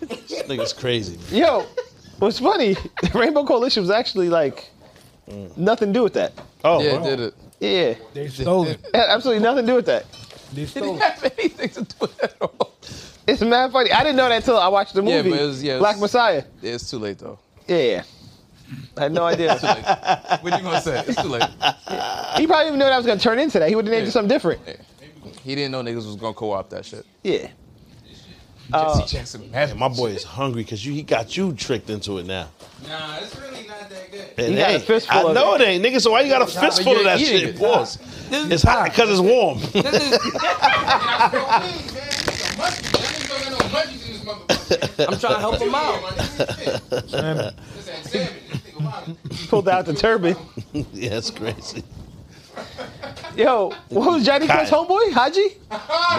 [SPEAKER 1] This nigga's crazy. man.
[SPEAKER 4] Yo, what's funny? Rainbow Coalition was actually like
[SPEAKER 2] Mm.
[SPEAKER 4] nothing to do with that.
[SPEAKER 1] Oh,
[SPEAKER 8] Yeah,
[SPEAKER 1] wow.
[SPEAKER 8] did it.
[SPEAKER 4] Yeah,
[SPEAKER 7] They stole it.
[SPEAKER 4] had absolutely nothing to do with that.
[SPEAKER 7] They stole it.
[SPEAKER 8] Have anything to do with it at all?
[SPEAKER 4] It's mad funny. I didn't know that until I watched the
[SPEAKER 8] Yeah,
[SPEAKER 4] movie
[SPEAKER 8] but it was- yeah, it
[SPEAKER 4] Black
[SPEAKER 8] was-
[SPEAKER 4] Messiah.
[SPEAKER 8] Yeah, it's too late though.
[SPEAKER 4] Yeah, I had no idea.
[SPEAKER 8] What you gonna say? It's too late.
[SPEAKER 4] he probably didn't know that was gonna turn into that. He would have named
[SPEAKER 8] Yeah.
[SPEAKER 4] it something different.
[SPEAKER 8] He didn't know niggas was gonna co-op that shit.
[SPEAKER 4] Yeah. Uh,
[SPEAKER 8] Jesse Jackson, man.
[SPEAKER 1] My boy is hungry because you, he got you tricked into it now.
[SPEAKER 11] Nah, it's really not that good.
[SPEAKER 1] And
[SPEAKER 4] You got a
[SPEAKER 1] ain't.
[SPEAKER 4] fistful
[SPEAKER 1] I
[SPEAKER 4] of
[SPEAKER 1] know it. ain't, nigga. So why you got a fistful of
[SPEAKER 8] you're
[SPEAKER 1] that
[SPEAKER 8] eating
[SPEAKER 1] shit?
[SPEAKER 8] it.
[SPEAKER 1] Pause.
[SPEAKER 10] This is
[SPEAKER 1] It's hot because it's warm.
[SPEAKER 10] This is,
[SPEAKER 11] Please, man, it's a monkey. Y'all niggas don't got no monkeys in this motherfucker.
[SPEAKER 10] I'm trying to help him
[SPEAKER 11] Yeah,
[SPEAKER 10] out.
[SPEAKER 11] my nigga, this is shit. This that salmon. This nigga wild.
[SPEAKER 4] Pulled out the turban.
[SPEAKER 1] yeah, that's crazy.
[SPEAKER 4] Yo, what was Johnny Depp's
[SPEAKER 1] Cotton.
[SPEAKER 4] homeboy? Haji?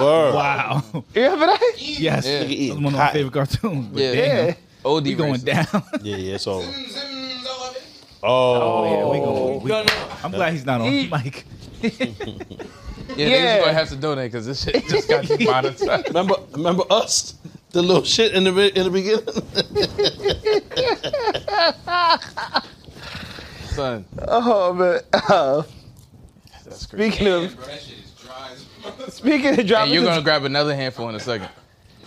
[SPEAKER 1] Word.
[SPEAKER 5] Wow.
[SPEAKER 4] You remember that?
[SPEAKER 5] Yes.
[SPEAKER 8] Yeah.
[SPEAKER 5] That
[SPEAKER 1] Nigga
[SPEAKER 5] was
[SPEAKER 1] eating
[SPEAKER 5] one of my
[SPEAKER 1] cotton.
[SPEAKER 5] favorite cartoons. But
[SPEAKER 8] Yeah.
[SPEAKER 5] damn,
[SPEAKER 4] Yeah.
[SPEAKER 8] OD
[SPEAKER 5] we going
[SPEAKER 8] racist.
[SPEAKER 5] down.
[SPEAKER 1] Yeah, yeah, it's over.
[SPEAKER 11] Zim, zim, all of it.
[SPEAKER 1] Oh,
[SPEAKER 5] yeah, we going.
[SPEAKER 10] No, no.
[SPEAKER 5] I'm glad he's not on mic.
[SPEAKER 8] Yeah,
[SPEAKER 4] Yeah.
[SPEAKER 8] niggas gonna have to donate because this shit just got demonetized.
[SPEAKER 1] remember, remember us, the little shit in the be- in the beginning.
[SPEAKER 8] Son,
[SPEAKER 4] Oh man. Uh,
[SPEAKER 8] that's crazy.
[SPEAKER 4] speaking of
[SPEAKER 11] Bro, that shit is dry as motherfucker.
[SPEAKER 4] speaking of
[SPEAKER 8] And
[SPEAKER 4] dramatization,
[SPEAKER 8] you're gonna grab another handful in a second.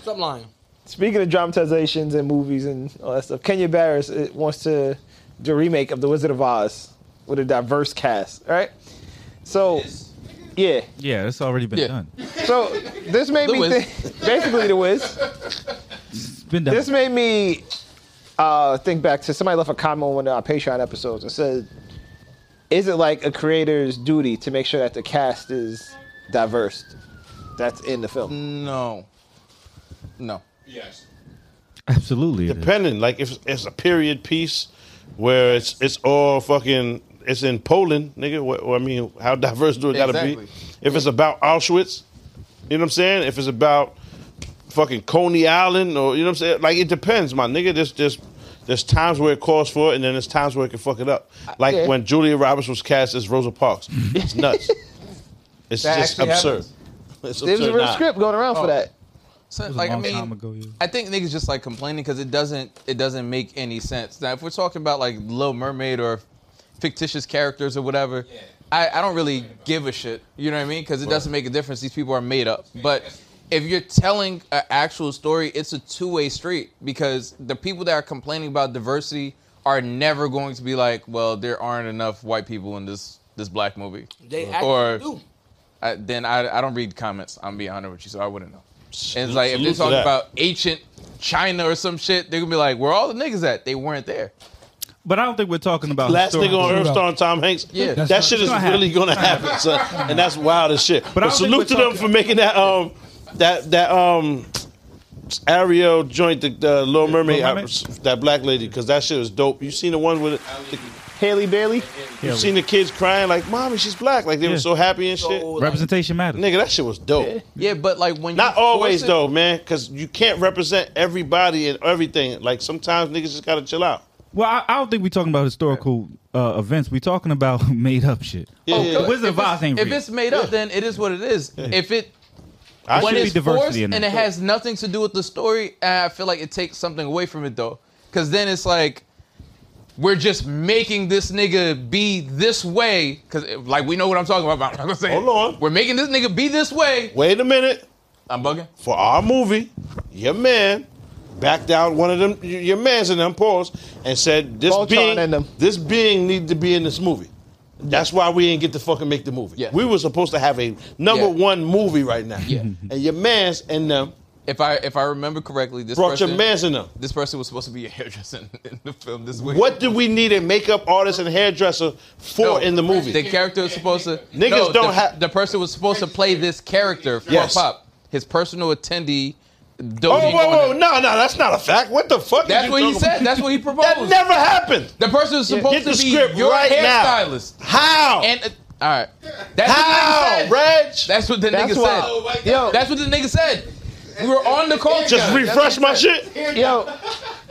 [SPEAKER 10] Stop lying.
[SPEAKER 4] speaking of dramatizations and movies and all that stuff, Kenya Barris uh, wants to do a remake of The Wizard of Oz with a diverse cast, right? So yeah.
[SPEAKER 5] Yeah, that's already been
[SPEAKER 8] Yeah.
[SPEAKER 5] done.
[SPEAKER 4] So this made
[SPEAKER 8] The
[SPEAKER 4] me
[SPEAKER 8] Wiz.
[SPEAKER 4] think basically the Wiz.
[SPEAKER 5] It's been done.
[SPEAKER 4] This made me uh, think back to somebody left a comment on one of our Patreon episodes and said, "Is it like a creator's duty to make sure that the cast is diverse? That's in the film."
[SPEAKER 1] Mm,
[SPEAKER 8] No, no.
[SPEAKER 11] Yes.
[SPEAKER 5] Absolutely. it is.
[SPEAKER 1] Depending, like if it's a period piece where it's it's all fucking. It's in Poland, nigga. What, what I mean, how diverse do it gotta
[SPEAKER 8] Exactly.
[SPEAKER 1] be? If it's about Auschwitz, you know what I'm saying? If it's about fucking Coney Island, or you know what I'm saying? Like it depends, my nigga. There's there's there's times where it calls for it, and then there's times where it can fuck it up. Like
[SPEAKER 4] yeah.
[SPEAKER 1] when Julia Roberts was cast as Rosa Parks. It's nuts. it's
[SPEAKER 7] That
[SPEAKER 1] just
[SPEAKER 7] actually
[SPEAKER 1] absurd.
[SPEAKER 7] happens.
[SPEAKER 1] It's
[SPEAKER 4] There was a
[SPEAKER 1] absurd
[SPEAKER 4] real
[SPEAKER 1] now.
[SPEAKER 4] script going around
[SPEAKER 1] Oh.
[SPEAKER 4] for that.
[SPEAKER 8] Son,
[SPEAKER 5] It was a
[SPEAKER 8] like I
[SPEAKER 5] long
[SPEAKER 8] mean,
[SPEAKER 5] time ago, yeah.
[SPEAKER 8] I think niggas just like complaining because it doesn't it doesn't make any sense. Now, if we're talking about like Little Mermaid or fictitious characters or whatever, I, I don't really give a shit. You know what I mean? Because it doesn't make a difference. These people are made up. But if you're telling an actual story, it's a two way street because the people that are complaining about diversity are never going to be like, well, there aren't enough white people in this this black movie.
[SPEAKER 10] They actually
[SPEAKER 8] or
[SPEAKER 10] do.
[SPEAKER 8] I, then I, I don't read comments. I'm being honest with you, so I wouldn't know. And it's like if
[SPEAKER 1] Salute
[SPEAKER 8] they're
[SPEAKER 1] to
[SPEAKER 8] talking
[SPEAKER 1] that.
[SPEAKER 8] about ancient China or some shit, they're gonna be like, "Where all the niggas at? They weren't there."
[SPEAKER 5] but I don't think we're talking about
[SPEAKER 1] Last nigga on Earth
[SPEAKER 5] historical-
[SPEAKER 1] starring Tom Hanks.
[SPEAKER 5] Yeah.
[SPEAKER 1] that
[SPEAKER 5] That's
[SPEAKER 1] shit
[SPEAKER 5] not-
[SPEAKER 1] is
[SPEAKER 5] it's gonna
[SPEAKER 1] really
[SPEAKER 5] happen.
[SPEAKER 1] gonna happen, son. And that's wild as shit. But,
[SPEAKER 5] I don't think
[SPEAKER 1] salute to
[SPEAKER 5] we're
[SPEAKER 1] them for making that um that that um Ariel joint the, the Little Mermaid,
[SPEAKER 4] Mermaid?
[SPEAKER 1] uh, that black lady because that shit was dope. You seen the one with the,
[SPEAKER 4] Haley Bailey?
[SPEAKER 1] You
[SPEAKER 5] Haley.
[SPEAKER 1] seen the kids crying like, "Mommy, she's black." Like they
[SPEAKER 5] Yeah.
[SPEAKER 1] were so happy and shit.
[SPEAKER 5] Representation matters.
[SPEAKER 1] Nigga, that shit was dope.
[SPEAKER 8] Yeah, but like when
[SPEAKER 1] Not
[SPEAKER 8] you force
[SPEAKER 1] always
[SPEAKER 8] it-
[SPEAKER 1] though, man, because you can't represent everybody and everything. Like sometimes niggas just gotta chill out.
[SPEAKER 5] Well, I, I don't think we're talking about historical uh, events. We're talking about made up shit.
[SPEAKER 8] Oh,
[SPEAKER 5] The
[SPEAKER 8] good.
[SPEAKER 5] Wizard
[SPEAKER 8] if
[SPEAKER 5] of Oz
[SPEAKER 8] it's-
[SPEAKER 5] ain't
[SPEAKER 8] If
[SPEAKER 5] real.
[SPEAKER 8] it's made up, then it is what it is. If it
[SPEAKER 5] I
[SPEAKER 8] when
[SPEAKER 5] should
[SPEAKER 8] it's
[SPEAKER 5] be diversity
[SPEAKER 8] forced
[SPEAKER 5] in
[SPEAKER 8] and
[SPEAKER 5] that.
[SPEAKER 8] it has nothing to do with the story, uh, I feel like it takes something away from it though, because then it's like we're just making this nigga be this way, because like we know what I'm talking about. I'm not gonna say Hold on, we're making this nigga be this way.
[SPEAKER 1] Wait a minute.
[SPEAKER 8] I'm bugging.
[SPEAKER 1] For our movie, your man backed down one of them, y- your man's in them pause, and said, "This being, this being need to be in this movie." That's why we ain't get to fucking make the movie. We were supposed to have a number
[SPEAKER 8] Yeah.
[SPEAKER 1] one movie right now.
[SPEAKER 8] Yeah.
[SPEAKER 1] and your man's in them.
[SPEAKER 8] If I if I remember correctly, this
[SPEAKER 1] Brought
[SPEAKER 8] person,
[SPEAKER 1] your mans in them.
[SPEAKER 8] This person was supposed to be a hairdresser in, in the film this week.
[SPEAKER 1] What do we need a makeup artist and hairdresser for in the movie?
[SPEAKER 8] The character is supposed to.
[SPEAKER 1] Niggas
[SPEAKER 8] No,
[SPEAKER 1] don't
[SPEAKER 8] the,
[SPEAKER 1] have-
[SPEAKER 8] The person was supposed to play this character for
[SPEAKER 1] Yes.
[SPEAKER 8] Pop. His personal attendee.
[SPEAKER 1] Oh, whoa, whoa, no, no, that's not a fact. What the fuck?
[SPEAKER 8] That's
[SPEAKER 1] is you
[SPEAKER 8] what he
[SPEAKER 1] talking
[SPEAKER 8] said.
[SPEAKER 1] about?
[SPEAKER 8] That's what he proposed.
[SPEAKER 1] That never happened.
[SPEAKER 8] The person is supposed
[SPEAKER 1] Get the
[SPEAKER 8] to be
[SPEAKER 1] script
[SPEAKER 8] your
[SPEAKER 1] right now.
[SPEAKER 8] hairstylist.
[SPEAKER 1] How?
[SPEAKER 8] And uh, all right. That's
[SPEAKER 1] How,
[SPEAKER 8] what the nigga said.
[SPEAKER 1] Reg?
[SPEAKER 8] That's what the
[SPEAKER 4] That's
[SPEAKER 8] nigga
[SPEAKER 4] why-
[SPEAKER 8] said.
[SPEAKER 4] Yo.
[SPEAKER 8] That's what the nigga said. We were on the culture.
[SPEAKER 1] Just refresh my shit.
[SPEAKER 4] Yo,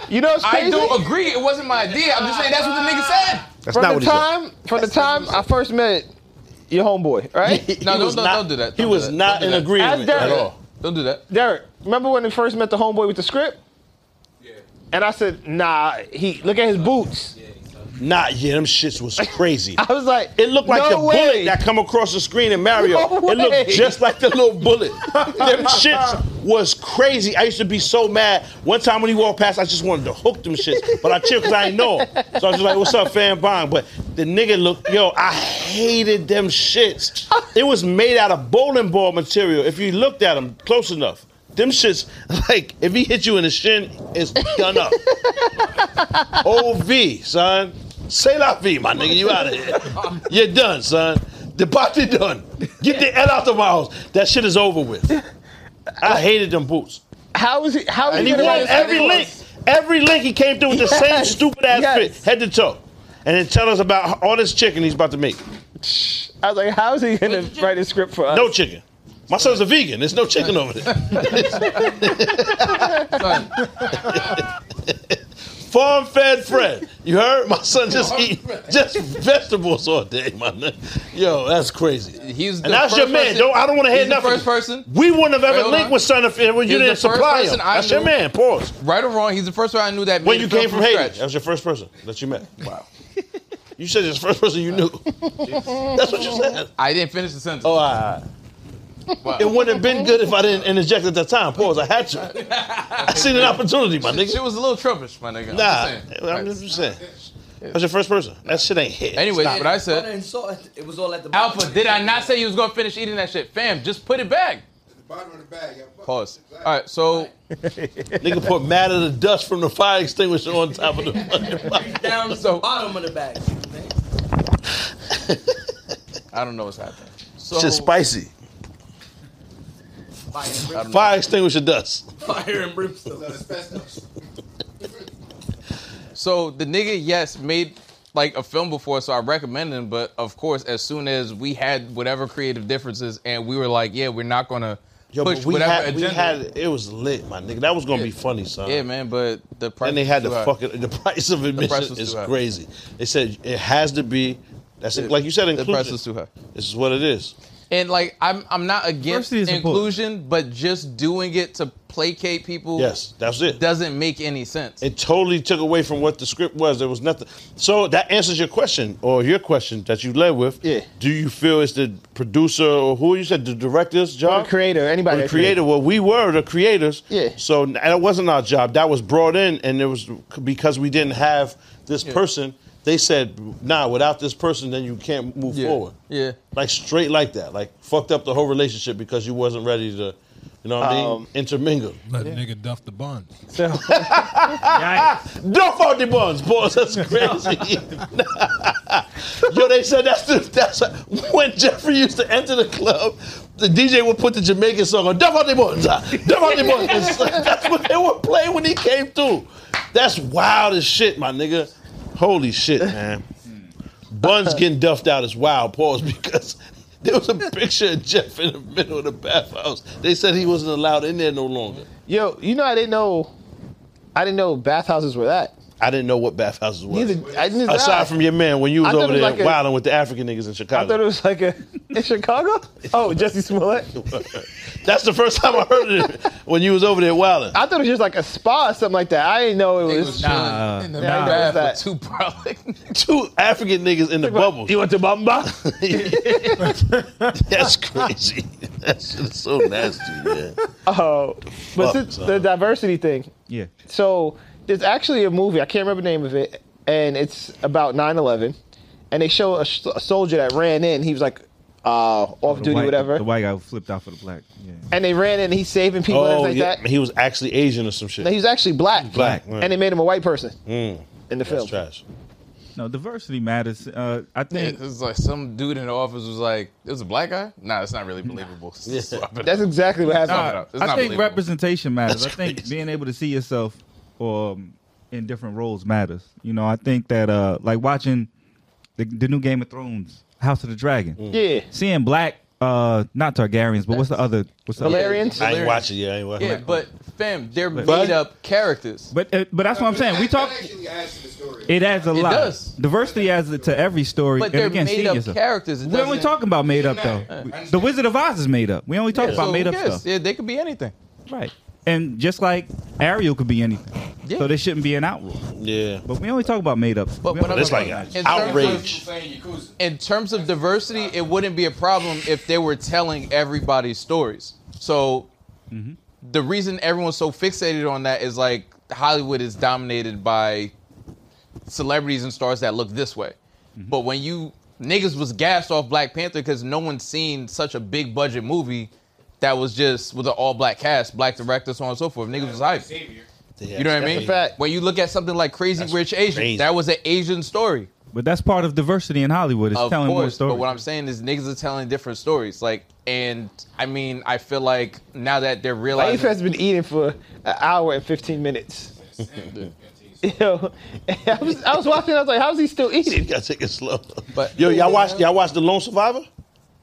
[SPEAKER 4] you know what's
[SPEAKER 8] I
[SPEAKER 4] crazy?
[SPEAKER 8] do agree. It wasn't my idea. I'm just saying that's what the nigga said.
[SPEAKER 1] That's
[SPEAKER 4] from
[SPEAKER 1] not
[SPEAKER 4] the
[SPEAKER 1] what he said.
[SPEAKER 4] time, From the time I first met your homeboy, right?
[SPEAKER 8] No,
[SPEAKER 1] He
[SPEAKER 8] don't,
[SPEAKER 1] was
[SPEAKER 8] don't,
[SPEAKER 1] not-
[SPEAKER 8] don't do that.
[SPEAKER 1] he
[SPEAKER 8] Don't do
[SPEAKER 1] was
[SPEAKER 8] that.
[SPEAKER 1] not
[SPEAKER 8] Don't do
[SPEAKER 1] in
[SPEAKER 8] that.
[SPEAKER 1] agreement
[SPEAKER 4] As Derek.
[SPEAKER 1] at all.
[SPEAKER 8] Don't do that.
[SPEAKER 4] Derek, remember when I first met the homeboy with the script? And I said, nah, he look at his boots.
[SPEAKER 1] Nah, yeah, them shits was crazy.
[SPEAKER 4] I was like,
[SPEAKER 1] It looked like
[SPEAKER 4] no
[SPEAKER 1] the
[SPEAKER 4] way.
[SPEAKER 1] bullet that come across the screen in Mario.
[SPEAKER 4] No
[SPEAKER 1] it looked
[SPEAKER 4] way.
[SPEAKER 1] just like the little bullet. them shits was crazy. I used to be so mad. One time when he walked past, I just wanted to hook them shits, but I chilled because I didn't know him. So I was just like, "What's up, fam?" Bond. But the nigga looked, yo, I hated them shits. It was made out of bowling ball material. If you looked at them close enough, them shits like if he hit you in the shin, it's done up. OV, son. Say la vie, my nigga. You out of here. You're done, son. The party done. Get the hell out of my house. That shit is over with. I hated them boots.
[SPEAKER 4] How is he? How is
[SPEAKER 1] And
[SPEAKER 4] he?
[SPEAKER 1] he
[SPEAKER 4] gonna
[SPEAKER 1] wore
[SPEAKER 4] know
[SPEAKER 1] every
[SPEAKER 4] it's-
[SPEAKER 1] link. Every link he came through with the same
[SPEAKER 4] Yes.
[SPEAKER 1] stupid ass
[SPEAKER 4] Yes.
[SPEAKER 1] fit, head to toe. And then tell us about all this chicken he's about to make.
[SPEAKER 4] I was like, how is he gonna write a script for us?
[SPEAKER 1] No chicken. My son's a vegan. There's no chicken over there.
[SPEAKER 8] Son,
[SPEAKER 1] Farm fed Fred. You heard? My son just eat just vegetables all day, my nigga. Yo, that's crazy.
[SPEAKER 8] he's the
[SPEAKER 1] And that's
[SPEAKER 8] first
[SPEAKER 1] your man.
[SPEAKER 8] person-
[SPEAKER 1] Don't, I don't want to hear
[SPEAKER 8] he's the
[SPEAKER 1] nothing.
[SPEAKER 8] first person.
[SPEAKER 1] We wouldn't have
[SPEAKER 8] Wait,
[SPEAKER 1] ever
[SPEAKER 8] hold
[SPEAKER 1] linked
[SPEAKER 8] on.
[SPEAKER 1] with Son if if you
[SPEAKER 8] He's the
[SPEAKER 1] didn't
[SPEAKER 8] first
[SPEAKER 1] supply him.
[SPEAKER 8] person I
[SPEAKER 1] That's
[SPEAKER 8] knew.
[SPEAKER 1] your man. Pause.
[SPEAKER 8] Right or wrong, he's the first one I knew that made
[SPEAKER 1] When you
[SPEAKER 8] a film
[SPEAKER 1] came from Haiti,
[SPEAKER 8] scratch.
[SPEAKER 1] that was your first person that you met. Wow. you said it's the first person you knew. That's what you said.
[SPEAKER 8] I didn't finish the sentence.
[SPEAKER 1] Oh, all right.
[SPEAKER 8] Wow.
[SPEAKER 1] It wouldn't have been good if I didn't interject at that time. Pause. I had to. I seen an opportunity, my
[SPEAKER 8] Shit
[SPEAKER 1] nigga.
[SPEAKER 8] was a little trumpish, my nigga.
[SPEAKER 1] Nah,
[SPEAKER 8] I'm just saying.
[SPEAKER 1] I'm just saying. That's your first person. That shit ain't hit.
[SPEAKER 8] Anyway,
[SPEAKER 1] Stop.
[SPEAKER 8] but I
[SPEAKER 10] Butter
[SPEAKER 8] said,
[SPEAKER 10] and salt, it was all at the bottom.
[SPEAKER 8] Alpha, did I not say you was gonna finish eating that shit? Fam, just put it back.
[SPEAKER 11] Bottom of the bag. yeah, fuck.
[SPEAKER 8] Pause. All right, so
[SPEAKER 1] nigga put mad of the dust from the fire extinguisher on top of the fucking box.
[SPEAKER 10] Down to
[SPEAKER 8] So-
[SPEAKER 10] the bottom of the bag.
[SPEAKER 8] I don't know what's happening. So
[SPEAKER 1] Shit's spicy.
[SPEAKER 10] Fire and,
[SPEAKER 1] Fire extinguisher dust.
[SPEAKER 10] brim- fire and brimstone.
[SPEAKER 8] So the nigga, yes, made like a film before, so I recommend him. But of course, as soon as we had whatever creative differences, and we were like, yeah, we're not gonna
[SPEAKER 1] Yo,
[SPEAKER 8] push
[SPEAKER 1] but we
[SPEAKER 8] whatever
[SPEAKER 1] had, we
[SPEAKER 8] agenda.
[SPEAKER 1] had it was lit, my nigga. That was gonna be funny, son.
[SPEAKER 8] yeah, man, but the price.
[SPEAKER 1] And they had
[SPEAKER 8] was
[SPEAKER 1] the
[SPEAKER 8] too high.
[SPEAKER 1] fucking the price of
[SPEAKER 8] price
[SPEAKER 1] admission
[SPEAKER 8] was
[SPEAKER 1] is
[SPEAKER 8] too high.
[SPEAKER 1] crazy. They said it has to be. That's like you said,
[SPEAKER 8] the price
[SPEAKER 1] inclusion.
[SPEAKER 8] was too high.
[SPEAKER 1] This is what it is.
[SPEAKER 8] And like, I'm I'm not against
[SPEAKER 5] Diversity is important.
[SPEAKER 8] inclusion, but just doing it to placate people
[SPEAKER 1] Yes, that's it.
[SPEAKER 8] doesn't make any sense.
[SPEAKER 1] It totally took away from what the script was. There was nothing. So that answers your question or your question that you led with.
[SPEAKER 4] Yeah.
[SPEAKER 1] Do you feel it's the producer or who you said the director's job?
[SPEAKER 4] the creator,
[SPEAKER 1] Or
[SPEAKER 4] anybody
[SPEAKER 1] uh, The
[SPEAKER 4] that
[SPEAKER 1] creator. Well, we were the creators.
[SPEAKER 4] Yeah.
[SPEAKER 1] So n- that wasn't our job. That was brought in, and it was because we didn't have this person. They said, "Nah, without this person, then you can't move
[SPEAKER 8] Yeah.
[SPEAKER 1] forward."
[SPEAKER 8] Yeah.
[SPEAKER 1] Like straight like that. Like fucked up the whole relationship because you wasn't ready to You know what I mean?
[SPEAKER 4] Um,
[SPEAKER 1] Intermingle.
[SPEAKER 7] Let a nigga duff the bun.
[SPEAKER 1] Duff out the buns, boys. That's crazy. Yo, they said that's the, that's when Jeffrey used to enter the club. The DJ would put the Jamaican song on. Duff out the buns. ah, Duff out the buns. It's like, that's what they would play when he came through. That's wild as shit, my nigga. Holy shit, man. Buns getting duffed out is wild, pause, because there was a picture of Jeff in the middle of the bathhouse. They said he wasn't allowed in there no longer.
[SPEAKER 4] Yo, you know I didn't know, I didn't know bathhouses were that.
[SPEAKER 1] I didn't know what bathhouses was.
[SPEAKER 4] Neither, I didn't.
[SPEAKER 1] Aside from your man, when you was
[SPEAKER 4] I thought
[SPEAKER 1] over
[SPEAKER 4] it was
[SPEAKER 1] there
[SPEAKER 4] like a-
[SPEAKER 1] wilding with the African niggas in
[SPEAKER 4] I thought it
[SPEAKER 1] Chicago.
[SPEAKER 4] was like a in Chicago. Oh, Jesse Smollett.
[SPEAKER 1] That's the first time I heard it when you was over there wilding.
[SPEAKER 4] I thought it was just like a spa or something like that. I didn't know it
[SPEAKER 8] It
[SPEAKER 4] was.
[SPEAKER 8] was nah, in the
[SPEAKER 5] Uh,
[SPEAKER 4] Nah.
[SPEAKER 8] bath
[SPEAKER 4] Nah.
[SPEAKER 8] with two brolic.
[SPEAKER 1] Two African niggas in the bubble.
[SPEAKER 4] You went to Bamba?
[SPEAKER 1] That's crazy. That shit is so nasty, man.
[SPEAKER 4] Oh, but
[SPEAKER 1] Fuck,
[SPEAKER 4] since
[SPEAKER 1] son.
[SPEAKER 4] the diversity thing.
[SPEAKER 5] Yeah.
[SPEAKER 4] So there's actually a movie I can't remember the name of it, and it's about 9/11, and they show a, s- a soldier that ran in. He was like uh, off
[SPEAKER 5] The
[SPEAKER 4] duty,
[SPEAKER 5] white-
[SPEAKER 4] whatever,
[SPEAKER 5] The white guy flipped out for the black. Yeah.
[SPEAKER 4] and they ran in. and He's saving people and
[SPEAKER 1] Oh,
[SPEAKER 4] things like
[SPEAKER 1] yeah.
[SPEAKER 4] that.
[SPEAKER 1] He was actually Asian or some shit.
[SPEAKER 4] No, he was actually black.
[SPEAKER 1] Black, right.
[SPEAKER 4] and they made him a white person
[SPEAKER 1] Mm,
[SPEAKER 4] in the
[SPEAKER 1] that's
[SPEAKER 4] film.
[SPEAKER 1] trash.
[SPEAKER 5] No, diversity matters. Uh, I
[SPEAKER 8] Yeah,
[SPEAKER 5] think.
[SPEAKER 8] 'cause, like some dude in the office was like, "It was a black guy." Nah, it's not really believable.
[SPEAKER 4] That's exactly what happened.
[SPEAKER 8] Nah, no, it's
[SPEAKER 5] uh, I
[SPEAKER 8] not
[SPEAKER 5] think
[SPEAKER 8] believable.
[SPEAKER 5] representation matters.
[SPEAKER 1] That's
[SPEAKER 5] I think
[SPEAKER 1] crazy.
[SPEAKER 5] being able to see yourself um, in different roles matters. You know, I think that uh, like watching the, the new Game of Thrones, House of the Dragon,
[SPEAKER 8] Mm.
[SPEAKER 4] Yeah,
[SPEAKER 5] seeing black, uh, not Targaryens, but what's the other? What's the other?
[SPEAKER 4] Valerians.
[SPEAKER 1] I ain't watching. Yeah, I ain't watching.
[SPEAKER 8] yeah, but fam, they're
[SPEAKER 1] But-
[SPEAKER 8] made up characters.
[SPEAKER 5] But uh, but that's what I'm saying. We talk.
[SPEAKER 11] That actually adds to the story.
[SPEAKER 5] It adds a lot.
[SPEAKER 8] does.
[SPEAKER 5] Diversity adds it to every story.
[SPEAKER 8] But
[SPEAKER 5] and
[SPEAKER 8] they're
[SPEAKER 5] we can't see
[SPEAKER 8] made up
[SPEAKER 5] yourself.
[SPEAKER 8] characters. It
[SPEAKER 5] We're only
[SPEAKER 8] doesn't-
[SPEAKER 5] talking about made up though.
[SPEAKER 11] Yeah.
[SPEAKER 5] We- The Wizard of Oz is made up. We only talk about
[SPEAKER 8] So
[SPEAKER 5] made
[SPEAKER 8] who
[SPEAKER 5] up
[SPEAKER 8] cares?
[SPEAKER 5] stuff.
[SPEAKER 8] Yeah, they could be anything.
[SPEAKER 5] Right. And just like Ariel could be anything.
[SPEAKER 8] Yeah.
[SPEAKER 5] So there shouldn't be an outrule.
[SPEAKER 1] yeah.
[SPEAKER 5] But we only talk about made up.
[SPEAKER 8] But
[SPEAKER 5] we
[SPEAKER 8] what
[SPEAKER 5] only
[SPEAKER 8] I'm-
[SPEAKER 1] That's
[SPEAKER 5] talk
[SPEAKER 1] like
[SPEAKER 5] about
[SPEAKER 8] In terms of-
[SPEAKER 1] outrage.
[SPEAKER 11] Playing Yakuza.
[SPEAKER 8] in terms of diversity, it wouldn't be a problem if they were telling everybody's stories. So the reason everyone's so fixated on that is like Hollywood is dominated by celebrities and stars that look this way. But when you niggas was gassed off Black Panther because no one's seen such a big budget movie that was just with an all black cast, black director, so on and so forth. Niggas was hyped.
[SPEAKER 11] Xavier.
[SPEAKER 1] Yeah,
[SPEAKER 8] You know what I
[SPEAKER 1] that's
[SPEAKER 8] mean?
[SPEAKER 1] crazy.
[SPEAKER 4] fact.
[SPEAKER 8] When you look at something like Crazy
[SPEAKER 1] That's
[SPEAKER 8] Rich Asian,
[SPEAKER 1] crazy.
[SPEAKER 8] that was an Asian story.
[SPEAKER 5] But that's part of diversity in Hollywood. It's
[SPEAKER 8] Of
[SPEAKER 5] telling more
[SPEAKER 8] course,
[SPEAKER 5] stories.
[SPEAKER 8] but what I'm saying is niggas are telling different stories. Like, and I mean, I feel like now that they're
[SPEAKER 4] Life
[SPEAKER 8] realizing,
[SPEAKER 4] has been eating for an hour and 15 minutes. Yo, I was, I was watching. I was like, "How's he still
[SPEAKER 1] You
[SPEAKER 4] eating?"
[SPEAKER 1] gotta take it slow.
[SPEAKER 8] But-
[SPEAKER 1] Yo, y'all watch y'all watch The Lone Survivor?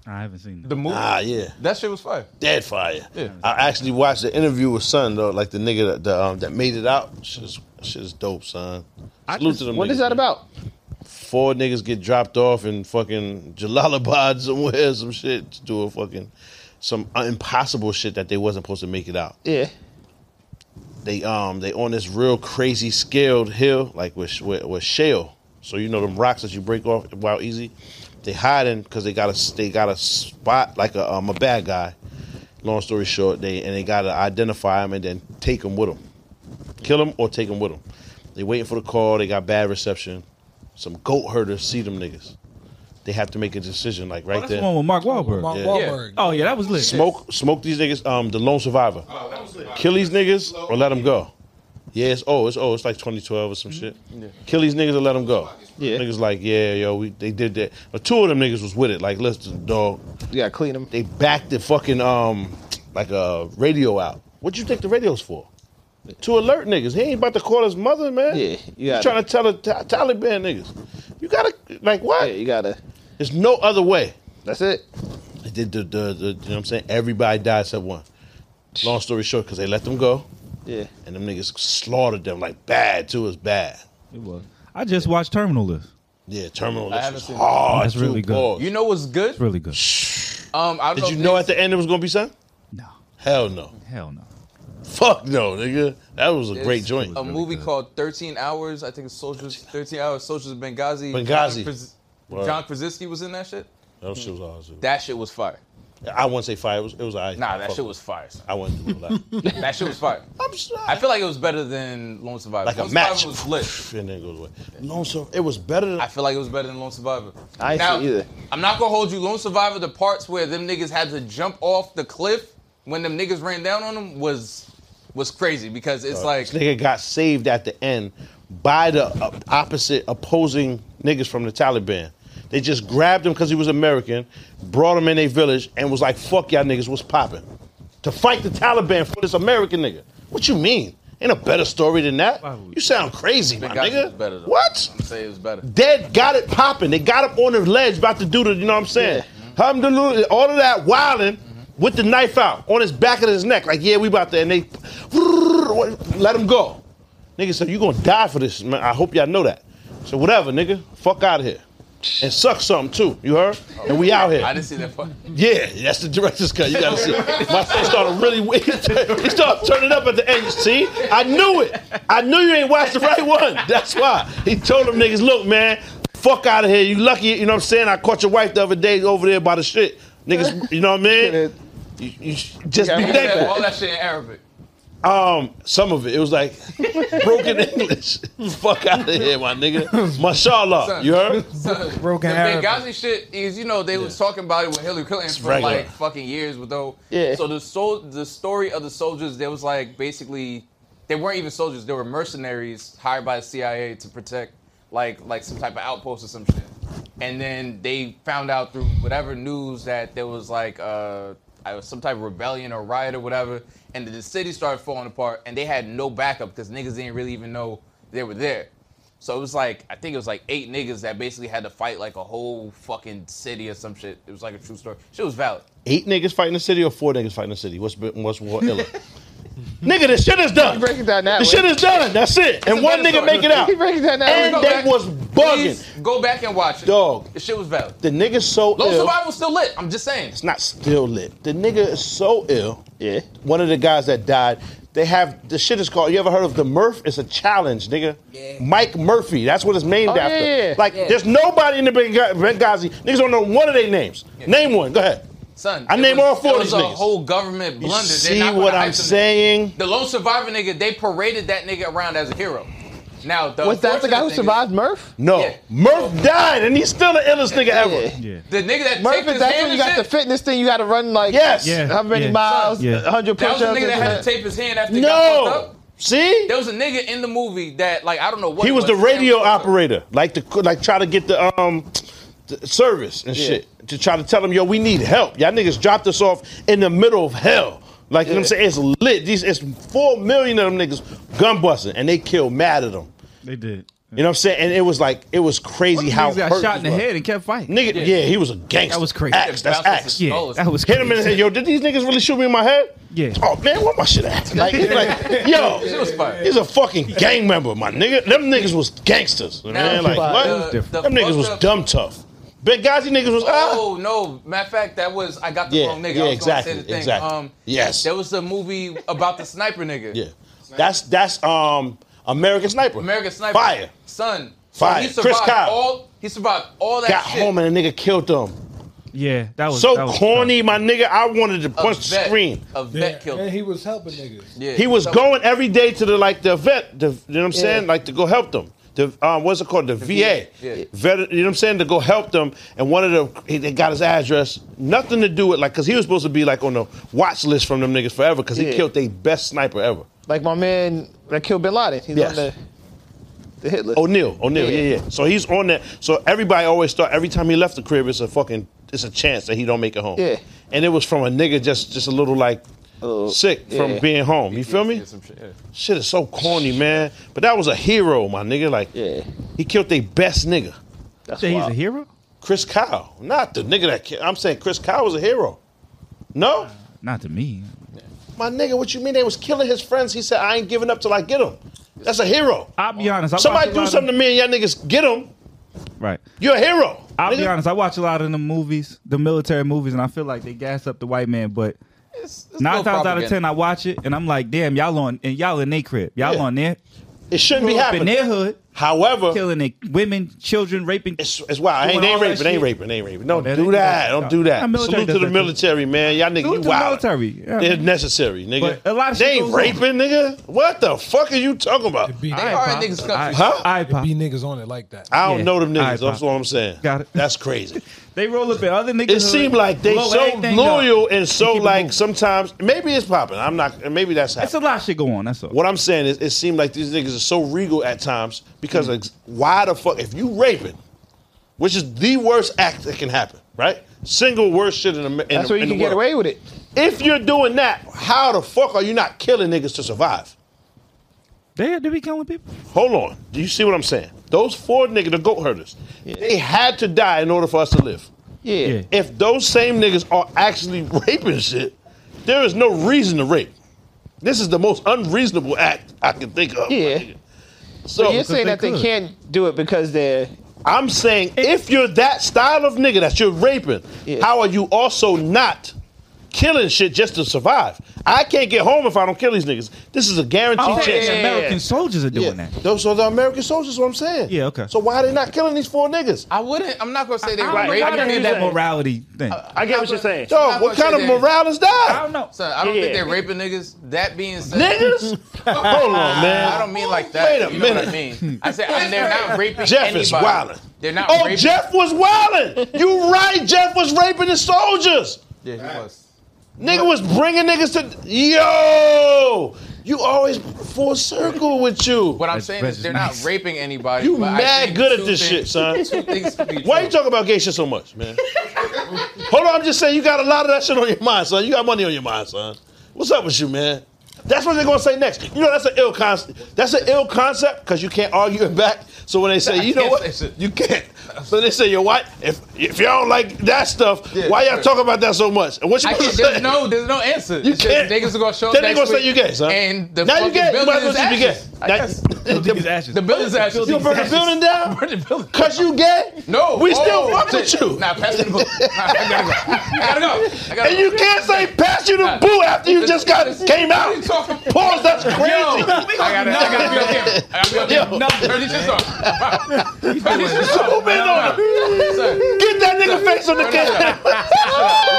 [SPEAKER 5] I haven't seen
[SPEAKER 8] the
[SPEAKER 5] that.
[SPEAKER 8] movie
[SPEAKER 1] Ah, yeah.
[SPEAKER 8] that shit was fire.
[SPEAKER 1] Dead fire.
[SPEAKER 8] Yeah.
[SPEAKER 1] I actually watched the interview with Son though, like the nigga that the, um, that made it out. Shit is, shit is dope, son. Salute to them
[SPEAKER 4] What
[SPEAKER 1] niggas,
[SPEAKER 4] is that
[SPEAKER 1] man.
[SPEAKER 4] about?
[SPEAKER 1] Four niggas get dropped off in fucking Jalalabad somewhere, some shit to do a fucking some impossible shit that they wasn't supposed to make it out.
[SPEAKER 4] Yeah,
[SPEAKER 1] They um they on this real crazy scaled hill like with with, with shale. So you know them rocks that you break off wow easy. They hiding because they got a they got a spot like a um a bad guy. Long story short, they and they gotta identify him and then take him with them, kill him or take him with them. They waiting for the call. They got bad reception. Some goat herders see them niggas. They have to make a decision like right
[SPEAKER 5] Oh, That's the one
[SPEAKER 1] there.
[SPEAKER 5] with Mark Wahlberg.
[SPEAKER 7] Mark
[SPEAKER 1] Yeah.
[SPEAKER 7] Wahlberg.
[SPEAKER 5] Oh yeah, that was lit.
[SPEAKER 1] Smoke smoke these niggas. Um, the lone survivor.
[SPEAKER 11] Oh,
[SPEAKER 1] Kill these niggas or let them go. Yeah, it's oh, it's oh, it's like 2012 or some shit. Kill these niggas or let them go.
[SPEAKER 4] Mm-hmm. Yeah.
[SPEAKER 1] Niggas like, yeah, yo, we, they did that. But two of them niggas was with it. Like, listen, dog,
[SPEAKER 4] you gotta clean them.
[SPEAKER 1] they backed the fucking um like a radio out. What you think the radio's for? To alert niggas. He ain't about to call his mother, man.
[SPEAKER 4] Yeah, you
[SPEAKER 1] You
[SPEAKER 4] gotta-
[SPEAKER 1] trying to tell the Ta- Taliban niggas. You gotta like
[SPEAKER 4] Yeah,
[SPEAKER 1] what?
[SPEAKER 4] you gotta.
[SPEAKER 1] There's no other way.
[SPEAKER 4] That's it.
[SPEAKER 1] They did the, the, the you know what I'm saying? Everybody died except one. Long story short, because they let them go,
[SPEAKER 4] Yeah.
[SPEAKER 1] and them niggas slaughtered them like bad too. It's bad.
[SPEAKER 5] It was. I just watched Terminal List.
[SPEAKER 1] Yeah, Terminal
[SPEAKER 8] I
[SPEAKER 1] List
[SPEAKER 8] haven't
[SPEAKER 1] was
[SPEAKER 8] seen it.
[SPEAKER 1] hard.
[SPEAKER 5] That's
[SPEAKER 1] too,
[SPEAKER 5] really good.
[SPEAKER 1] pause.
[SPEAKER 8] You know what's good?
[SPEAKER 5] It's really good.
[SPEAKER 8] Um, I don't
[SPEAKER 1] Did you
[SPEAKER 8] if
[SPEAKER 1] know at
[SPEAKER 8] it's-
[SPEAKER 1] the end it was gonna be something?
[SPEAKER 5] No,
[SPEAKER 1] Hell no.
[SPEAKER 5] hell no.
[SPEAKER 1] Fuck no, nigga. That was a great
[SPEAKER 8] it's
[SPEAKER 1] joint.
[SPEAKER 8] A
[SPEAKER 5] really
[SPEAKER 8] movie
[SPEAKER 5] good.
[SPEAKER 8] called Thirteen Hours. I think it's Soldiers. Thirteen Hours. Soldiers of Benghazi.
[SPEAKER 1] Benghazi.
[SPEAKER 8] John, Kras-
[SPEAKER 1] Word.
[SPEAKER 8] John Krasinski was in that shit.
[SPEAKER 1] That shit was awesome.
[SPEAKER 8] That shit was fire.
[SPEAKER 1] I wouldn't say fire. It was. It was alright.
[SPEAKER 8] Nah, that
[SPEAKER 1] Fuck
[SPEAKER 8] shit
[SPEAKER 1] it.
[SPEAKER 8] was fire. son.
[SPEAKER 1] I wouldn't do it like.
[SPEAKER 8] That shit was fire.
[SPEAKER 1] I'm sorry.
[SPEAKER 8] I feel like it was better than Lone Survivor.
[SPEAKER 1] like a
[SPEAKER 8] Lone
[SPEAKER 1] match.
[SPEAKER 8] Survivor was lit.
[SPEAKER 1] And then it goes away. No, so it was better than.
[SPEAKER 8] I feel like it was better than Lone Survivor.
[SPEAKER 4] I ain't see either.
[SPEAKER 8] I'm not gonna hold you. Lone Survivor, the parts where them niggas had to jump off the cliff when them niggas ran down on him was was crazy because it's like
[SPEAKER 1] this nigga got saved at the end by the uh, opposite opposing niggas from the Taliban. They just grabbed him because he was American, brought him in a village, and was like, "Fuck y'all niggas, what's poppin'?" To fight the Taliban for this American nigga. What you mean? Ain't a better story than that. You sound crazy, my
[SPEAKER 8] Big Gotti
[SPEAKER 1] nigga.
[SPEAKER 8] was better though.
[SPEAKER 1] What?
[SPEAKER 8] I'm saying it was better.
[SPEAKER 1] Dead got it popping. They got up on the ledge about to do the, you know what I'm saying? Alhamdulillah, all of that wilding with the knife out on his back of his neck. Like, yeah, we about to, and they let him go. Nigga said, you gonna die for this, man. I hope y'all know that. So whatever, nigga, fuck out of here. And suck something too, you heard? And we out here.
[SPEAKER 8] I didn't see that fuck.
[SPEAKER 1] Yeah, that's the director's cut. You gotta see. it. My son started really. He started turning up at the end. See, I knew it. I knew you ain't watched the right one. That's why he told them niggas, look, man, fuck out of here. You lucky, you know what I'm saying? I caught your wife the other day over there by the shit, niggas. You know what I mean? You, you should just be
[SPEAKER 8] Niggas said all
[SPEAKER 1] thankful.
[SPEAKER 8] that shit in Arabic.
[SPEAKER 1] Um, some of it, it was like broken English. fuck out of here, my nigga. Mashallah,
[SPEAKER 8] Son.
[SPEAKER 1] you heard?
[SPEAKER 8] Son,
[SPEAKER 7] Broken
[SPEAKER 8] the
[SPEAKER 7] Arabic.
[SPEAKER 8] Benghazi shit is, you know, they was talking about it with Hillary Clinton for
[SPEAKER 1] regular.
[SPEAKER 8] like fucking years, but though.
[SPEAKER 4] Yeah.
[SPEAKER 8] So the sol- the story of the soldiers, there was like basically, they weren't even soldiers. They were mercenaries hired by the CIA to protect like like some type of outpost or some shit. And then they found out through whatever news that there was like uh, I was some type of rebellion or riot or whatever, and the city started falling apart, and they had no backup because niggas didn't really even know they were there. So it was like I think it was like eight niggas that basically had to fight like a whole fucking city or some shit. It was like a true story. Shit was valid.
[SPEAKER 1] Eight niggas fighting the city or four niggas fighting the city? What's what's more iller? Nigga, the shit is done.
[SPEAKER 4] break it down that
[SPEAKER 1] The
[SPEAKER 4] way.
[SPEAKER 1] shit is done. That's it. And
[SPEAKER 8] a
[SPEAKER 1] one
[SPEAKER 8] better
[SPEAKER 1] nigga
[SPEAKER 8] story.
[SPEAKER 1] make it out.
[SPEAKER 4] He break it down that
[SPEAKER 1] And
[SPEAKER 4] way.
[SPEAKER 8] Go
[SPEAKER 1] they
[SPEAKER 8] back.
[SPEAKER 1] was bugging.
[SPEAKER 8] Please go back and watch it.
[SPEAKER 1] Dog.
[SPEAKER 8] The shit was valid.
[SPEAKER 1] The nigga so
[SPEAKER 8] Low
[SPEAKER 1] ill.
[SPEAKER 8] survival's still lit. I'm just saying.
[SPEAKER 1] It's not still lit. The nigga is so ill.
[SPEAKER 4] Yeah.
[SPEAKER 1] One of the guys that died. They have the shit is called. You ever heard of the Murph? It's a challenge, nigga.
[SPEAKER 10] Yeah.
[SPEAKER 1] Mike Murphy. That's what it's named
[SPEAKER 4] Oh, yeah,
[SPEAKER 1] after.
[SPEAKER 4] yeah.
[SPEAKER 1] Like,
[SPEAKER 10] Yeah.
[SPEAKER 1] there's nobody in the Bengha- Benghazi. Niggas don't know one of their names. Name one. Go ahead.
[SPEAKER 8] Son,
[SPEAKER 1] I
[SPEAKER 8] it
[SPEAKER 1] name
[SPEAKER 8] was-
[SPEAKER 1] all four
[SPEAKER 8] it
[SPEAKER 1] of
[SPEAKER 8] was
[SPEAKER 1] these
[SPEAKER 8] a
[SPEAKER 1] niggas.
[SPEAKER 8] whole government
[SPEAKER 1] You
[SPEAKER 8] blunder. They're
[SPEAKER 1] see
[SPEAKER 8] not gonna
[SPEAKER 1] what
[SPEAKER 8] hype
[SPEAKER 1] I'm
[SPEAKER 8] them.
[SPEAKER 1] saying?
[SPEAKER 8] The lone survivor nigga, they paraded that nigga around as a hero. Now, the
[SPEAKER 4] Was that the guy who
[SPEAKER 8] unfortunate thing
[SPEAKER 4] survived Murph?
[SPEAKER 1] No.
[SPEAKER 8] Yeah.
[SPEAKER 1] Murph died, and he's still the illest nigga ever.
[SPEAKER 4] Yeah.
[SPEAKER 5] Yeah.
[SPEAKER 8] is The nigga that
[SPEAKER 4] Murph
[SPEAKER 8] taped
[SPEAKER 4] is that's
[SPEAKER 8] his
[SPEAKER 4] when
[SPEAKER 8] hand
[SPEAKER 4] you
[SPEAKER 8] and
[SPEAKER 4] got the
[SPEAKER 8] shit.
[SPEAKER 4] fitness thing. You got to run like
[SPEAKER 1] Yes.
[SPEAKER 5] Yeah.
[SPEAKER 4] how many
[SPEAKER 5] Yeah.
[SPEAKER 4] miles,
[SPEAKER 5] Yeah.
[SPEAKER 4] hundred
[SPEAKER 8] that was the
[SPEAKER 4] push-ups.
[SPEAKER 8] nigga that had to
[SPEAKER 4] and-
[SPEAKER 8] tape his hand after he got fucked
[SPEAKER 1] No.
[SPEAKER 8] up.
[SPEAKER 1] See?
[SPEAKER 8] There was a nigga in the movie that, like, I don't know what
[SPEAKER 1] He
[SPEAKER 8] it
[SPEAKER 1] was the
[SPEAKER 8] his hand
[SPEAKER 1] radio
[SPEAKER 8] fucked up.
[SPEAKER 1] operator, like the like try to get the um the service and shit to try to tell them, yo, we need help. Y'all niggas dropped us off in the middle of hell. Like you know what I'm saying, it's lit. These it's four million of them niggas gun busting, and they killed mad at them.
[SPEAKER 5] They did.
[SPEAKER 1] You know what I'm saying? And it was like it was crazy
[SPEAKER 5] These
[SPEAKER 1] how
[SPEAKER 5] niggas got
[SPEAKER 1] hurt
[SPEAKER 5] shot in
[SPEAKER 1] he
[SPEAKER 5] the
[SPEAKER 1] was.
[SPEAKER 5] head and kept fighting.
[SPEAKER 1] Nigga, yeah. he was a gangster.
[SPEAKER 5] That was crazy.
[SPEAKER 1] Axe, that's
[SPEAKER 8] Bounced his
[SPEAKER 1] axe.
[SPEAKER 5] Yeah,
[SPEAKER 8] skull or
[SPEAKER 5] that was
[SPEAKER 1] Oh, Hit him in the head. Yo, did these niggas really shoot me in my head?
[SPEAKER 5] Yeah.
[SPEAKER 1] Oh man, where my shit at? Like, it's like
[SPEAKER 8] Shit
[SPEAKER 1] yo,
[SPEAKER 8] was fire.
[SPEAKER 1] he's a fucking gang member, my nigga. Them niggas was gangsters, man. Like
[SPEAKER 8] the-
[SPEAKER 1] what?
[SPEAKER 8] uh, the
[SPEAKER 1] Them niggas was
[SPEAKER 8] fucked up-
[SPEAKER 1] dumb tough. Benghazi niggas was ah.
[SPEAKER 8] Oh no! Matter of fact, that was I got the
[SPEAKER 1] Yeah,
[SPEAKER 8] wrong nigga.
[SPEAKER 1] yeah,
[SPEAKER 8] I was
[SPEAKER 1] exactly,
[SPEAKER 8] Gonna say the thing.
[SPEAKER 1] exactly.
[SPEAKER 8] Um,
[SPEAKER 1] Yes.
[SPEAKER 8] There was a movie about the sniper nigga.
[SPEAKER 1] Yeah, that's that's um American Sniper.
[SPEAKER 8] American Sniper.
[SPEAKER 1] Fire.
[SPEAKER 8] Son.
[SPEAKER 1] Fire.
[SPEAKER 8] He
[SPEAKER 1] Chris
[SPEAKER 8] survived
[SPEAKER 1] Kyle.
[SPEAKER 8] all. He survived all that
[SPEAKER 1] Got
[SPEAKER 8] shit.
[SPEAKER 1] home and a nigga killed them.
[SPEAKER 5] Yeah, that was
[SPEAKER 1] So
[SPEAKER 5] that was
[SPEAKER 1] corny, my nigga. I wanted to
[SPEAKER 8] A
[SPEAKER 1] punch the
[SPEAKER 8] vet-
[SPEAKER 1] screen.
[SPEAKER 8] A vet killed
[SPEAKER 7] And
[SPEAKER 8] him.
[SPEAKER 7] he was helping niggas.
[SPEAKER 8] Yeah.
[SPEAKER 1] He was
[SPEAKER 8] So-
[SPEAKER 1] going every day to the like the vet. The, you know what I'm saying? Like to go help them. The um, what's it called? The, VA.
[SPEAKER 8] VA, yeah.
[SPEAKER 1] Vet- you know what I'm saying? To go help them. And one of them, he, they got his address. Nothing to do with like, cause he was supposed to be like on the watch list from them niggas forever, cause
[SPEAKER 4] Yeah.
[SPEAKER 1] he killed their best sniper ever.
[SPEAKER 4] Like my man that killed Bin Laden. He's
[SPEAKER 1] Yes.
[SPEAKER 4] on the the hit list.
[SPEAKER 1] O'Neal, O'Neal,
[SPEAKER 4] Yeah.
[SPEAKER 1] yeah. yeah, So he's on that. So everybody always thought every time he left the crib, it's a fucking, it's a chance that he don't make it home.
[SPEAKER 4] Yeah.
[SPEAKER 1] And it was from a nigga just, just a little like
[SPEAKER 4] little-
[SPEAKER 1] sick from
[SPEAKER 4] yeah.
[SPEAKER 1] being home. You feel me?
[SPEAKER 8] Yeah, some shit, yeah.
[SPEAKER 1] Shit is so corny, man. But that was a hero, my nigga. Like,
[SPEAKER 4] Yeah.
[SPEAKER 1] he killed their best nigga,
[SPEAKER 5] tough. Say he's a hero?
[SPEAKER 1] Chris Kyle. Not the nigga that. ki- I'm saying Chris Kyle was a hero. No,
[SPEAKER 5] Not to me.
[SPEAKER 1] my nigga. What you mean? They was killing his friends. He said, "I ain't giving up till I get him." That's a hero.
[SPEAKER 5] I'll be honest. I watch
[SPEAKER 1] Somebody
[SPEAKER 5] a
[SPEAKER 1] do
[SPEAKER 5] lot of-
[SPEAKER 1] something to me and y'all niggas get him.
[SPEAKER 5] Right.
[SPEAKER 1] You're a hero.
[SPEAKER 5] I'll be
[SPEAKER 1] nigga.
[SPEAKER 5] honest. I watch a lot of the movies, the military movies, and I feel like they gas up the white man. But
[SPEAKER 8] It's- it's
[SPEAKER 5] nine
[SPEAKER 8] no
[SPEAKER 5] times out of
[SPEAKER 8] propaganda.
[SPEAKER 5] ten, I watch it and I'm like, damn, y'all on and y'all in they crib, y'all
[SPEAKER 1] Yeah.
[SPEAKER 5] on there,
[SPEAKER 1] It shouldn't be
[SPEAKER 5] up in
[SPEAKER 1] happening.
[SPEAKER 5] their hood.
[SPEAKER 1] However,
[SPEAKER 5] killing it. women, children, raping.
[SPEAKER 1] It's, it's wild. They ain't, they ain't raping. They ain't raping. They ain't raping. Don't
[SPEAKER 5] they
[SPEAKER 1] do
[SPEAKER 5] ain't
[SPEAKER 1] that.
[SPEAKER 5] doing
[SPEAKER 1] Don't
[SPEAKER 5] that.
[SPEAKER 1] do
[SPEAKER 5] Nah,
[SPEAKER 1] that.
[SPEAKER 5] military
[SPEAKER 1] Salute to
[SPEAKER 5] does
[SPEAKER 1] the
[SPEAKER 5] that too.
[SPEAKER 1] military, man. Y'all nigga,
[SPEAKER 5] Salute
[SPEAKER 1] you
[SPEAKER 5] to the
[SPEAKER 1] wild.
[SPEAKER 5] military. Yeah.
[SPEAKER 1] It's necessary, nigga.
[SPEAKER 5] But a lot of
[SPEAKER 1] they
[SPEAKER 5] shit
[SPEAKER 1] ain't
[SPEAKER 5] goes on.
[SPEAKER 1] raping, nigga. What the fuck are you talking about?
[SPEAKER 7] Be,
[SPEAKER 3] They
[SPEAKER 5] Alright,
[SPEAKER 3] are
[SPEAKER 5] Pop.
[SPEAKER 3] niggas country.
[SPEAKER 1] Huh?
[SPEAKER 5] Alright,
[SPEAKER 7] it
[SPEAKER 5] Pop.
[SPEAKER 7] be niggas on it like that.
[SPEAKER 1] I don't
[SPEAKER 5] Yeah.
[SPEAKER 1] know them
[SPEAKER 5] All right,
[SPEAKER 1] niggas. That's
[SPEAKER 5] Pop.
[SPEAKER 1] what I'm saying.
[SPEAKER 5] Got it.
[SPEAKER 1] That's crazy.
[SPEAKER 5] They roll up in other niggas.
[SPEAKER 1] It seemed like they
[SPEAKER 5] blow
[SPEAKER 1] so
[SPEAKER 5] everything up.
[SPEAKER 1] loyal and so
[SPEAKER 5] keep it
[SPEAKER 1] like
[SPEAKER 5] moving.
[SPEAKER 1] sometimes maybe it's popping. I'm not. Maybe that's
[SPEAKER 5] It's a
[SPEAKER 1] happening.
[SPEAKER 5] lot of shit going on. That's all.
[SPEAKER 1] What I'm saying is, it seemed like these niggas are so regal at times because
[SPEAKER 4] Mm.
[SPEAKER 1] like, why the fuck if you raping, which is the worst act that can happen, right? Single worst shit in the in
[SPEAKER 4] That's
[SPEAKER 1] the,
[SPEAKER 4] where you
[SPEAKER 1] in the
[SPEAKER 4] can get
[SPEAKER 1] world.
[SPEAKER 4] away with it.
[SPEAKER 1] If you're doing that, how the fuck are you not killing niggas to survive?
[SPEAKER 5] They they be killing people.
[SPEAKER 1] Hold on. Do you see what I'm saying? Those four niggas, the goat herders, they had to die in order for us to live.
[SPEAKER 4] Yeah.
[SPEAKER 5] Yeah. Oh,
[SPEAKER 1] If those same niggas are actually raping shit, there is no reason to rape. This is the most unreasonable act I can think of. my
[SPEAKER 4] Yeah.
[SPEAKER 1] nigga.
[SPEAKER 4] So
[SPEAKER 1] So
[SPEAKER 4] you're saying
[SPEAKER 5] they
[SPEAKER 4] that they
[SPEAKER 5] could.
[SPEAKER 4] can't do it because they're
[SPEAKER 1] I'm saying if you're that style of nigga that you're raping,
[SPEAKER 4] Yeah.
[SPEAKER 1] how are you also not killing shit just to survive? I can't get home if I don't kill these niggas. This is a guaranteed
[SPEAKER 5] I'm
[SPEAKER 1] chance.
[SPEAKER 5] saying American soldiers are doing
[SPEAKER 1] Yeah.
[SPEAKER 5] Oh, that.
[SPEAKER 1] Those are the American soldiers, is what I'm saying.
[SPEAKER 5] Yeah, okay.
[SPEAKER 1] So why are they not killing these four niggas?
[SPEAKER 8] I wouldn't. I'm not gonna say they
[SPEAKER 5] I don't know
[SPEAKER 8] were
[SPEAKER 5] why
[SPEAKER 8] raping.
[SPEAKER 5] they did
[SPEAKER 8] niggas.
[SPEAKER 5] that morality thing.
[SPEAKER 2] I get what you're saying.
[SPEAKER 1] Dog, what kind of morale is
[SPEAKER 5] I
[SPEAKER 1] that?
[SPEAKER 5] don't know.
[SPEAKER 8] Son, I don't think
[SPEAKER 2] Yeah.
[SPEAKER 8] they're raping niggas. That being said,
[SPEAKER 1] Niggas? Hold on, man.
[SPEAKER 8] I don't mean like that.
[SPEAKER 1] Wait a
[SPEAKER 8] you know what I
[SPEAKER 1] minute.
[SPEAKER 8] mean? I said and they're not raping
[SPEAKER 1] Jeff
[SPEAKER 8] anybody.
[SPEAKER 1] is wildin'.
[SPEAKER 8] They're not
[SPEAKER 1] Oh,
[SPEAKER 8] raping.
[SPEAKER 1] Jeff was wildin'. You right, Jeff was raping the soldiers.
[SPEAKER 8] Yeah, he was.
[SPEAKER 1] Nigga was bringing niggas to. Yo! You always full circle with you.
[SPEAKER 8] What I'm
[SPEAKER 5] That's-
[SPEAKER 8] saying
[SPEAKER 5] that's
[SPEAKER 8] is they're
[SPEAKER 5] nice.
[SPEAKER 8] not raping anybody.
[SPEAKER 1] You
[SPEAKER 8] but I
[SPEAKER 1] mad
[SPEAKER 8] think
[SPEAKER 1] good
[SPEAKER 8] two
[SPEAKER 1] at this shit,
[SPEAKER 8] things-
[SPEAKER 1] son.
[SPEAKER 8] Two things could be
[SPEAKER 1] Why you
[SPEAKER 8] true.
[SPEAKER 1] talking about gay shit so much, man? Hold on, I'm just saying you got a lot of that shit on your mind, son. You got money on your mind, son. What's up with you, man? That's what they're gonna say next. You know that's an ill concept. That's an ill concept because you can't argue it back. So when they say, you know
[SPEAKER 8] can't
[SPEAKER 1] what,
[SPEAKER 8] say shit.
[SPEAKER 1] you can't. So they say, your wife, if if y'all don't like that stuff,
[SPEAKER 8] Yeah,
[SPEAKER 1] why y'all
[SPEAKER 8] sure.
[SPEAKER 1] talking about that so much? And what you
[SPEAKER 8] I
[SPEAKER 1] gonna
[SPEAKER 8] can't,
[SPEAKER 1] say?
[SPEAKER 8] there's no, there's no answer.
[SPEAKER 1] You
[SPEAKER 8] It's
[SPEAKER 1] can't.
[SPEAKER 8] Just, niggas are gonna show up.
[SPEAKER 1] Then they
[SPEAKER 8] next
[SPEAKER 1] gonna say
[SPEAKER 8] week,
[SPEAKER 1] you gay, son.
[SPEAKER 8] And the
[SPEAKER 1] now you
[SPEAKER 8] fucking
[SPEAKER 1] gay. You
[SPEAKER 8] building
[SPEAKER 1] might as
[SPEAKER 8] is
[SPEAKER 1] well just be gay.
[SPEAKER 8] ashes.
[SPEAKER 1] Now-
[SPEAKER 5] Niggas ashes.
[SPEAKER 8] The building's ashes.
[SPEAKER 1] You burn the building down?
[SPEAKER 8] Burn the building.
[SPEAKER 1] Cause you gay?
[SPEAKER 8] No,
[SPEAKER 1] We still
[SPEAKER 8] oh,
[SPEAKER 1] fuck with
[SPEAKER 8] shit.
[SPEAKER 1] you.
[SPEAKER 8] Nah, pass me the book. Nah, I gotta go. I gotta go. I gotta
[SPEAKER 1] And
[SPEAKER 8] go.
[SPEAKER 1] you can't say pass you the boo after you just got came out. Pause, that's
[SPEAKER 8] Yo,
[SPEAKER 1] crazy.
[SPEAKER 8] I gotta, I gotta be on camera. I gotta be on camera. Turn this shit off. Turn this shit off.
[SPEAKER 1] Who been on it?
[SPEAKER 8] Son,
[SPEAKER 1] Get that nigga face on the camera.
[SPEAKER 8] we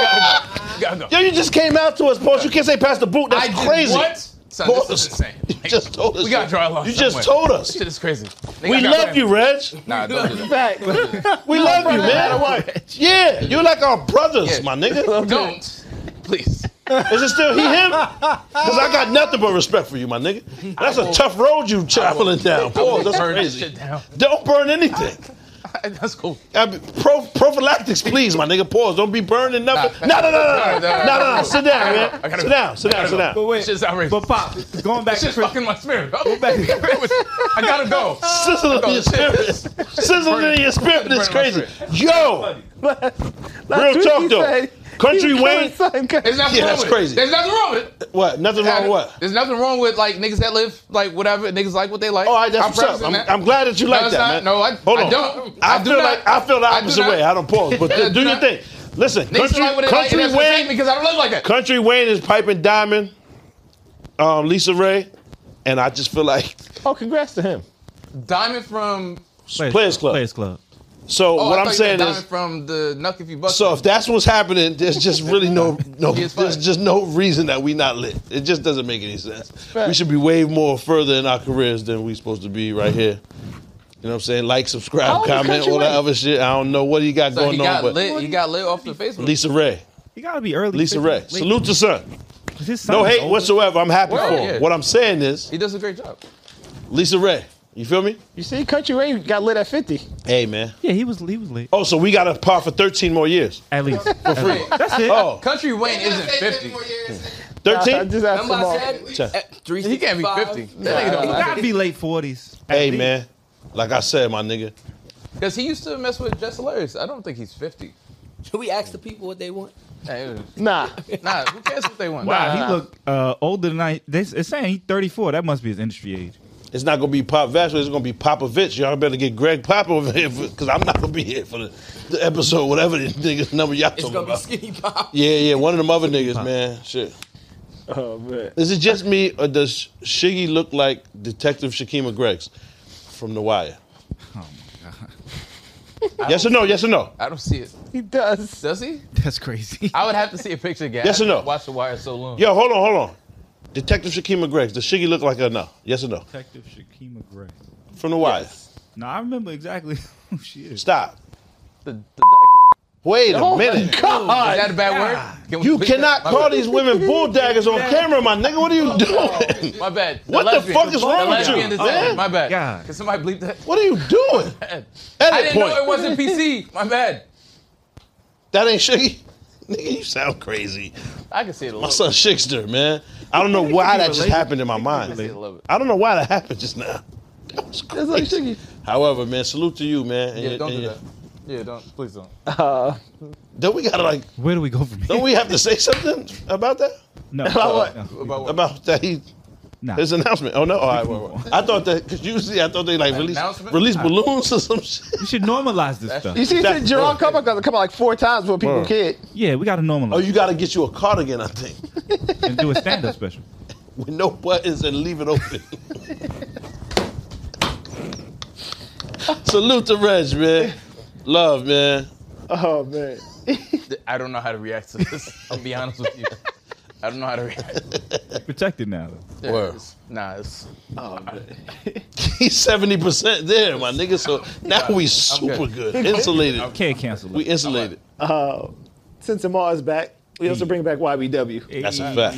[SPEAKER 8] gotta go.
[SPEAKER 1] Yo, you just came out to us, Pause. You can't say pass the boot. That's
[SPEAKER 8] I did
[SPEAKER 1] crazy.
[SPEAKER 8] what? Son,
[SPEAKER 1] Pause.
[SPEAKER 8] this is insane.
[SPEAKER 1] You just told us.
[SPEAKER 8] We gotta draw a line
[SPEAKER 1] You just
[SPEAKER 8] somewhere.
[SPEAKER 1] told us.
[SPEAKER 8] This shit is crazy. Nigga, I
[SPEAKER 1] We
[SPEAKER 8] gotta
[SPEAKER 1] love
[SPEAKER 8] go.
[SPEAKER 1] you, Reg.
[SPEAKER 8] Nah, don't do that.
[SPEAKER 1] We love you, man. Yeah, you're like our brothers,
[SPEAKER 8] Yeah.
[SPEAKER 1] my nigga.
[SPEAKER 8] Don't. Please.
[SPEAKER 1] Is it still he him? Because I got nothing but respect for you, my nigga. That's a tough road you traveling down. Pause. That's
[SPEAKER 8] Turn this
[SPEAKER 1] crazy.
[SPEAKER 8] shit down.
[SPEAKER 1] Don't burn anything.
[SPEAKER 8] That's cool.
[SPEAKER 1] I mean, pro- prophylactics, please, my nigga. Pause. Don't be burning nothing.
[SPEAKER 8] Nah,
[SPEAKER 1] No, no, no, no,
[SPEAKER 8] nah,
[SPEAKER 1] no,
[SPEAKER 8] nah,
[SPEAKER 1] no,
[SPEAKER 8] nah.
[SPEAKER 1] no. Sit down,
[SPEAKER 8] I gotta
[SPEAKER 1] man.
[SPEAKER 8] go. I gotta
[SPEAKER 1] Sit
[SPEAKER 8] go.
[SPEAKER 1] down, sit down, sit down.
[SPEAKER 5] But wait,
[SPEAKER 8] This shit's outrageous.
[SPEAKER 5] but pop, going back
[SPEAKER 8] This
[SPEAKER 5] to
[SPEAKER 8] shit's
[SPEAKER 5] Chris,
[SPEAKER 8] fucking my spirit.
[SPEAKER 5] back to
[SPEAKER 8] I gotta go.
[SPEAKER 1] Sizzling in your spirit. Sizzling in your spirit. This crazy. Yo, real talk though. Country Wayne.
[SPEAKER 8] There's nothing
[SPEAKER 1] Yeah,
[SPEAKER 8] wrong
[SPEAKER 1] that's
[SPEAKER 8] with
[SPEAKER 1] crazy.
[SPEAKER 8] it. There's nothing wrong with it.
[SPEAKER 1] What? Nothing wrong with what?
[SPEAKER 8] There's nothing wrong with like niggas that live like whatever niggas like what they like.
[SPEAKER 1] Oh, All right, that's
[SPEAKER 8] I'm
[SPEAKER 1] what's up.
[SPEAKER 8] prefacing
[SPEAKER 1] I'm,
[SPEAKER 8] that.
[SPEAKER 1] I'm glad that you
[SPEAKER 8] No,
[SPEAKER 1] like
[SPEAKER 8] it's
[SPEAKER 1] that,
[SPEAKER 8] not.
[SPEAKER 1] man.
[SPEAKER 8] No, I-
[SPEAKER 1] Hold
[SPEAKER 8] I
[SPEAKER 1] on.
[SPEAKER 8] don't.
[SPEAKER 1] I,
[SPEAKER 8] I do
[SPEAKER 1] feel
[SPEAKER 8] not.
[SPEAKER 1] like I feel the
[SPEAKER 8] I do
[SPEAKER 1] opposite
[SPEAKER 8] not.
[SPEAKER 1] way. I don't pause, but do
[SPEAKER 8] do
[SPEAKER 1] your
[SPEAKER 8] not.
[SPEAKER 1] thing. Listen,
[SPEAKER 8] Niggas
[SPEAKER 1] country,
[SPEAKER 8] like what they like, and
[SPEAKER 1] country
[SPEAKER 8] that's the thing,
[SPEAKER 1] Wayne.
[SPEAKER 8] because I don't live like that.
[SPEAKER 1] Country Wayne is piping Diamond, um, Lisa Ray, and I just feel like
[SPEAKER 4] oh, congrats to him.
[SPEAKER 8] Diamond from
[SPEAKER 1] Players Club.
[SPEAKER 5] Players Club.
[SPEAKER 1] So
[SPEAKER 8] oh,
[SPEAKER 1] what
[SPEAKER 8] I
[SPEAKER 1] I'm
[SPEAKER 8] thought you
[SPEAKER 1] saying
[SPEAKER 8] meant
[SPEAKER 1] is,
[SPEAKER 8] Diamond from the Nuck if you bust.
[SPEAKER 1] so if that's what's happening, there's just really no no
[SPEAKER 8] It's fine.
[SPEAKER 1] there's just no reason that we not lit. It just doesn't make any sense. We should be way more further in our careers than we supposed to be right here. You know what I'm saying? Like,
[SPEAKER 4] How
[SPEAKER 1] subscribe,
[SPEAKER 4] old is
[SPEAKER 1] comment,
[SPEAKER 4] Country
[SPEAKER 1] all that
[SPEAKER 4] Wayne?
[SPEAKER 1] other shit. I don't know what he got
[SPEAKER 8] so
[SPEAKER 1] going
[SPEAKER 8] he
[SPEAKER 1] on,
[SPEAKER 8] got
[SPEAKER 1] but
[SPEAKER 8] lit. He got lit off the Facebook.
[SPEAKER 1] Lisa Ray,
[SPEAKER 5] You gotta be early.
[SPEAKER 1] Lisa Ray,
[SPEAKER 5] Late.
[SPEAKER 1] salute the son.
[SPEAKER 5] His son
[SPEAKER 1] No
[SPEAKER 5] is
[SPEAKER 1] hate
[SPEAKER 5] old.
[SPEAKER 1] whatsoever. I'm happy
[SPEAKER 8] Word,
[SPEAKER 1] for him.
[SPEAKER 8] yeah.
[SPEAKER 1] What I'm saying is,
[SPEAKER 8] He does a great job.
[SPEAKER 1] Lisa Ray, you feel me?
[SPEAKER 4] You see, Country Ray got lit at 50.
[SPEAKER 1] Hey man.
[SPEAKER 5] Yeah, he was he was late.
[SPEAKER 1] Oh, so we got a par for 13 more years.
[SPEAKER 5] At least for
[SPEAKER 8] free.
[SPEAKER 5] That's it.
[SPEAKER 1] Oh,
[SPEAKER 8] Country Wayne isn't
[SPEAKER 11] Say
[SPEAKER 8] 50.
[SPEAKER 11] more years.
[SPEAKER 4] I
[SPEAKER 1] 13?
[SPEAKER 4] just asked him all.
[SPEAKER 10] Somebody said at three.
[SPEAKER 8] He can't be 50. That nigga don't
[SPEAKER 5] He gotta be late forties.
[SPEAKER 1] Hey man. Like I said, my nigga.
[SPEAKER 8] Because he used to mess with Jess Hilarious. I don't think he's 50.
[SPEAKER 10] Should we ask the people what they want?
[SPEAKER 8] Hey,
[SPEAKER 4] Nah,
[SPEAKER 8] nah, who cares what they want?
[SPEAKER 5] Wow, he look uh, older than I. They, it's saying he's 34. That must be his industry age.
[SPEAKER 1] It's not gonna be Pop Vasquez. It's gonna be Popovich. Y'all better get Greg Pop over here because I'm not gonna be here for the, the episode. Whatever the niggas number y'all
[SPEAKER 10] It's
[SPEAKER 1] talking
[SPEAKER 10] gonna be
[SPEAKER 1] about.
[SPEAKER 10] skinny pop.
[SPEAKER 1] yeah, yeah, one of them other niggas, man. Shit.
[SPEAKER 4] oh man,
[SPEAKER 1] Is it just me or does Shiggy look like Detective Shakima Greggs? from The Wire? Oh my god. Yes or no? Yes or no?
[SPEAKER 8] I don't see it.
[SPEAKER 4] He does.
[SPEAKER 8] Does he?
[SPEAKER 5] That's crazy.
[SPEAKER 8] I would have to see a picture again.
[SPEAKER 1] Yes
[SPEAKER 8] I
[SPEAKER 1] or no?
[SPEAKER 8] haven't Watched The Wire so long.
[SPEAKER 1] Yo, hold on, hold on. Detective Shaquem McGreggs, does Shiggy look like her now? Yes or no?
[SPEAKER 5] Detective Shaquem McGray.
[SPEAKER 1] From The Wire.
[SPEAKER 5] No, I remember exactly who she is.
[SPEAKER 1] Stop.
[SPEAKER 8] The, the
[SPEAKER 1] Wait a minute.
[SPEAKER 8] Is that a bad word? Can we
[SPEAKER 1] You
[SPEAKER 8] bleep
[SPEAKER 1] cannot
[SPEAKER 8] that? My
[SPEAKER 1] call
[SPEAKER 8] bad.
[SPEAKER 1] these women bull daggers on camera, my nigga. What are you doing?
[SPEAKER 8] My bad.
[SPEAKER 1] What the
[SPEAKER 8] lesbian.
[SPEAKER 1] fuck is wrong with
[SPEAKER 8] lesbian
[SPEAKER 1] you,
[SPEAKER 8] is dead.
[SPEAKER 1] man?
[SPEAKER 8] My bad.
[SPEAKER 5] God.
[SPEAKER 8] Can somebody bleep that?
[SPEAKER 1] What are you doing?
[SPEAKER 8] Edit I
[SPEAKER 1] Edit
[SPEAKER 8] didn't
[SPEAKER 1] point.
[SPEAKER 8] know it wasn't PC. My bad.
[SPEAKER 1] That ain't Shiggy. Nigga, you sound crazy.
[SPEAKER 8] I can see it a little.
[SPEAKER 1] My son Shigster, man. I don't know why that just happened in my mind.
[SPEAKER 8] related. I love it.
[SPEAKER 1] I don't know why that happened just now. That was crazy. However, man, salute to you, man. and
[SPEAKER 8] Yeah,
[SPEAKER 1] your-
[SPEAKER 8] don't
[SPEAKER 1] and
[SPEAKER 8] do
[SPEAKER 1] your-
[SPEAKER 8] that. Yeah, don't. Please don't.
[SPEAKER 1] Don't we gotta like?
[SPEAKER 5] Where do we go from here?
[SPEAKER 1] Don't we have to say something about that?
[SPEAKER 5] no.
[SPEAKER 1] About what?
[SPEAKER 5] No.
[SPEAKER 8] About what?
[SPEAKER 1] About that he
[SPEAKER 5] Nah.
[SPEAKER 1] his announcement? Oh no! All right, wait, wait. I thought that because usually I thought they like release
[SPEAKER 8] announcement?
[SPEAKER 1] release
[SPEAKER 7] Uh.
[SPEAKER 1] balloons or some shit.
[SPEAKER 5] We should normalize this stuff.
[SPEAKER 4] You see,
[SPEAKER 1] That's
[SPEAKER 4] that Jerome come up, come up like four times when people
[SPEAKER 1] Word.
[SPEAKER 4] kid.
[SPEAKER 5] Yeah, we got to normalize
[SPEAKER 1] Oh, you gotta get you a cardigan, I think,
[SPEAKER 5] and do a stand-up special.
[SPEAKER 1] with no buttons and leave it open. Salute to Reg, man. Love, man.
[SPEAKER 4] Oh man.
[SPEAKER 8] I don't know how to react to this. I'll be honest with you. I don't know how to react.
[SPEAKER 5] Protected now. Though.
[SPEAKER 8] Yeah,
[SPEAKER 1] Word.
[SPEAKER 8] it's- Nah, it's,
[SPEAKER 1] He's seventy percent there, my nigga. So now we super good, insulated.
[SPEAKER 5] Can't cancel it.
[SPEAKER 1] We insulated.
[SPEAKER 4] Uh, since Amar is back, we also bring back YBW.
[SPEAKER 1] That's a fact.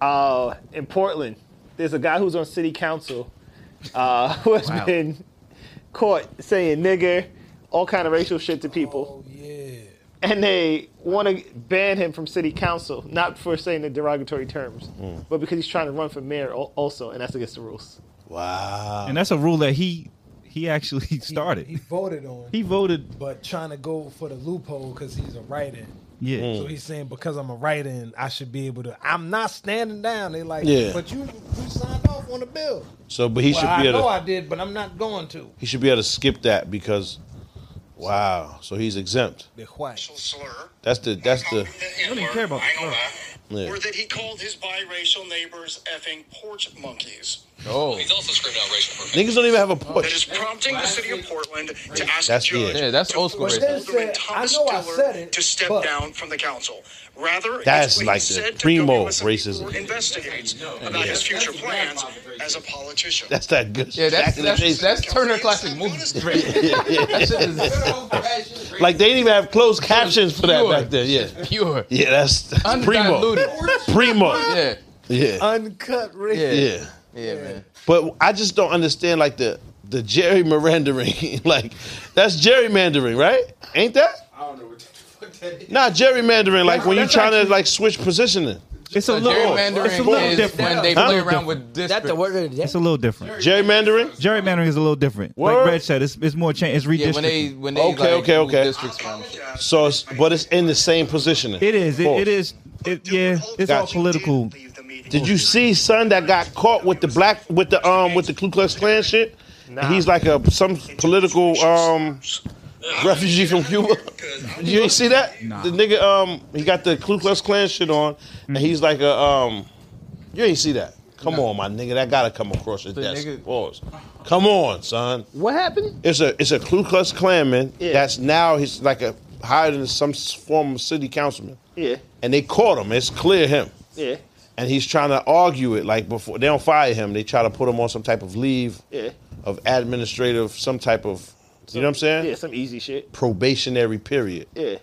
[SPEAKER 4] Uh, in Portland, there's a guy who's on city council uh, who has been caught saying nigger, all kind of racial shit to people,
[SPEAKER 10] Oh yeah.
[SPEAKER 4] and they want to ban him from city council, not for saying the derogatory terms, but because he's trying to run for mayor al- also, and that's against the rules.
[SPEAKER 1] Wow.
[SPEAKER 5] And that's a rule that he he actually started.
[SPEAKER 7] He, he voted on.
[SPEAKER 5] He voted.
[SPEAKER 7] but trying to go for the loophole because he's a writer.
[SPEAKER 5] Yeah.
[SPEAKER 7] So he's saying because I'm a writer, and I should be able to. I'm not standing down. They like,
[SPEAKER 1] Yeah.
[SPEAKER 7] but you you signed off on the bill.
[SPEAKER 1] So, but he
[SPEAKER 7] Well,
[SPEAKER 1] should
[SPEAKER 7] I
[SPEAKER 1] be able.
[SPEAKER 7] know
[SPEAKER 1] To,
[SPEAKER 7] I did, but I'm not going to.
[SPEAKER 1] He should be able to skip that because, wow. So he's exempt.
[SPEAKER 7] The white.
[SPEAKER 13] slur.
[SPEAKER 1] That's the that's the
[SPEAKER 5] don't even care about
[SPEAKER 13] I know
[SPEAKER 5] slur.
[SPEAKER 13] that.
[SPEAKER 1] Yeah.
[SPEAKER 13] Or that he called his biracial neighbors effing porch monkeys.
[SPEAKER 8] oh.
[SPEAKER 14] He's also screamed out racial profanity.
[SPEAKER 1] niggas don't even have a
[SPEAKER 13] That is
[SPEAKER 1] push.
[SPEAKER 13] prompting the city of Portland to ask
[SPEAKER 1] That's
[SPEAKER 13] a judge
[SPEAKER 1] it.
[SPEAKER 8] Yeah, that's
[SPEAKER 13] to
[SPEAKER 8] old school
[SPEAKER 13] force
[SPEAKER 8] racism.
[SPEAKER 13] Alderman
[SPEAKER 7] Then said, I
[SPEAKER 13] Thomas
[SPEAKER 7] know I
[SPEAKER 13] Diller
[SPEAKER 7] said it,
[SPEAKER 13] to step
[SPEAKER 7] but-
[SPEAKER 13] down from the council. Rather, it's
[SPEAKER 1] That's
[SPEAKER 13] what he
[SPEAKER 1] like the
[SPEAKER 13] said to
[SPEAKER 1] primo
[SPEAKER 13] WSFP
[SPEAKER 1] racism.
[SPEAKER 13] Investigates about his future plans as a politician.
[SPEAKER 1] That's that good.
[SPEAKER 8] Yeah, that's
[SPEAKER 1] back in the
[SPEAKER 8] that's,
[SPEAKER 1] days.
[SPEAKER 8] that's Turner Classic Movies. that shit is
[SPEAKER 1] like they didn't even have closed captions for that
[SPEAKER 8] Pure.
[SPEAKER 1] back then. Yeah,
[SPEAKER 8] pure,
[SPEAKER 1] yeah, that's, that's primo.
[SPEAKER 8] undiluted.
[SPEAKER 1] Primo.
[SPEAKER 8] Yeah,
[SPEAKER 1] Yeah,
[SPEAKER 7] Uncut rape.
[SPEAKER 8] yeah, yeah,
[SPEAKER 1] yeah.
[SPEAKER 8] man.
[SPEAKER 1] But I just don't understand like the the gerrymandering. like that's gerrymandering, right? Ain't that?
[SPEAKER 11] I don't know what the fuck that is.
[SPEAKER 1] Not gerrymandering. Like when you're
[SPEAKER 5] That's
[SPEAKER 1] trying to
[SPEAKER 5] actually-
[SPEAKER 1] like switch positioning.
[SPEAKER 5] It's a
[SPEAKER 8] So
[SPEAKER 5] little. It's a little
[SPEAKER 8] gerrymandering is
[SPEAKER 5] different.
[SPEAKER 8] when they
[SPEAKER 1] Huh?
[SPEAKER 8] play around with
[SPEAKER 10] Is that
[SPEAKER 8] districts.
[SPEAKER 10] the word of the day?
[SPEAKER 5] It's a little different.
[SPEAKER 1] Gerrymandering.
[SPEAKER 5] Gerrymandering is a little different.
[SPEAKER 1] Word.
[SPEAKER 5] Like Red said, it's, it's more change. It's redistricting.
[SPEAKER 8] Yeah, when they when they
[SPEAKER 1] Okay,
[SPEAKER 8] like,
[SPEAKER 1] okay,
[SPEAKER 8] move
[SPEAKER 1] okay.
[SPEAKER 8] districts from.
[SPEAKER 1] So, it's, but it's in the same positioning.
[SPEAKER 5] it is. It,
[SPEAKER 1] Pause.
[SPEAKER 5] it is. It, yeah. It's all
[SPEAKER 1] Gotcha.
[SPEAKER 5] political.
[SPEAKER 1] Did you see son that got caught with the black with the um with the Ku Klux Klan shit?
[SPEAKER 4] Nah.
[SPEAKER 1] He's like a some political um refugee from Cuba. You ain't see that?
[SPEAKER 5] Nah.
[SPEAKER 1] The nigga um he got the Ku Klux Klan shit on and he's like a um you ain't see that. Come on, my nigga, that gotta come across your desk.
[SPEAKER 8] nigga-
[SPEAKER 1] Pause. Come on, son.
[SPEAKER 4] What happened?
[SPEAKER 1] It's a it's a Ku Klux Klan man.
[SPEAKER 4] Yeah.
[SPEAKER 1] That's now he's like a higher than some former city councilman,
[SPEAKER 4] Yeah,
[SPEAKER 1] and they caught him. It's clear him
[SPEAKER 4] yeah,
[SPEAKER 1] and he's trying to argue it like before they don't fire him they try to put him on some type of leave
[SPEAKER 4] yeah,
[SPEAKER 1] of administrative some type of you know what i'm saying
[SPEAKER 4] yeah. Some easy shit.
[SPEAKER 1] probationary period
[SPEAKER 4] Yeah.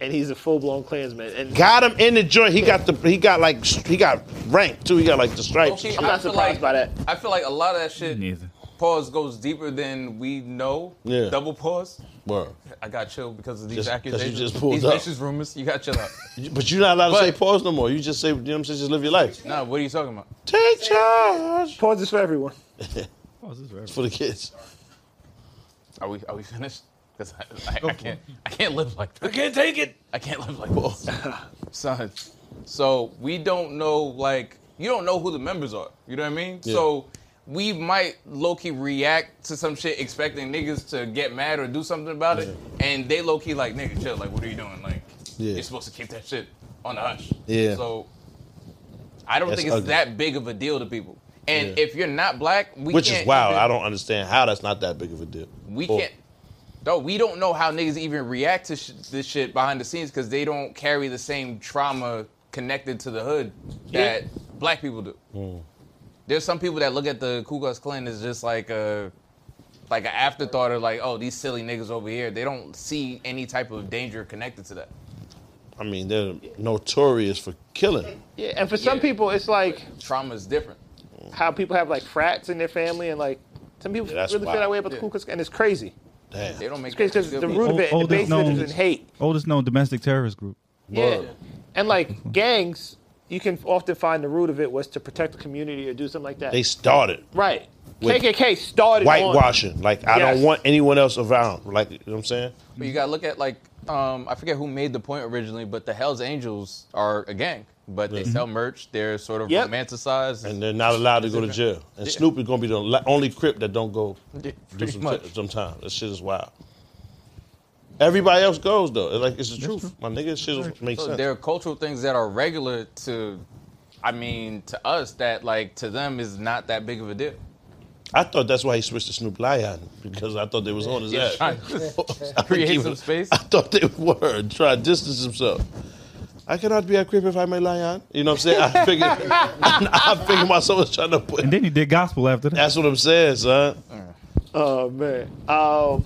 [SPEAKER 4] And he's a full blown Klansman. And
[SPEAKER 1] got him in the joint he got the he got like he got ranked too he got like the stripes
[SPEAKER 8] Okay,
[SPEAKER 4] I'm not
[SPEAKER 8] feel
[SPEAKER 4] surprised by
[SPEAKER 8] like-
[SPEAKER 4] that.
[SPEAKER 8] I feel like a lot of that shit.
[SPEAKER 5] Neither.
[SPEAKER 8] Pause goes deeper than we know.
[SPEAKER 1] Yeah.
[SPEAKER 8] Double pause.
[SPEAKER 1] Word.
[SPEAKER 8] I got chill because of these
[SPEAKER 1] Just- 'cause you
[SPEAKER 8] accusations.
[SPEAKER 1] just pulled
[SPEAKER 8] these
[SPEAKER 1] up.
[SPEAKER 8] vicious rumors. You got chill out.
[SPEAKER 1] but you're not allowed to
[SPEAKER 8] But-
[SPEAKER 1] say pause no more you just say you know what i'm saying just live your life
[SPEAKER 8] nah, what are you talking about?
[SPEAKER 1] take charge
[SPEAKER 4] pause this for everyone.
[SPEAKER 5] Oh,
[SPEAKER 1] for the kids
[SPEAKER 8] Are we are we finished? Because I, I, I can't I can't live like this. I can't take it. I can't live like this, son. So we don't know like you don't know who the members are. You know what I mean?
[SPEAKER 1] Yeah.
[SPEAKER 8] So we might low key react to some shit expecting niggas to get mad or do something about it, and they low key like nigga chill. Like what are you doing? Like
[SPEAKER 1] Yeah.
[SPEAKER 8] you're supposed to keep that shit on the hush.
[SPEAKER 1] Yeah.
[SPEAKER 8] So I don't
[SPEAKER 1] That's
[SPEAKER 8] think it's
[SPEAKER 1] ugly.
[SPEAKER 8] that big of a deal to people. And
[SPEAKER 1] Yeah.
[SPEAKER 8] if you're not black, we
[SPEAKER 1] Which
[SPEAKER 8] can't
[SPEAKER 1] is wild.
[SPEAKER 8] even-
[SPEAKER 1] I Oh. don't understand how that's not that big of a deal.
[SPEAKER 8] We
[SPEAKER 1] Or-
[SPEAKER 8] can't. Though we don't know how niggas even react to sh- this shit behind the scenes because they don't carry the same trauma connected to the hood that black people do.
[SPEAKER 1] Mm.
[SPEAKER 8] There's some people that look at the Ku Klux Klan as just like a like an afterthought or like, oh, these silly niggas over here. They don't see any type of danger connected to that.
[SPEAKER 1] I mean, they're notorious for killing.
[SPEAKER 2] Yeah, and for some people, it's like
[SPEAKER 8] trauma is different.
[SPEAKER 2] How people have like frats in their family, and like some people
[SPEAKER 1] Yeah, that's
[SPEAKER 2] really
[SPEAKER 1] wild.
[SPEAKER 2] feel that way about the Ku Klux, and it's crazy.
[SPEAKER 1] Damn.
[SPEAKER 8] They don't make
[SPEAKER 2] It's crazy because the root of it,
[SPEAKER 5] Ol-
[SPEAKER 2] the basis
[SPEAKER 5] known,
[SPEAKER 2] is in hate.
[SPEAKER 5] Oldest known domestic terrorist group.
[SPEAKER 2] Yeah, and like gangs, you can often find the root of it was to protect the community or do something like that.
[SPEAKER 1] They started
[SPEAKER 2] right.
[SPEAKER 1] with
[SPEAKER 2] KKK started on-
[SPEAKER 1] whitewashing. Like, I don't
[SPEAKER 2] Yes.
[SPEAKER 1] want anyone else around. Like, you know what I'm saying?
[SPEAKER 8] But you gotta look at like um, I forget who made the point originally, but the Hell's Angels are a gang, but they sell merch. They're sort of romanticized.
[SPEAKER 1] Mm-hmm. And they're not allowed to go to jail. And
[SPEAKER 8] Yeah.
[SPEAKER 1] Snoop is going to be the la- only Crip that don't go
[SPEAKER 8] Yeah,
[SPEAKER 1] do
[SPEAKER 8] pretty
[SPEAKER 1] some,
[SPEAKER 8] much.
[SPEAKER 1] shit sometime. That shit is wild. Everybody else goes, though. It's like, it's the truth. My nigga, shit is- makes
[SPEAKER 8] So
[SPEAKER 1] sense.
[SPEAKER 8] There are cultural things that are regular to, I mean, to us that like to them is not that big of a deal.
[SPEAKER 1] I thought that's why he switched to Snoop Lion because I thought they was on his
[SPEAKER 8] Yeah,
[SPEAKER 1] ass.
[SPEAKER 8] trying
[SPEAKER 1] I
[SPEAKER 8] to
[SPEAKER 1] think he
[SPEAKER 8] create some
[SPEAKER 1] was-
[SPEAKER 8] space.
[SPEAKER 1] I thought they were trying to distance himself. I cannot be a creep if I'm a lion. You know what I'm saying? I figured, I, I figured myself was trying to put. And
[SPEAKER 5] then he did gospel after that.
[SPEAKER 1] That's what I'm saying, son.
[SPEAKER 2] Oh man. Um,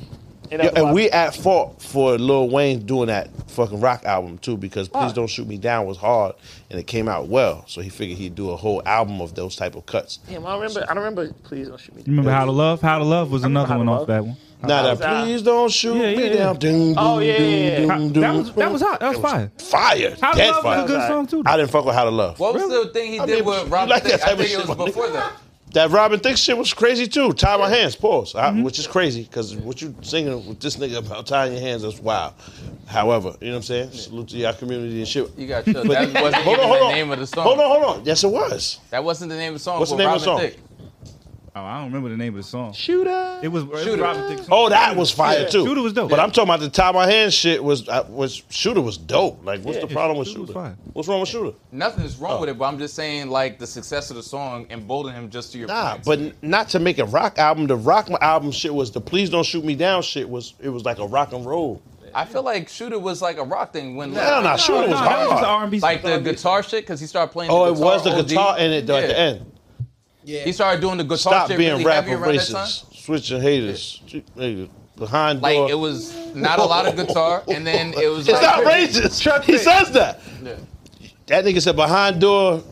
[SPEAKER 2] and,
[SPEAKER 1] Yo, and we at fault for Lil Wayne doing that fucking rock album too because Please Don't Shoot Me Down was hard and it came out well. So he figured he'd do a whole album of those type of cuts.
[SPEAKER 2] Damn, I don't remember. I don't remember. Please don't shoot me.
[SPEAKER 5] You remember How to Love? How to Love was another one off Uh-huh. that one.
[SPEAKER 1] Now that Please Don't Shoot Me Down. Doom,
[SPEAKER 2] Oh,
[SPEAKER 1] doom,
[SPEAKER 2] yeah, yeah,
[SPEAKER 1] doom,
[SPEAKER 2] yeah.
[SPEAKER 1] doom,
[SPEAKER 5] That was
[SPEAKER 1] doom.
[SPEAKER 5] that was hot. That was fire.
[SPEAKER 1] Fire.
[SPEAKER 5] How to
[SPEAKER 1] Dead
[SPEAKER 5] Love was a
[SPEAKER 1] fire.
[SPEAKER 5] good That was song, too.
[SPEAKER 1] I didn't fuck with How to Love.
[SPEAKER 8] What was the thing he
[SPEAKER 1] I
[SPEAKER 8] did
[SPEAKER 1] mean,
[SPEAKER 8] with
[SPEAKER 1] you
[SPEAKER 8] Robin?
[SPEAKER 1] like that
[SPEAKER 8] Thicke?
[SPEAKER 1] type
[SPEAKER 8] I
[SPEAKER 1] of
[SPEAKER 8] think
[SPEAKER 1] shit,
[SPEAKER 8] it was
[SPEAKER 1] my
[SPEAKER 8] before that.
[SPEAKER 1] That Robin Thicke shit was crazy too. Tie my hands, pause. I,
[SPEAKER 5] Mm-hmm.
[SPEAKER 1] Which is crazy because what you singing with this nigga about tying your hands is wild. However, you know what I'm saying? Salute to your community and shit.
[SPEAKER 8] You got chill. That wasn't even the name of the song.
[SPEAKER 1] Hold on, hold on. Yes, it was.
[SPEAKER 8] That wasn't the name of the song.
[SPEAKER 1] What's the
[SPEAKER 8] with
[SPEAKER 1] name of the
[SPEAKER 8] Robin
[SPEAKER 1] song?
[SPEAKER 8] Thicke.
[SPEAKER 5] Oh, I don't remember the name of the song.
[SPEAKER 2] Shooter.
[SPEAKER 5] It was, it was
[SPEAKER 8] Shooter.
[SPEAKER 5] Robin Thicke's
[SPEAKER 1] Oh, that was fire
[SPEAKER 5] Yeah.
[SPEAKER 1] too.
[SPEAKER 5] Shooter was dope.
[SPEAKER 1] But I'm talking about the tie my hands shit was uh, was shooter was dope. Like, what's
[SPEAKER 8] Yeah.
[SPEAKER 1] the problem with
[SPEAKER 8] Shooter was
[SPEAKER 1] shooter?
[SPEAKER 8] fire.
[SPEAKER 1] What's wrong with shooter?
[SPEAKER 8] Nothing is
[SPEAKER 1] Oh.
[SPEAKER 8] wrong with it, but I'm just saying like the success of the song emboldened him just to your
[SPEAKER 1] Nah,
[SPEAKER 8] point.
[SPEAKER 1] but n- not to make a rock album. The rock album shit was the please don't shoot me down shit was it was like a rock and roll.
[SPEAKER 8] I feel like Shooter was like a rock thing when.
[SPEAKER 1] No,
[SPEAKER 8] like,
[SPEAKER 1] no, No, Shooter was no, that was hard. just R&B
[SPEAKER 8] Like
[SPEAKER 1] stuff.
[SPEAKER 8] the guitar shit, because he started playing.
[SPEAKER 1] Oh,
[SPEAKER 8] the
[SPEAKER 1] it was the
[SPEAKER 8] OD.
[SPEAKER 1] guitar in it though at
[SPEAKER 8] Yeah.
[SPEAKER 1] the end.
[SPEAKER 8] He started doing the guitar
[SPEAKER 1] Stop
[SPEAKER 8] shit
[SPEAKER 1] being
[SPEAKER 8] really
[SPEAKER 1] rapper
[SPEAKER 8] heavy around that time.
[SPEAKER 1] racist. Switching haters. Shit, nigga, Behind
[SPEAKER 8] Like
[SPEAKER 1] door.
[SPEAKER 8] it was not a lot of guitar, and then it was.
[SPEAKER 1] It's
[SPEAKER 8] like,
[SPEAKER 1] not racist. He says that.
[SPEAKER 8] Yeah.
[SPEAKER 1] That nigga said behind door.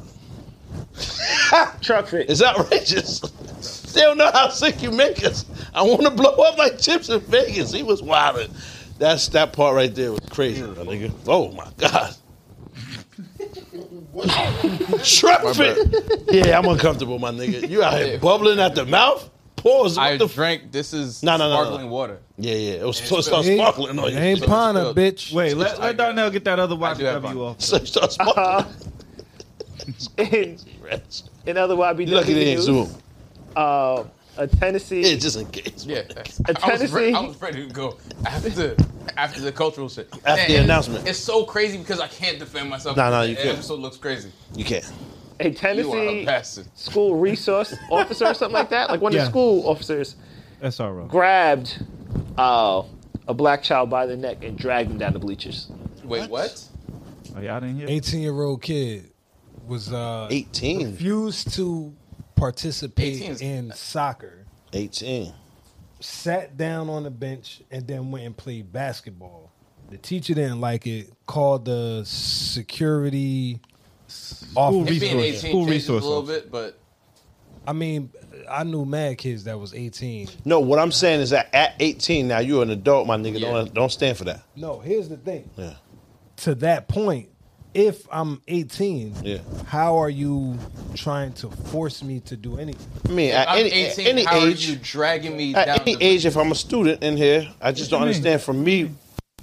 [SPEAKER 2] Truck fit.
[SPEAKER 1] It's outrageous. they don't know how sick you make us. I want to blow up like chips in Vegas. He was wilding. That's that part right there was crazy, my nigga. Oh my god. Shrug fit. Yeah, I'm uncomfortable, my nigga. You out here bubbling at the mouth? Pause.
[SPEAKER 8] I
[SPEAKER 1] What the
[SPEAKER 8] drank. This is
[SPEAKER 1] No, no, no, no.
[SPEAKER 8] sparkling water.
[SPEAKER 1] Yeah, yeah. It was
[SPEAKER 8] And
[SPEAKER 1] supposed to start
[SPEAKER 8] it's spilled.
[SPEAKER 1] sparkling on you.
[SPEAKER 8] It ain't Pana,
[SPEAKER 5] bitch. Wait, let, let Darnell get that other YW off.
[SPEAKER 1] So it starts sparkling.
[SPEAKER 2] Uh, in, in other YB
[SPEAKER 1] You lucky they ain't Zoom.
[SPEAKER 2] Uh, a Tennessee.
[SPEAKER 1] Yeah, just in case.
[SPEAKER 8] Yeah,
[SPEAKER 2] A
[SPEAKER 8] I was, re-
[SPEAKER 2] Tennessee-
[SPEAKER 8] I was ready to go after after the cultural shit.
[SPEAKER 1] After the
[SPEAKER 8] it's-
[SPEAKER 1] announcement.
[SPEAKER 8] it's so crazy because I can't defend myself.
[SPEAKER 1] No, no,
[SPEAKER 8] The
[SPEAKER 1] you can't.
[SPEAKER 8] Episode looks crazy.
[SPEAKER 1] You can't.
[SPEAKER 2] a
[SPEAKER 8] You are a
[SPEAKER 2] Tennessee
[SPEAKER 8] bastard.
[SPEAKER 2] school resource officer or something like that. Like one of
[SPEAKER 5] Yeah.
[SPEAKER 2] the school officers
[SPEAKER 5] That's all right.
[SPEAKER 2] grabbed uh, a black child by the neck and dragged him down the bleachers.
[SPEAKER 8] Wait, what?
[SPEAKER 5] Oh, y'all didn't hear?
[SPEAKER 7] 18 year old kid was uh
[SPEAKER 1] 18.
[SPEAKER 7] refused to
[SPEAKER 8] 18
[SPEAKER 7] participate
[SPEAKER 8] is-
[SPEAKER 7] in soccer
[SPEAKER 1] 18.
[SPEAKER 7] sat down on the bench and then went and played basketball the teacher didn't like it called the security
[SPEAKER 5] School
[SPEAKER 7] office
[SPEAKER 8] It being
[SPEAKER 5] resource.
[SPEAKER 8] 18
[SPEAKER 5] School
[SPEAKER 8] changes a
[SPEAKER 5] resource
[SPEAKER 8] little bit, but
[SPEAKER 7] i mean i knew mad kids that was 18
[SPEAKER 1] No, what I'm saying is that at 18 now you're an adult, my nigga. Don't don't stand for that.
[SPEAKER 7] no here's the thing
[SPEAKER 1] Yeah.
[SPEAKER 7] to that point if i'm 18
[SPEAKER 1] Yeah.
[SPEAKER 7] how are you trying to force me to do anything
[SPEAKER 1] I mean,
[SPEAKER 7] If
[SPEAKER 1] at
[SPEAKER 7] I'm
[SPEAKER 1] any,
[SPEAKER 7] 18,
[SPEAKER 1] at any
[SPEAKER 7] how are
[SPEAKER 1] age,
[SPEAKER 7] you
[SPEAKER 8] dragging me
[SPEAKER 1] at
[SPEAKER 7] down
[SPEAKER 1] any
[SPEAKER 7] the-
[SPEAKER 1] age, if I'm a student in here, I just don't understand. For me,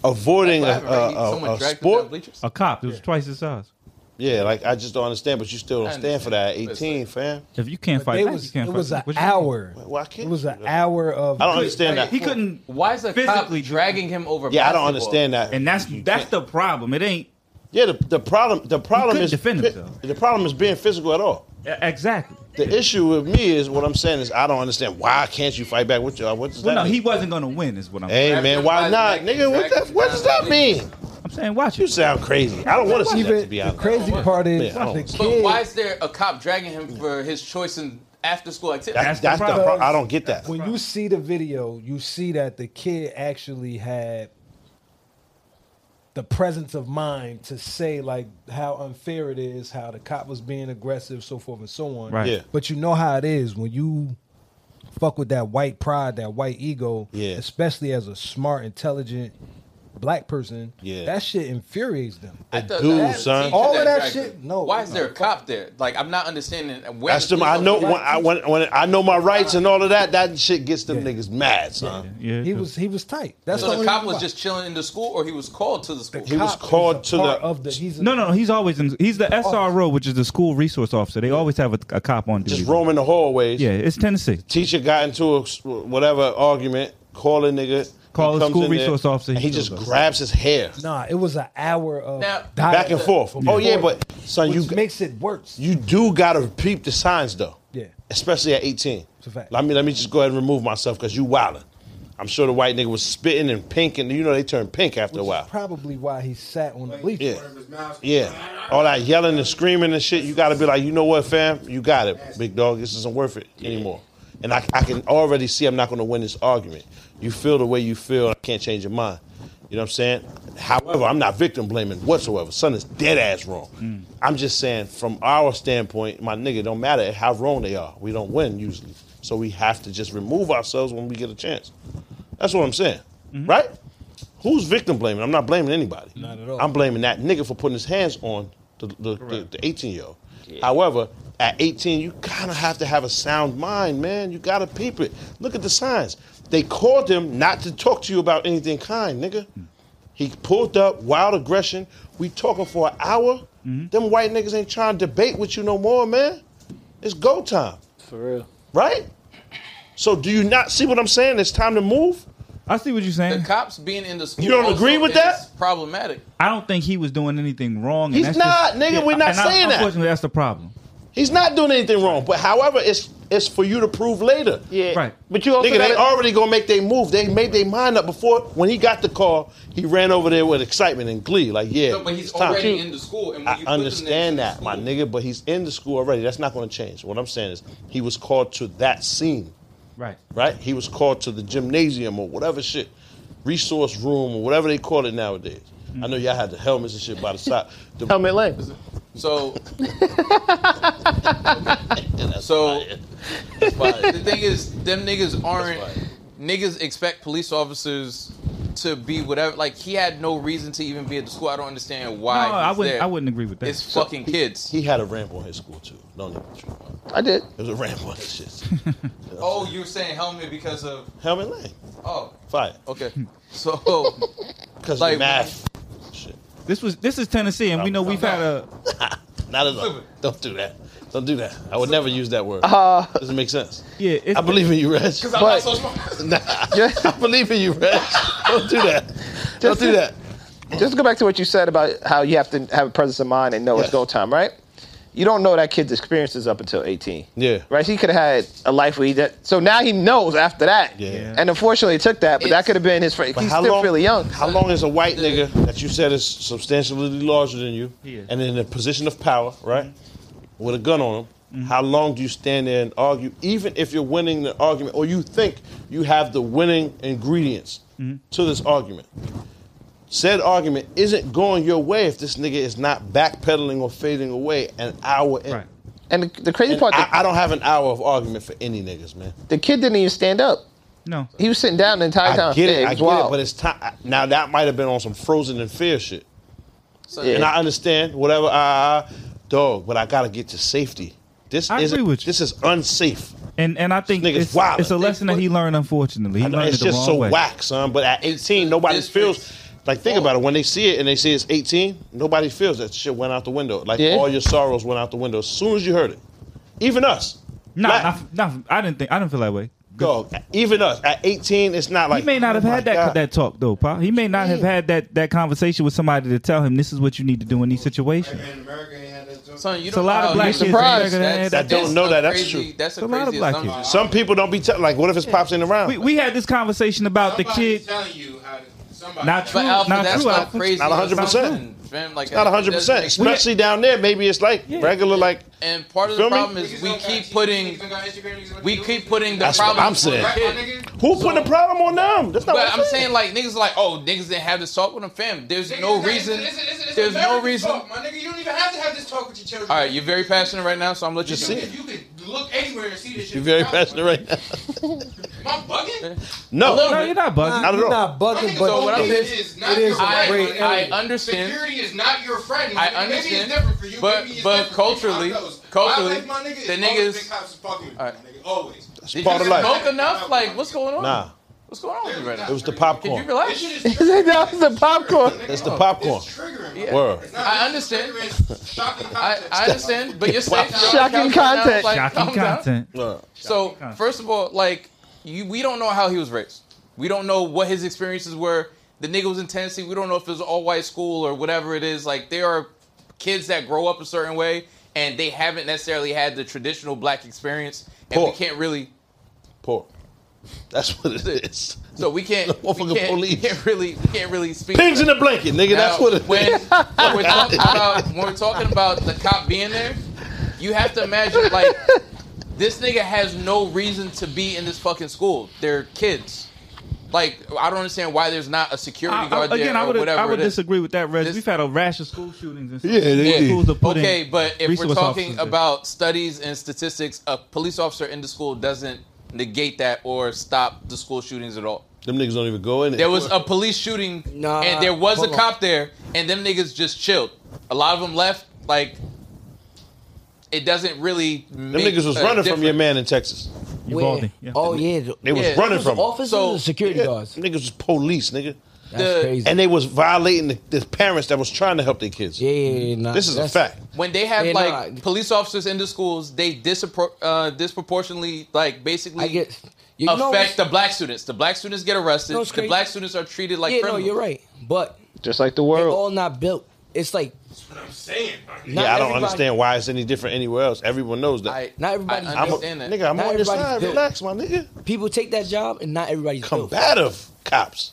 [SPEAKER 1] avoiding a,
[SPEAKER 5] That's what happened, right?
[SPEAKER 1] a-
[SPEAKER 5] Someone
[SPEAKER 1] a, a
[SPEAKER 5] dragged him
[SPEAKER 1] uh, sport,
[SPEAKER 5] A cop. It was twice his size.
[SPEAKER 1] yeah, like I just don't understand. But you still
[SPEAKER 5] I
[SPEAKER 1] don't stand for that at 18, fam.
[SPEAKER 5] If you can't
[SPEAKER 1] But
[SPEAKER 5] fight
[SPEAKER 1] they
[SPEAKER 5] back,
[SPEAKER 1] was-
[SPEAKER 5] you can't
[SPEAKER 1] it
[SPEAKER 5] fight
[SPEAKER 1] was
[SPEAKER 5] back.
[SPEAKER 1] a
[SPEAKER 5] What you-
[SPEAKER 7] hour it was an hour of
[SPEAKER 1] I don't understand that.
[SPEAKER 5] He couldn't.
[SPEAKER 8] Why is a cop dragging him over?
[SPEAKER 5] Yeah, I don't
[SPEAKER 8] basketball?
[SPEAKER 5] understand that. And that's that's the problem. It ain't
[SPEAKER 1] Yeah, the, the problem the problem
[SPEAKER 5] couldn't
[SPEAKER 1] is
[SPEAKER 5] defend
[SPEAKER 1] fi-
[SPEAKER 5] himself.
[SPEAKER 1] the problem is being physical at all.
[SPEAKER 5] Exactly.
[SPEAKER 1] The issue with me is what I'm saying is I don't understand why can't you fight back with you? What does
[SPEAKER 5] Well,
[SPEAKER 1] that
[SPEAKER 5] no,
[SPEAKER 1] mean?
[SPEAKER 5] he wasn't gonna win. Is what I'm.
[SPEAKER 1] Hey
[SPEAKER 5] saying.
[SPEAKER 1] man, why not, nigga? What, that, what does that mean?
[SPEAKER 5] I'm saying, watch
[SPEAKER 1] You
[SPEAKER 5] it.
[SPEAKER 1] sound crazy. I don't want to see that. To be
[SPEAKER 7] The
[SPEAKER 1] honest,
[SPEAKER 7] crazy part is
[SPEAKER 1] Yeah, I
[SPEAKER 7] the
[SPEAKER 1] don't-
[SPEAKER 7] kid.
[SPEAKER 8] But why is there a cop dragging him for his choice in after school activity?
[SPEAKER 1] that's, that's the
[SPEAKER 5] problem.
[SPEAKER 1] pro- I don't get that.
[SPEAKER 7] when you see the video, you see that the kid actually had the presence of mind to say like how unfair it is, how the cop was being aggressive, so forth and so on.
[SPEAKER 5] Right.
[SPEAKER 1] Yeah.
[SPEAKER 7] But you know how it is when you fuck with that white pride, that white ego,
[SPEAKER 1] Yeah.
[SPEAKER 7] especially as a smart, intelligent black person,
[SPEAKER 1] Yeah.
[SPEAKER 7] that shit infuriates them.
[SPEAKER 8] I thought
[SPEAKER 1] dude,
[SPEAKER 8] that was
[SPEAKER 1] son.
[SPEAKER 8] teacher
[SPEAKER 7] All of that
[SPEAKER 8] dragged him.
[SPEAKER 7] shit- no,
[SPEAKER 8] Why is there a
[SPEAKER 7] no.
[SPEAKER 8] cop there? Like I'm not understanding. Where
[SPEAKER 1] That's them. I know when I when, when I know my rights and all of that. That shit gets them niggas mad, son.
[SPEAKER 5] Yeah,
[SPEAKER 7] He was he was tight. That's the
[SPEAKER 8] So the
[SPEAKER 7] only
[SPEAKER 8] cop
[SPEAKER 7] reason
[SPEAKER 8] was
[SPEAKER 7] why.
[SPEAKER 8] just chilling in the school, or he was called to the school.
[SPEAKER 1] He was
[SPEAKER 7] Cop is
[SPEAKER 1] called
[SPEAKER 7] a
[SPEAKER 1] to
[SPEAKER 7] part
[SPEAKER 1] the-
[SPEAKER 7] of the he's a,
[SPEAKER 5] No, no, he's always in. He's the
[SPEAKER 1] Oh.
[SPEAKER 5] SRO, which is the school resource officer. They always have a, a cop on duty.
[SPEAKER 1] Just roaming the hallways.
[SPEAKER 5] Yeah, it's Tennessee.
[SPEAKER 1] Teacher got into a s- whatever argument. Call a nigga.
[SPEAKER 5] Call
[SPEAKER 1] he
[SPEAKER 5] the
[SPEAKER 1] comes
[SPEAKER 5] school
[SPEAKER 1] in there,
[SPEAKER 5] resource officer,
[SPEAKER 1] And
[SPEAKER 5] he
[SPEAKER 1] he just
[SPEAKER 5] kills us.
[SPEAKER 1] grabs his hair
[SPEAKER 7] Nah, it was an hour of
[SPEAKER 8] Now-
[SPEAKER 1] back and
[SPEAKER 7] dialogue.
[SPEAKER 1] forth. Oh yeah, but son,
[SPEAKER 7] which
[SPEAKER 1] you
[SPEAKER 7] makes it worse.
[SPEAKER 1] you do gotta peep the signs though.
[SPEAKER 7] Yeah.
[SPEAKER 1] Especially at 18.
[SPEAKER 7] It's a fact.
[SPEAKER 1] Let me let me just go ahead and remove myself because you wildin'. I'm sure the white nigga was spitting and pink, and you know they turn pink after
[SPEAKER 7] Which
[SPEAKER 1] a
[SPEAKER 7] is
[SPEAKER 1] while.
[SPEAKER 7] probably why he sat on the bleachers.
[SPEAKER 1] Yeah. Yeah. All that yelling and screaming and shit, you gotta be like, you know what, fam? You got it, big dog. This isn't worth it anymore. And I, I can already see I'm not gonna win this argument. You feel the way you feel, I can't change your mind. You know what I'm saying? However, I'm not victim blaming whatsoever. Son is dead ass wrong. I'm just saying, from our standpoint, my nigga, don't matter how wrong they are. We don't win usually. So we have to just remove ourselves when we get a chance. That's what I'm saying. Right? Who's victim blaming? I'm not blaming anybody. Not
[SPEAKER 7] at all.
[SPEAKER 1] I'm blaming that nigga for putting his hands on the the- the the 18 year old. However, at 18, you kind of have to have a sound mind, man. You gotta peep it. Look at the signs. They called him not to talk to you about anything kind, nigga.
[SPEAKER 7] Hmm.
[SPEAKER 1] He pulled up, wild aggression. We talking for an hour.
[SPEAKER 7] Mm-hmm.
[SPEAKER 1] Them white niggas ain't trying to debate with you no more, man. It's go time,
[SPEAKER 10] For real.
[SPEAKER 1] right? So do you not see what I'm saying? It's time to move.
[SPEAKER 5] I see what you're
[SPEAKER 8] The
[SPEAKER 5] saying.
[SPEAKER 8] cops being in the school.
[SPEAKER 1] You don't
[SPEAKER 8] also
[SPEAKER 1] agree with
[SPEAKER 8] is
[SPEAKER 1] that?
[SPEAKER 8] Problematic.
[SPEAKER 5] I don't think he was doing anything wrong. and
[SPEAKER 1] He's
[SPEAKER 5] that's
[SPEAKER 1] not, nigga, we're not
[SPEAKER 5] and I-
[SPEAKER 1] saying that.
[SPEAKER 5] Unfortunately, that's the problem.
[SPEAKER 1] He's not doing anything wrong. But however, it's it's for you to prove later.
[SPEAKER 2] Yeah.
[SPEAKER 5] Right.
[SPEAKER 2] But you also
[SPEAKER 1] Nigga, they
[SPEAKER 2] gotta-
[SPEAKER 1] already gonna make their move. They made their mind up before when he got the call. He ran over there with excitement and glee, like yeah.
[SPEAKER 8] No, but he's
[SPEAKER 1] it's time.
[SPEAKER 8] already in the school, and when
[SPEAKER 1] I
[SPEAKER 8] you put them in
[SPEAKER 1] understand
[SPEAKER 8] the
[SPEAKER 1] that, my
[SPEAKER 8] school-
[SPEAKER 1] nigga. But he's in the school already. That's not gonna change. What I'm saying is, he was called to that scene,
[SPEAKER 5] Right.
[SPEAKER 1] right? He was called to the gymnasium or whatever shit, resource room or whatever they call it nowadays. I know y'all had the helmets and shit by the side. The-
[SPEAKER 2] Mm. Helmet lane.
[SPEAKER 8] So, so the thing is, them niggas aren't niggas expect police officers to be whatever. Like he had no reason to even be at the school. I don't understand
[SPEAKER 5] No,
[SPEAKER 8] why.
[SPEAKER 5] I
[SPEAKER 8] he's
[SPEAKER 5] wouldn't.
[SPEAKER 8] there.
[SPEAKER 5] I wouldn't agree with that.
[SPEAKER 8] It's fucking kids.
[SPEAKER 1] He had a ramble in his school too. Don't even trip.
[SPEAKER 2] I did.
[SPEAKER 1] It was a ramble in his shit.
[SPEAKER 8] oh, you're saying helmet because of
[SPEAKER 1] Helmet Lane.
[SPEAKER 8] oh.
[SPEAKER 1] Fire.
[SPEAKER 8] Okay, so
[SPEAKER 1] Because
[SPEAKER 8] Like-
[SPEAKER 1] the math. Shit.
[SPEAKER 5] this was. This is Tennessee, and we know we've had a.
[SPEAKER 1] Not at all. Don't do that. Don't do that. I would never use that word. Doesn't make sense.
[SPEAKER 5] Yeah. It's,
[SPEAKER 1] I believe in you, Reg. Nah,
[SPEAKER 8] I'm not so smart.
[SPEAKER 1] I believe in you, Reg. Don't do that. Don't do that.
[SPEAKER 4] Just to go back to what you said about how you have to have a presence of mind and know
[SPEAKER 1] Yes.
[SPEAKER 4] it's go time, right? You don't know that kid's experiences up until 18.
[SPEAKER 1] Yeah.
[SPEAKER 4] Right? He could have had a life where he did. So now he knows after that.
[SPEAKER 1] Yeah.
[SPEAKER 4] And unfortunately, it took that, but that
[SPEAKER 8] It's-
[SPEAKER 4] could have been his friend.
[SPEAKER 1] But
[SPEAKER 4] He's still really young.
[SPEAKER 1] How long is a white nigga that you said is substantially larger than you
[SPEAKER 5] He is.
[SPEAKER 1] and in a position of power, right? With a gun on him.
[SPEAKER 5] Mm-hmm.
[SPEAKER 1] How long do you stand there and argue, even if you're winning the argument or you think you have the winning ingredients
[SPEAKER 5] Mm-hmm.
[SPEAKER 1] to this argument? Said argument isn't going your way if this nigga is not backpedaling or fading away an hour in.
[SPEAKER 5] Right.
[SPEAKER 4] And the, the crazy
[SPEAKER 1] And
[SPEAKER 4] part,
[SPEAKER 1] I,
[SPEAKER 4] the,
[SPEAKER 1] I don't have an hour of argument for any niggas, man.
[SPEAKER 4] the kid didn't even stand up.
[SPEAKER 5] no.
[SPEAKER 4] He was sitting down the entire
[SPEAKER 1] I
[SPEAKER 4] time.
[SPEAKER 1] get it,
[SPEAKER 4] Yeah,
[SPEAKER 1] I
[SPEAKER 4] was
[SPEAKER 1] get it,
[SPEAKER 4] wild.
[SPEAKER 1] but it's time. Now that might have been on some frozen and fear shit.
[SPEAKER 8] So,
[SPEAKER 4] Yeah.
[SPEAKER 1] and I understand whatever. Uh, dog, but I gotta get to safety. This
[SPEAKER 5] I
[SPEAKER 1] is
[SPEAKER 5] agree with you.
[SPEAKER 1] this is unsafe.
[SPEAKER 5] And and I think
[SPEAKER 1] This nigga's
[SPEAKER 5] it's,
[SPEAKER 1] wild.
[SPEAKER 5] it's a lesson that he learned. Unfortunately, he
[SPEAKER 1] I know,
[SPEAKER 5] learned
[SPEAKER 1] it's
[SPEAKER 5] it the
[SPEAKER 1] just
[SPEAKER 5] wrong
[SPEAKER 1] so
[SPEAKER 5] way.
[SPEAKER 1] whack, son. But at 18, nobody
[SPEAKER 8] district's
[SPEAKER 1] feels. Like think about it. When they see it and they see it's 18, nobody feels that shit went out the window. Like
[SPEAKER 4] Yeah.
[SPEAKER 1] all your sorrows went out the window as soon as you heard it. Even us.
[SPEAKER 5] No,
[SPEAKER 1] Black-
[SPEAKER 5] not, not, I didn't think. I didn't feel that way.
[SPEAKER 1] Dog, even us at 18, it's not like
[SPEAKER 5] He may not have
[SPEAKER 1] oh
[SPEAKER 5] had
[SPEAKER 1] my
[SPEAKER 5] that
[SPEAKER 1] God.
[SPEAKER 5] that talk though, Pop. He may not have had that that conversation with somebody to tell him this is what you need to do in these situations.
[SPEAKER 11] In America, ain't had that joke.
[SPEAKER 8] Son, you
[SPEAKER 5] It's
[SPEAKER 8] don't
[SPEAKER 5] a lot
[SPEAKER 8] know
[SPEAKER 5] of
[SPEAKER 1] Oh,
[SPEAKER 8] how
[SPEAKER 5] black
[SPEAKER 8] you-
[SPEAKER 5] kids in
[SPEAKER 8] Surprise.
[SPEAKER 5] America that ain't
[SPEAKER 1] that don't
[SPEAKER 8] that's
[SPEAKER 1] know
[SPEAKER 8] a
[SPEAKER 1] that. That's
[SPEAKER 8] crazy-
[SPEAKER 1] true.
[SPEAKER 8] That's a,
[SPEAKER 5] A lot
[SPEAKER 8] crazy
[SPEAKER 5] of black
[SPEAKER 8] assumption.
[SPEAKER 5] kids.
[SPEAKER 1] Some people don't be tell like, what if his pops ain't around?
[SPEAKER 5] We, we had this conversation about the
[SPEAKER 11] Somebody's
[SPEAKER 5] kid.
[SPEAKER 11] telling you how to. Somebody.
[SPEAKER 5] Not
[SPEAKER 11] telling
[SPEAKER 8] But
[SPEAKER 5] true.
[SPEAKER 11] you.
[SPEAKER 8] Alpha,
[SPEAKER 5] Not
[SPEAKER 8] that's
[SPEAKER 5] true,
[SPEAKER 8] not
[SPEAKER 5] Alpha.
[SPEAKER 8] crazy.
[SPEAKER 1] Not 100%.
[SPEAKER 8] assumption, Fam, like,
[SPEAKER 1] not
[SPEAKER 8] that
[SPEAKER 1] 100, percent
[SPEAKER 8] doesn't make sense.
[SPEAKER 1] especially down there. Maybe it's like regular, like
[SPEAKER 8] And part of
[SPEAKER 1] Feel
[SPEAKER 8] the
[SPEAKER 1] me?
[SPEAKER 8] problem is
[SPEAKER 11] Niggas
[SPEAKER 8] we
[SPEAKER 11] don't got
[SPEAKER 8] keep
[SPEAKER 11] TV,
[SPEAKER 8] putting
[SPEAKER 11] niggas don't got Instagram, niggas don't
[SPEAKER 8] we
[SPEAKER 11] do
[SPEAKER 8] keep
[SPEAKER 11] it.
[SPEAKER 8] putting the
[SPEAKER 1] That's what
[SPEAKER 8] problem.
[SPEAKER 1] I'm saying.
[SPEAKER 11] Right, my nigga?
[SPEAKER 1] who put the problem on them? That's not
[SPEAKER 8] But
[SPEAKER 1] what
[SPEAKER 8] I'm saying like niggas like oh niggas didn't have this talk with them fam. There's
[SPEAKER 11] Niggas
[SPEAKER 8] no
[SPEAKER 11] got-
[SPEAKER 8] reason.
[SPEAKER 11] it's- it's- it's
[SPEAKER 8] There's no
[SPEAKER 11] American
[SPEAKER 8] reason.
[SPEAKER 11] Talk, my nigga, you don't even have to have this talk with your children.
[SPEAKER 8] All right, you're very passionate right now, so I'm gonna let you
[SPEAKER 1] see
[SPEAKER 8] see.
[SPEAKER 1] it.
[SPEAKER 11] You could look anywhere and see this shit.
[SPEAKER 1] You're very passionate right now.
[SPEAKER 11] Am I bugging?
[SPEAKER 1] No,
[SPEAKER 5] No, you're not bugging.
[SPEAKER 1] Not at all.
[SPEAKER 7] You're not bugging,
[SPEAKER 11] So
[SPEAKER 7] but
[SPEAKER 8] what I'm
[SPEAKER 7] it
[SPEAKER 8] saying
[SPEAKER 7] is-
[SPEAKER 11] is not
[SPEAKER 7] it is
[SPEAKER 11] your
[SPEAKER 7] a
[SPEAKER 8] I,
[SPEAKER 7] great
[SPEAKER 11] right.
[SPEAKER 8] I
[SPEAKER 7] area.
[SPEAKER 8] understand.
[SPEAKER 11] Security is not your friend. my
[SPEAKER 8] I
[SPEAKER 11] nigga. Maybe
[SPEAKER 8] understand,
[SPEAKER 11] it's different for you.
[SPEAKER 8] but-
[SPEAKER 11] Maybe it's
[SPEAKER 8] but
[SPEAKER 11] different for you.
[SPEAKER 8] culturally-
[SPEAKER 11] I knows.
[SPEAKER 8] culturally,
[SPEAKER 11] my life, my nigga,
[SPEAKER 8] the
[SPEAKER 11] is
[SPEAKER 8] niggas-
[SPEAKER 11] always big cops is fucking with me,
[SPEAKER 8] All right.
[SPEAKER 11] my nigga. Always.
[SPEAKER 8] Did
[SPEAKER 1] part
[SPEAKER 8] you
[SPEAKER 1] of life.
[SPEAKER 8] smoke enough? Like what's going on?
[SPEAKER 1] Nah,
[SPEAKER 8] What's going on with you right
[SPEAKER 1] it
[SPEAKER 8] now?
[SPEAKER 1] was the
[SPEAKER 8] Can you
[SPEAKER 1] popcorn.
[SPEAKER 8] relax?
[SPEAKER 11] This shit is
[SPEAKER 4] that was the popcorn.
[SPEAKER 1] It's the popcorn.
[SPEAKER 11] It's triggering. my
[SPEAKER 8] Yeah.
[SPEAKER 11] nigga.
[SPEAKER 1] Word.
[SPEAKER 11] It's not-
[SPEAKER 8] I
[SPEAKER 11] it's
[SPEAKER 8] understand.
[SPEAKER 11] triggering, Shocking
[SPEAKER 8] I,
[SPEAKER 11] context.
[SPEAKER 8] I understand, but you're saying
[SPEAKER 4] Shocking content.
[SPEAKER 5] Shocking content.
[SPEAKER 8] So
[SPEAKER 5] content.
[SPEAKER 8] first of all, like you, we don't know how he was raised. We don't know what his experiences were. The nigga was in Tennessee. We don't know if it was all white school or whatever it is. Like there are kids that grow up a certain way and they haven't necessarily had the traditional black experience, and
[SPEAKER 1] Poor.
[SPEAKER 8] we can't really.
[SPEAKER 1] Pork. That's what it is.
[SPEAKER 8] So we can't.
[SPEAKER 1] The motherfucking
[SPEAKER 8] we, can't we
[SPEAKER 1] police.
[SPEAKER 8] can't really. We can't really speak.
[SPEAKER 1] Pigs in a blanket, nigga. That's
[SPEAKER 8] Now,
[SPEAKER 1] what it is.
[SPEAKER 8] when, when we're talking about when we're talking about the cop being there, you have to imagine like this nigga has no reason to be in this fucking school. They're kids. Like I don't understand why there's not a security
[SPEAKER 5] I- I-
[SPEAKER 8] guard
[SPEAKER 5] again,
[SPEAKER 8] there
[SPEAKER 5] I
[SPEAKER 8] or
[SPEAKER 5] would
[SPEAKER 8] whatever
[SPEAKER 5] I would
[SPEAKER 8] it is.
[SPEAKER 5] disagree with that, Reg.
[SPEAKER 8] This-
[SPEAKER 5] We've had a rash of school shootings and stuff.
[SPEAKER 1] Yeah, they
[SPEAKER 5] Yeah.
[SPEAKER 1] did.
[SPEAKER 5] schools to put in
[SPEAKER 8] Okay, but if we're
[SPEAKER 5] resource
[SPEAKER 8] talking
[SPEAKER 5] officers there.
[SPEAKER 8] about studies and statistics, a police officer in the school doesn't negate that or stop the school shootings at all.
[SPEAKER 1] Them niggas don't even go in
[SPEAKER 8] There
[SPEAKER 1] it.
[SPEAKER 8] was a police shooting,
[SPEAKER 10] Nah,
[SPEAKER 8] and there was a
[SPEAKER 10] hold on.
[SPEAKER 8] cop there, and them niggas just chilled. A lot of them left. Like, it doesn't really.
[SPEAKER 1] Them niggas was running from your man in Texas.
[SPEAKER 5] Uvalde, yeah.
[SPEAKER 10] Oh yeah, the-
[SPEAKER 1] They was
[SPEAKER 8] Yeah.
[SPEAKER 1] running
[SPEAKER 10] those
[SPEAKER 1] from him.
[SPEAKER 10] officers
[SPEAKER 8] So-
[SPEAKER 10] and security
[SPEAKER 1] Yeah,
[SPEAKER 10] guards.
[SPEAKER 1] them niggas was police, nigga.
[SPEAKER 10] That's
[SPEAKER 8] The-
[SPEAKER 10] crazy.
[SPEAKER 1] And they was violating the, the parents that was trying to help their kids.
[SPEAKER 10] yeah, yeah, yeah, nah,
[SPEAKER 1] This is a
[SPEAKER 10] that's-
[SPEAKER 1] fact.
[SPEAKER 8] When they have
[SPEAKER 10] Yeah,
[SPEAKER 8] like
[SPEAKER 10] nah.
[SPEAKER 8] police officers in the schools, they disappro- uh, disproportionately like basically
[SPEAKER 10] I get. You
[SPEAKER 8] affect
[SPEAKER 10] know,
[SPEAKER 8] the black students. The black students get arrested.
[SPEAKER 10] No, it's
[SPEAKER 8] the
[SPEAKER 10] crazy.
[SPEAKER 8] black students are treated like
[SPEAKER 10] yeah, no,
[SPEAKER 8] criminals.
[SPEAKER 10] you're right, but
[SPEAKER 4] Just like the
[SPEAKER 10] they're
[SPEAKER 4] world.
[SPEAKER 10] all not built. It's like
[SPEAKER 11] That's what I'm saying. my nigga.
[SPEAKER 1] Yeah,
[SPEAKER 10] Not
[SPEAKER 1] I don't
[SPEAKER 10] everybody-
[SPEAKER 1] understand why it's any different anywhere else. Everyone knows that.
[SPEAKER 8] I,
[SPEAKER 10] Not everybody-
[SPEAKER 8] I
[SPEAKER 1] I'm
[SPEAKER 10] I'm
[SPEAKER 1] a-
[SPEAKER 8] understand that.
[SPEAKER 1] nigga, I'm
[SPEAKER 10] Not
[SPEAKER 1] on your
[SPEAKER 10] everybody's
[SPEAKER 1] side.
[SPEAKER 10] built.
[SPEAKER 1] Relax, my nigga.
[SPEAKER 10] people take that job and not everybody's built.
[SPEAKER 1] Combative cops.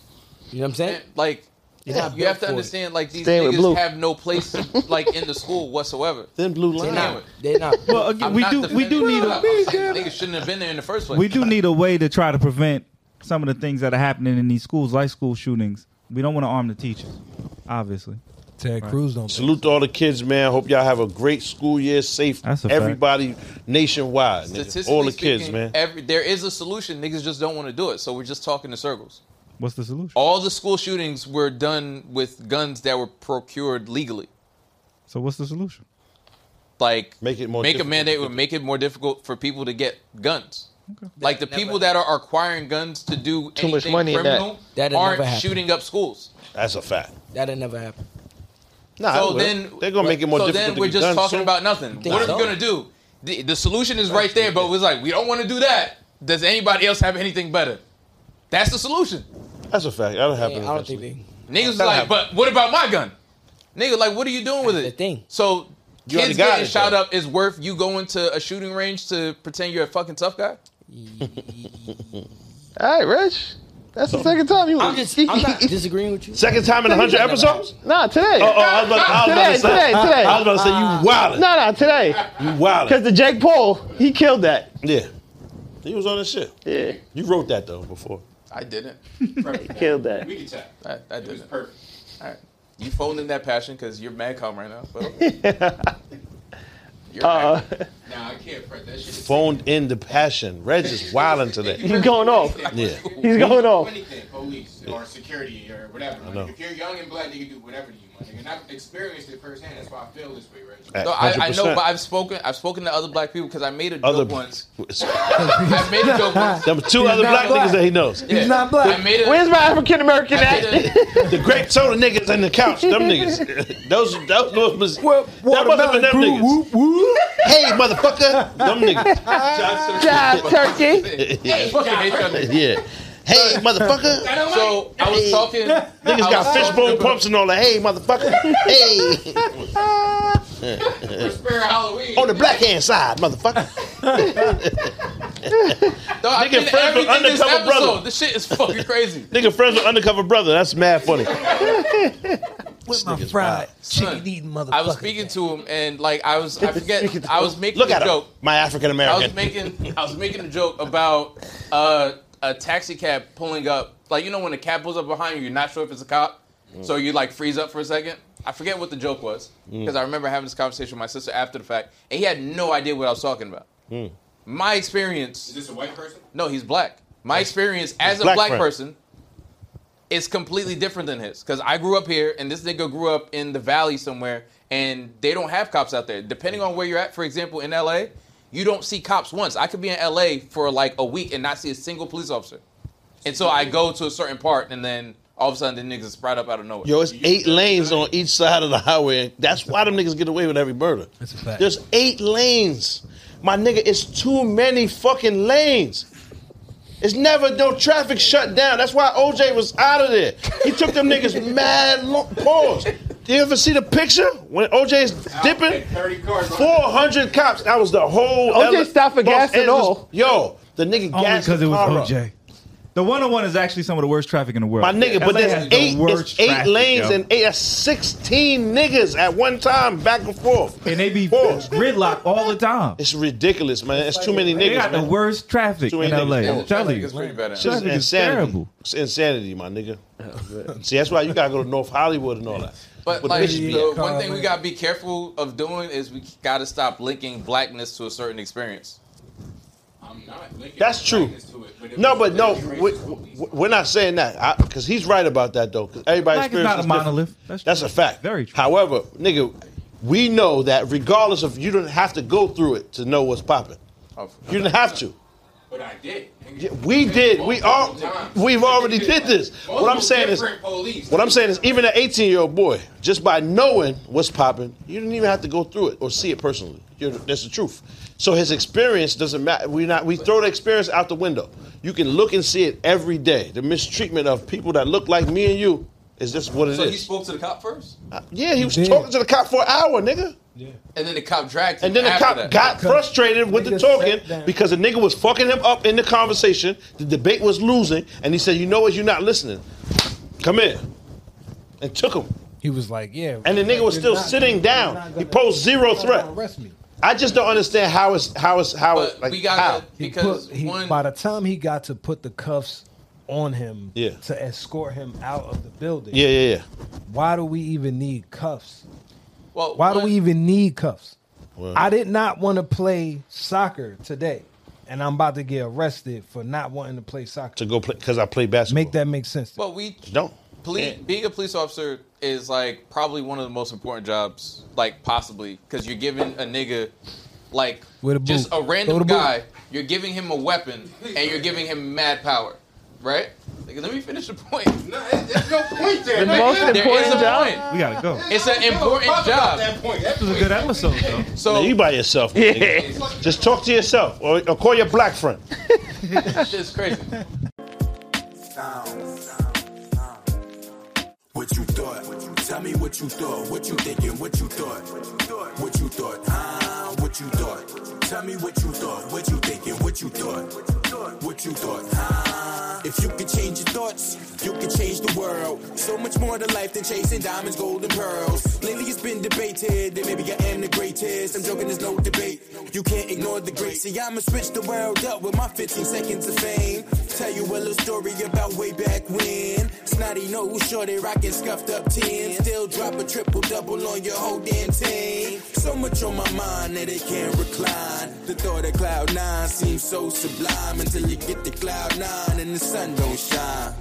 [SPEAKER 10] You know what I'm saying?
[SPEAKER 8] like
[SPEAKER 10] You're not
[SPEAKER 8] you have
[SPEAKER 10] built
[SPEAKER 8] to
[SPEAKER 10] for it.
[SPEAKER 8] understand like these
[SPEAKER 4] Stay with
[SPEAKER 8] niggas
[SPEAKER 4] Blue.
[SPEAKER 8] have no place like in the school whatsoever.
[SPEAKER 1] Then blue
[SPEAKER 10] They're
[SPEAKER 1] line.
[SPEAKER 10] not. They're not.
[SPEAKER 5] Well, again,
[SPEAKER 8] I'm
[SPEAKER 5] we
[SPEAKER 8] not
[SPEAKER 5] do we
[SPEAKER 8] defending
[SPEAKER 5] do need
[SPEAKER 8] the
[SPEAKER 5] a
[SPEAKER 8] job. I'm saying Niggas shouldn't have been there in the first place.
[SPEAKER 5] we do need a way to try to prevent some of the things that are happening in these schools, like school shootings. We don't want to arm the teachers, obviously.
[SPEAKER 7] Ted Cruz don't.
[SPEAKER 1] Salute to all the kids, man. Hope y'all have a great school year, safe.
[SPEAKER 5] That's a fact.
[SPEAKER 1] everybody nationwide. Nigga.
[SPEAKER 8] Statistically
[SPEAKER 1] All the kids,
[SPEAKER 8] speaking,
[SPEAKER 1] man.
[SPEAKER 8] Every, there is a solution. Niggas just don't want to do it. So we're just talking in circles.
[SPEAKER 5] What's the solution?
[SPEAKER 8] All the school shootings were done with guns that were procured legally.
[SPEAKER 5] So what's the solution?
[SPEAKER 8] Like
[SPEAKER 1] Make it more
[SPEAKER 8] make
[SPEAKER 1] difficult.
[SPEAKER 8] a mandate would make it more difficult for people to get guns.
[SPEAKER 5] Okay.
[SPEAKER 8] Like the people that are acquiring guns to do
[SPEAKER 4] Too much
[SPEAKER 8] anything
[SPEAKER 4] money in that.
[SPEAKER 8] criminal
[SPEAKER 10] That'd never
[SPEAKER 8] aren't
[SPEAKER 10] happen.
[SPEAKER 8] shooting up schools.
[SPEAKER 1] That's a fact.
[SPEAKER 10] That'll never happen.
[SPEAKER 1] Nah, it
[SPEAKER 8] So
[SPEAKER 1] will.
[SPEAKER 8] then
[SPEAKER 1] they're gonna make it more
[SPEAKER 8] so
[SPEAKER 1] difficult.
[SPEAKER 8] then
[SPEAKER 1] to
[SPEAKER 8] we're
[SPEAKER 1] get
[SPEAKER 8] just
[SPEAKER 1] guns
[SPEAKER 8] talking
[SPEAKER 1] soon.
[SPEAKER 8] about nothing.
[SPEAKER 10] Think
[SPEAKER 8] What are
[SPEAKER 10] so?
[SPEAKER 8] we gonna do? The, the solution is right there, but it was like we don't want to do that. Does anybody else have anything better? That's the solution.
[SPEAKER 1] That's a fact. That'll happen.
[SPEAKER 10] Yeah, I don't think
[SPEAKER 1] eventually.
[SPEAKER 10] they.
[SPEAKER 8] Niggas was like,
[SPEAKER 1] happen.
[SPEAKER 8] but what about my gun? Nigga, like, what are you doing with
[SPEAKER 10] That's
[SPEAKER 8] it?
[SPEAKER 10] the thing.
[SPEAKER 8] So
[SPEAKER 1] You already
[SPEAKER 8] kids
[SPEAKER 1] got
[SPEAKER 8] getting
[SPEAKER 1] it,
[SPEAKER 8] shot
[SPEAKER 1] though.
[SPEAKER 8] up is worth you going to a shooting range to pretend you're a fucking tough guy.
[SPEAKER 4] All right, Reg. That's the second time you.
[SPEAKER 10] I'm just. I'm not disagreeing with you.
[SPEAKER 1] Second time in hundred
[SPEAKER 10] Never
[SPEAKER 1] episodes.
[SPEAKER 4] Nah, today.
[SPEAKER 1] Oh, oh, I was about, I was about to
[SPEAKER 4] today,
[SPEAKER 1] say.
[SPEAKER 4] today, today.
[SPEAKER 1] I was about to say you wildin'.
[SPEAKER 4] Nah, nah, today.
[SPEAKER 1] You wildin'.
[SPEAKER 4] Because the Jake Paul, he killed that.
[SPEAKER 1] Yeah. He was on this shit.
[SPEAKER 4] Yeah,
[SPEAKER 1] You wrote that though before.
[SPEAKER 8] I didn't.
[SPEAKER 4] he killed that.
[SPEAKER 11] We can tap.
[SPEAKER 8] I, I
[SPEAKER 11] It was
[SPEAKER 8] didn't.
[SPEAKER 11] perfect.
[SPEAKER 8] All right. You phoned in that passion because you're mad calm right now. But okay. you're
[SPEAKER 4] Uh,
[SPEAKER 8] acting.
[SPEAKER 11] Nah, I can't print that shit.
[SPEAKER 1] Phoned in the passion. Reg is wildin' today.
[SPEAKER 4] he's going off.
[SPEAKER 1] Yeah.
[SPEAKER 4] He's going off.
[SPEAKER 11] Anything, police or security. security or whatever.
[SPEAKER 1] I
[SPEAKER 11] Like,
[SPEAKER 1] know.
[SPEAKER 11] If you're young and black, they can do whatever to you, my nigga. And I've experienced it firsthand. That's why I feel this way, right?
[SPEAKER 1] At
[SPEAKER 8] No, I, I know,
[SPEAKER 1] 100%.
[SPEAKER 8] but I've spoken. I've spoken to other black people because I made a joke
[SPEAKER 1] Other-
[SPEAKER 8] once.
[SPEAKER 1] There
[SPEAKER 8] I made a joke once.
[SPEAKER 1] were two other
[SPEAKER 4] not
[SPEAKER 1] black,
[SPEAKER 4] black.
[SPEAKER 1] niggas that he knows.
[SPEAKER 8] Yeah.
[SPEAKER 4] not black.
[SPEAKER 8] I made a,
[SPEAKER 4] Where's my African American
[SPEAKER 8] I made
[SPEAKER 4] act?
[SPEAKER 8] a-
[SPEAKER 1] The grape soda niggas and the couch, them niggas. Those, those, those was,
[SPEAKER 7] Well,
[SPEAKER 1] that wasn't
[SPEAKER 7] watermelon
[SPEAKER 1] for them
[SPEAKER 7] crew,
[SPEAKER 1] niggas.
[SPEAKER 7] whoop, whoop.
[SPEAKER 1] Hey, motherfucker, them niggas.
[SPEAKER 8] Johnson-
[SPEAKER 4] Job turkey.
[SPEAKER 8] I fucking hate that nigga.
[SPEAKER 1] Yeah. Hey, motherfucker.
[SPEAKER 8] So I was talking.
[SPEAKER 1] Niggas got fishbone pumps and all that. Hey, motherfucker. Hey,
[SPEAKER 8] for spare Halloween.
[SPEAKER 1] on the black hand side, motherfucker.
[SPEAKER 8] No, I
[SPEAKER 1] Nigga
[SPEAKER 8] did
[SPEAKER 1] friends with
[SPEAKER 8] everything this
[SPEAKER 1] undercover
[SPEAKER 8] episode.
[SPEAKER 1] brother.
[SPEAKER 8] This shit is fucking crazy.
[SPEAKER 1] Nigga friends with undercover brother. That's mad funny. With my fried.
[SPEAKER 8] Son, I was speaking to him and like I was I forget I was making
[SPEAKER 1] Look
[SPEAKER 8] a
[SPEAKER 1] at him.
[SPEAKER 8] joke.
[SPEAKER 1] My African
[SPEAKER 8] I was
[SPEAKER 1] American.
[SPEAKER 8] making I was making a joke about uh, a taxi cab pulling up. Like you know when the cab pulls up behind you, you're not sure if it's a cop, so you like freeze up for a second. I forget what the joke was because I remember having this conversation with my sister after the fact, and he had no idea what I was talking about. My
[SPEAKER 11] Is
[SPEAKER 8] experience.
[SPEAKER 11] this a white person?
[SPEAKER 8] No, he's black. My experience as a
[SPEAKER 1] black
[SPEAKER 8] black
[SPEAKER 1] friend.
[SPEAKER 8] person is completely different than his because I grew up here and this nigga grew up in the valley somewhere and they don't have cops out there. Depending on where you're at, for example, in LA, you don't see cops once. I could be in LA for like a week and not see a single police officer. And so I go to a certain part and then all of a sudden the niggas sprout up out of nowhere.
[SPEAKER 1] Yo, it's eight lanes on each side of the highway. That's why them niggas get away with every murder.
[SPEAKER 7] That's a fact.
[SPEAKER 1] There's eight lanes. My nigga, it's too many fucking lanes. It's never no traffic shut down. That's why OJ was out of there. He took them niggas mad long pause. Do you ever see the picture when OJ's dipping?
[SPEAKER 11] Like, 30 cars.
[SPEAKER 1] 400 cops. That was the whole.
[SPEAKER 4] OJ
[SPEAKER 1] Ele-
[SPEAKER 4] stopped for
[SPEAKER 1] Los
[SPEAKER 4] gas and
[SPEAKER 1] Angeles-
[SPEAKER 4] all.
[SPEAKER 1] Yo, the nigga
[SPEAKER 5] Only
[SPEAKER 1] gassed
[SPEAKER 5] because it
[SPEAKER 1] the
[SPEAKER 5] was
[SPEAKER 1] car up.
[SPEAKER 5] OJ. The 101 is actually some of the worst traffic in the world.
[SPEAKER 1] My nigga, but
[SPEAKER 5] LA
[SPEAKER 1] there's
[SPEAKER 5] has the
[SPEAKER 1] eight,
[SPEAKER 5] worst
[SPEAKER 1] it's eight
[SPEAKER 5] traffic,
[SPEAKER 1] lanes
[SPEAKER 5] yo.
[SPEAKER 1] and eight, that's 16 niggas at one time, back and forth.
[SPEAKER 5] and they be
[SPEAKER 1] Pause.
[SPEAKER 5] gridlock all the time.
[SPEAKER 1] It's ridiculous, man. It's too many
[SPEAKER 5] They
[SPEAKER 1] niggas,
[SPEAKER 5] got the
[SPEAKER 1] man.
[SPEAKER 5] worst traffic
[SPEAKER 1] Too
[SPEAKER 5] in
[SPEAKER 1] many
[SPEAKER 5] LA.
[SPEAKER 1] niggas.
[SPEAKER 5] I'm telling you.
[SPEAKER 8] It's pretty bad.
[SPEAKER 1] It's just
[SPEAKER 5] traffic is
[SPEAKER 1] insanity.
[SPEAKER 5] terrible.
[SPEAKER 1] It's insanity, my nigga.
[SPEAKER 11] Oh,
[SPEAKER 1] See, that's why you gotta go to North Hollywood and all that. Where
[SPEAKER 8] But
[SPEAKER 1] the
[SPEAKER 8] like
[SPEAKER 1] bitches be
[SPEAKER 8] the
[SPEAKER 1] at.
[SPEAKER 8] one thing we gotta be careful of doing is we gotta stop linking blackness to a certain experience.
[SPEAKER 11] I'm not linking
[SPEAKER 1] That's true.
[SPEAKER 11] blackness to it, if
[SPEAKER 1] No,
[SPEAKER 11] it's
[SPEAKER 1] but no,
[SPEAKER 11] racist,
[SPEAKER 1] we,
[SPEAKER 11] police-
[SPEAKER 1] we- we're not saying that because he's right about that though. Because everybody's
[SPEAKER 5] Black is
[SPEAKER 1] experience
[SPEAKER 5] not
[SPEAKER 1] is
[SPEAKER 5] a
[SPEAKER 1] different.
[SPEAKER 5] monolith. That's
[SPEAKER 1] That's
[SPEAKER 5] true.
[SPEAKER 1] a fact.
[SPEAKER 5] Very true.
[SPEAKER 1] However, nigga, we know that regardless of you don't have to go through it to know what's popping.
[SPEAKER 8] Of-
[SPEAKER 1] You didn't have to.
[SPEAKER 11] But I did. nigga.
[SPEAKER 1] Yeah, We did. We all. We've already did this. What I'm saying is,
[SPEAKER 11] Multiple different police.
[SPEAKER 1] what I'm saying is, even an 18 year old boy, just by knowing what's popping, you didn't even have to go through it or see it personally. You're, that's the truth. So his experience doesn't matter. We not we throw the experience out the window. You can look and see it every day. The mistreatment of people that look like me and you is just what it is.
[SPEAKER 8] So he spoke to the cop first?
[SPEAKER 1] yeah, he was
[SPEAKER 7] did.
[SPEAKER 1] talking to the cop for an hour, nigga.
[SPEAKER 8] And then the cop dragged him.
[SPEAKER 1] And then the
[SPEAKER 8] after
[SPEAKER 1] cop
[SPEAKER 8] that.
[SPEAKER 1] got frustrated with the
[SPEAKER 7] Nigga
[SPEAKER 1] talking
[SPEAKER 7] sat down.
[SPEAKER 1] because the nigga was fucking him up in the conversation. The debate was losing, and he said, "You know what? You're not listening. Come here." And took him.
[SPEAKER 7] He was like, yeah.
[SPEAKER 1] And the nigga was
[SPEAKER 7] you're
[SPEAKER 1] still
[SPEAKER 7] not-
[SPEAKER 1] sitting
[SPEAKER 7] you're
[SPEAKER 1] down.
[SPEAKER 7] not
[SPEAKER 1] He
[SPEAKER 7] gonna-
[SPEAKER 1] posed zero
[SPEAKER 7] you're not
[SPEAKER 1] threat.
[SPEAKER 7] gonna Arrest me.
[SPEAKER 1] I just don't understand how it's how it's how
[SPEAKER 8] But
[SPEAKER 1] it's like
[SPEAKER 8] we
[SPEAKER 1] how.
[SPEAKER 8] got to
[SPEAKER 7] He
[SPEAKER 8] because
[SPEAKER 7] put- he-
[SPEAKER 8] one
[SPEAKER 7] by the time he got to put the cuffs on him
[SPEAKER 1] Yeah.
[SPEAKER 7] to escort him out of the building,
[SPEAKER 1] Yeah, yeah, yeah.
[SPEAKER 7] why do we even need cuffs?
[SPEAKER 8] well,
[SPEAKER 7] Why do
[SPEAKER 8] one-
[SPEAKER 7] we even need cuffs?
[SPEAKER 1] Well-
[SPEAKER 7] I did not want to play soccer today, and I'm about to get arrested for not wanting to play soccer.
[SPEAKER 1] To go play because I play basketball.
[SPEAKER 7] Make that make sense.
[SPEAKER 8] Well, we
[SPEAKER 1] don't.
[SPEAKER 8] police, being a police officer is like probably one of the most important jobs, like possibly, because you're giving a nigga like
[SPEAKER 7] With a
[SPEAKER 8] just
[SPEAKER 7] boot.
[SPEAKER 8] a
[SPEAKER 7] Throw the
[SPEAKER 8] random
[SPEAKER 7] boot.
[SPEAKER 8] guy. You're giving him a weapon and you're giving him mad power, right? Like, let me finish the point.
[SPEAKER 11] No, it- there's no point there.
[SPEAKER 4] The most
[SPEAKER 8] There is
[SPEAKER 4] important
[SPEAKER 8] a
[SPEAKER 4] job.
[SPEAKER 8] point.
[SPEAKER 5] We gotta go.
[SPEAKER 8] It's an important
[SPEAKER 11] Fuck about
[SPEAKER 8] job.
[SPEAKER 11] That point. That
[SPEAKER 5] This was a good episode, though.
[SPEAKER 1] Now you
[SPEAKER 8] So
[SPEAKER 1] by yourself. nigga. Just talk to yourself or, or call your black friend.
[SPEAKER 8] it's crazy.
[SPEAKER 6] What you thought? Tell me what you thought. What you thinking? What you thought? What you thought? Ah, what you thought? Tell me what you thought. What you thinking? What you thought? What you thought? Ah. If you could change your thoughts, you could change the world. So much more to life than chasing diamonds, gold, and pearls. Lately it's been debated that maybe I am the greatest. I'm joking, there's no debate. You can't ignore the great. See, I'ma switch the world up with my 15 seconds of fame. Tell you a little story about way back when. Snotty nose, shorty rockin' scuffed up 10. Still drop a triple double on your whole damn team. So much on my mind that it can't recline. The thought of cloud nine seems so sublime until you get to cloud nine and the sun don't shine.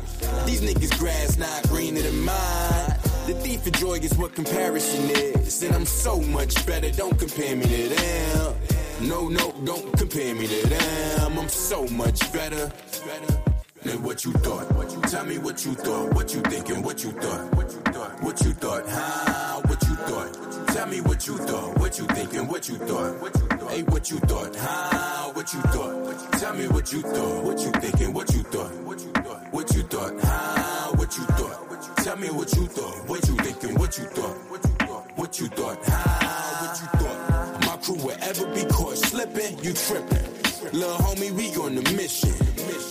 [SPEAKER 6] These niggas grass not greener than mine. The thief of joy is what comparison is. And I'm so much better, don't compare me to them. No, no, don't compare me to them. I'm so much better. Than what you thought. Tell me what you thought. What you thinking? What you thought? What you thought? What you thought? Huh? What you thought? Tell me what you thought. What you thinking? What you thought? What you thought? Hey, what you thought? Huh? What you thought? Tell me what you thought. What you thinking? What you thought? What you thought? What you thought? Huh? What you thought? Tell me what you thought. What you thinking? What you thought? What you thought? What you thought? Huh? What you thought? My crew will ever be caught slipping. You tripping. Lil' homie, we on the mission.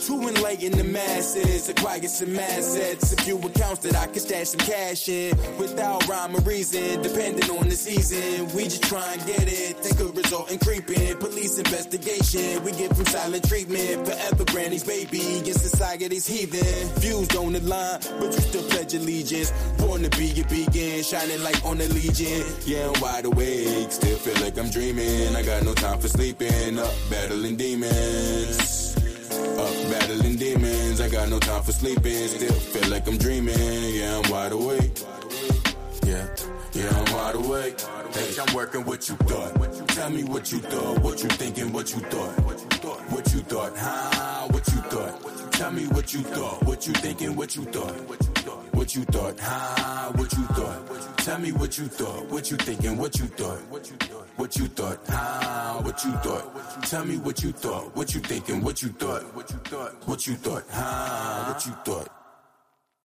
[SPEAKER 6] To enlighten the masses, acquire some assets. A few accounts that I can stash some cash in. Without rhyme or reason, depending on the season. We just try and get it. That could result in creeping. Police investigation, we give them silent treatment. Forever Granny's baby, get society's heathen. Views don't align, but you still pledge allegiance. Born to be a beacon, shining light on the legion. Yeah, I'm wide awake, still feel like I'm dreaming. I got no time for sleeping, up battling demons. Up battling demons, I got no time for sleeping. Still feel like I'm dreaming, yeah, I'm wide awake. Yeah, yeah, I'm wide awake. Bitch, I'm working what you thought. Tell me what you thought, what you thinking, what you thought. What you thought, huh? What you thought. Tell me what you thought, what you thinking, what you thought. What you thought, huh? What you thought. Tell me what you thought, what you thinking, what you thought. What you thought, huh? What you thought. Tell me what you thought, what you thinking, what you thought. What you thought, huh? What you thought.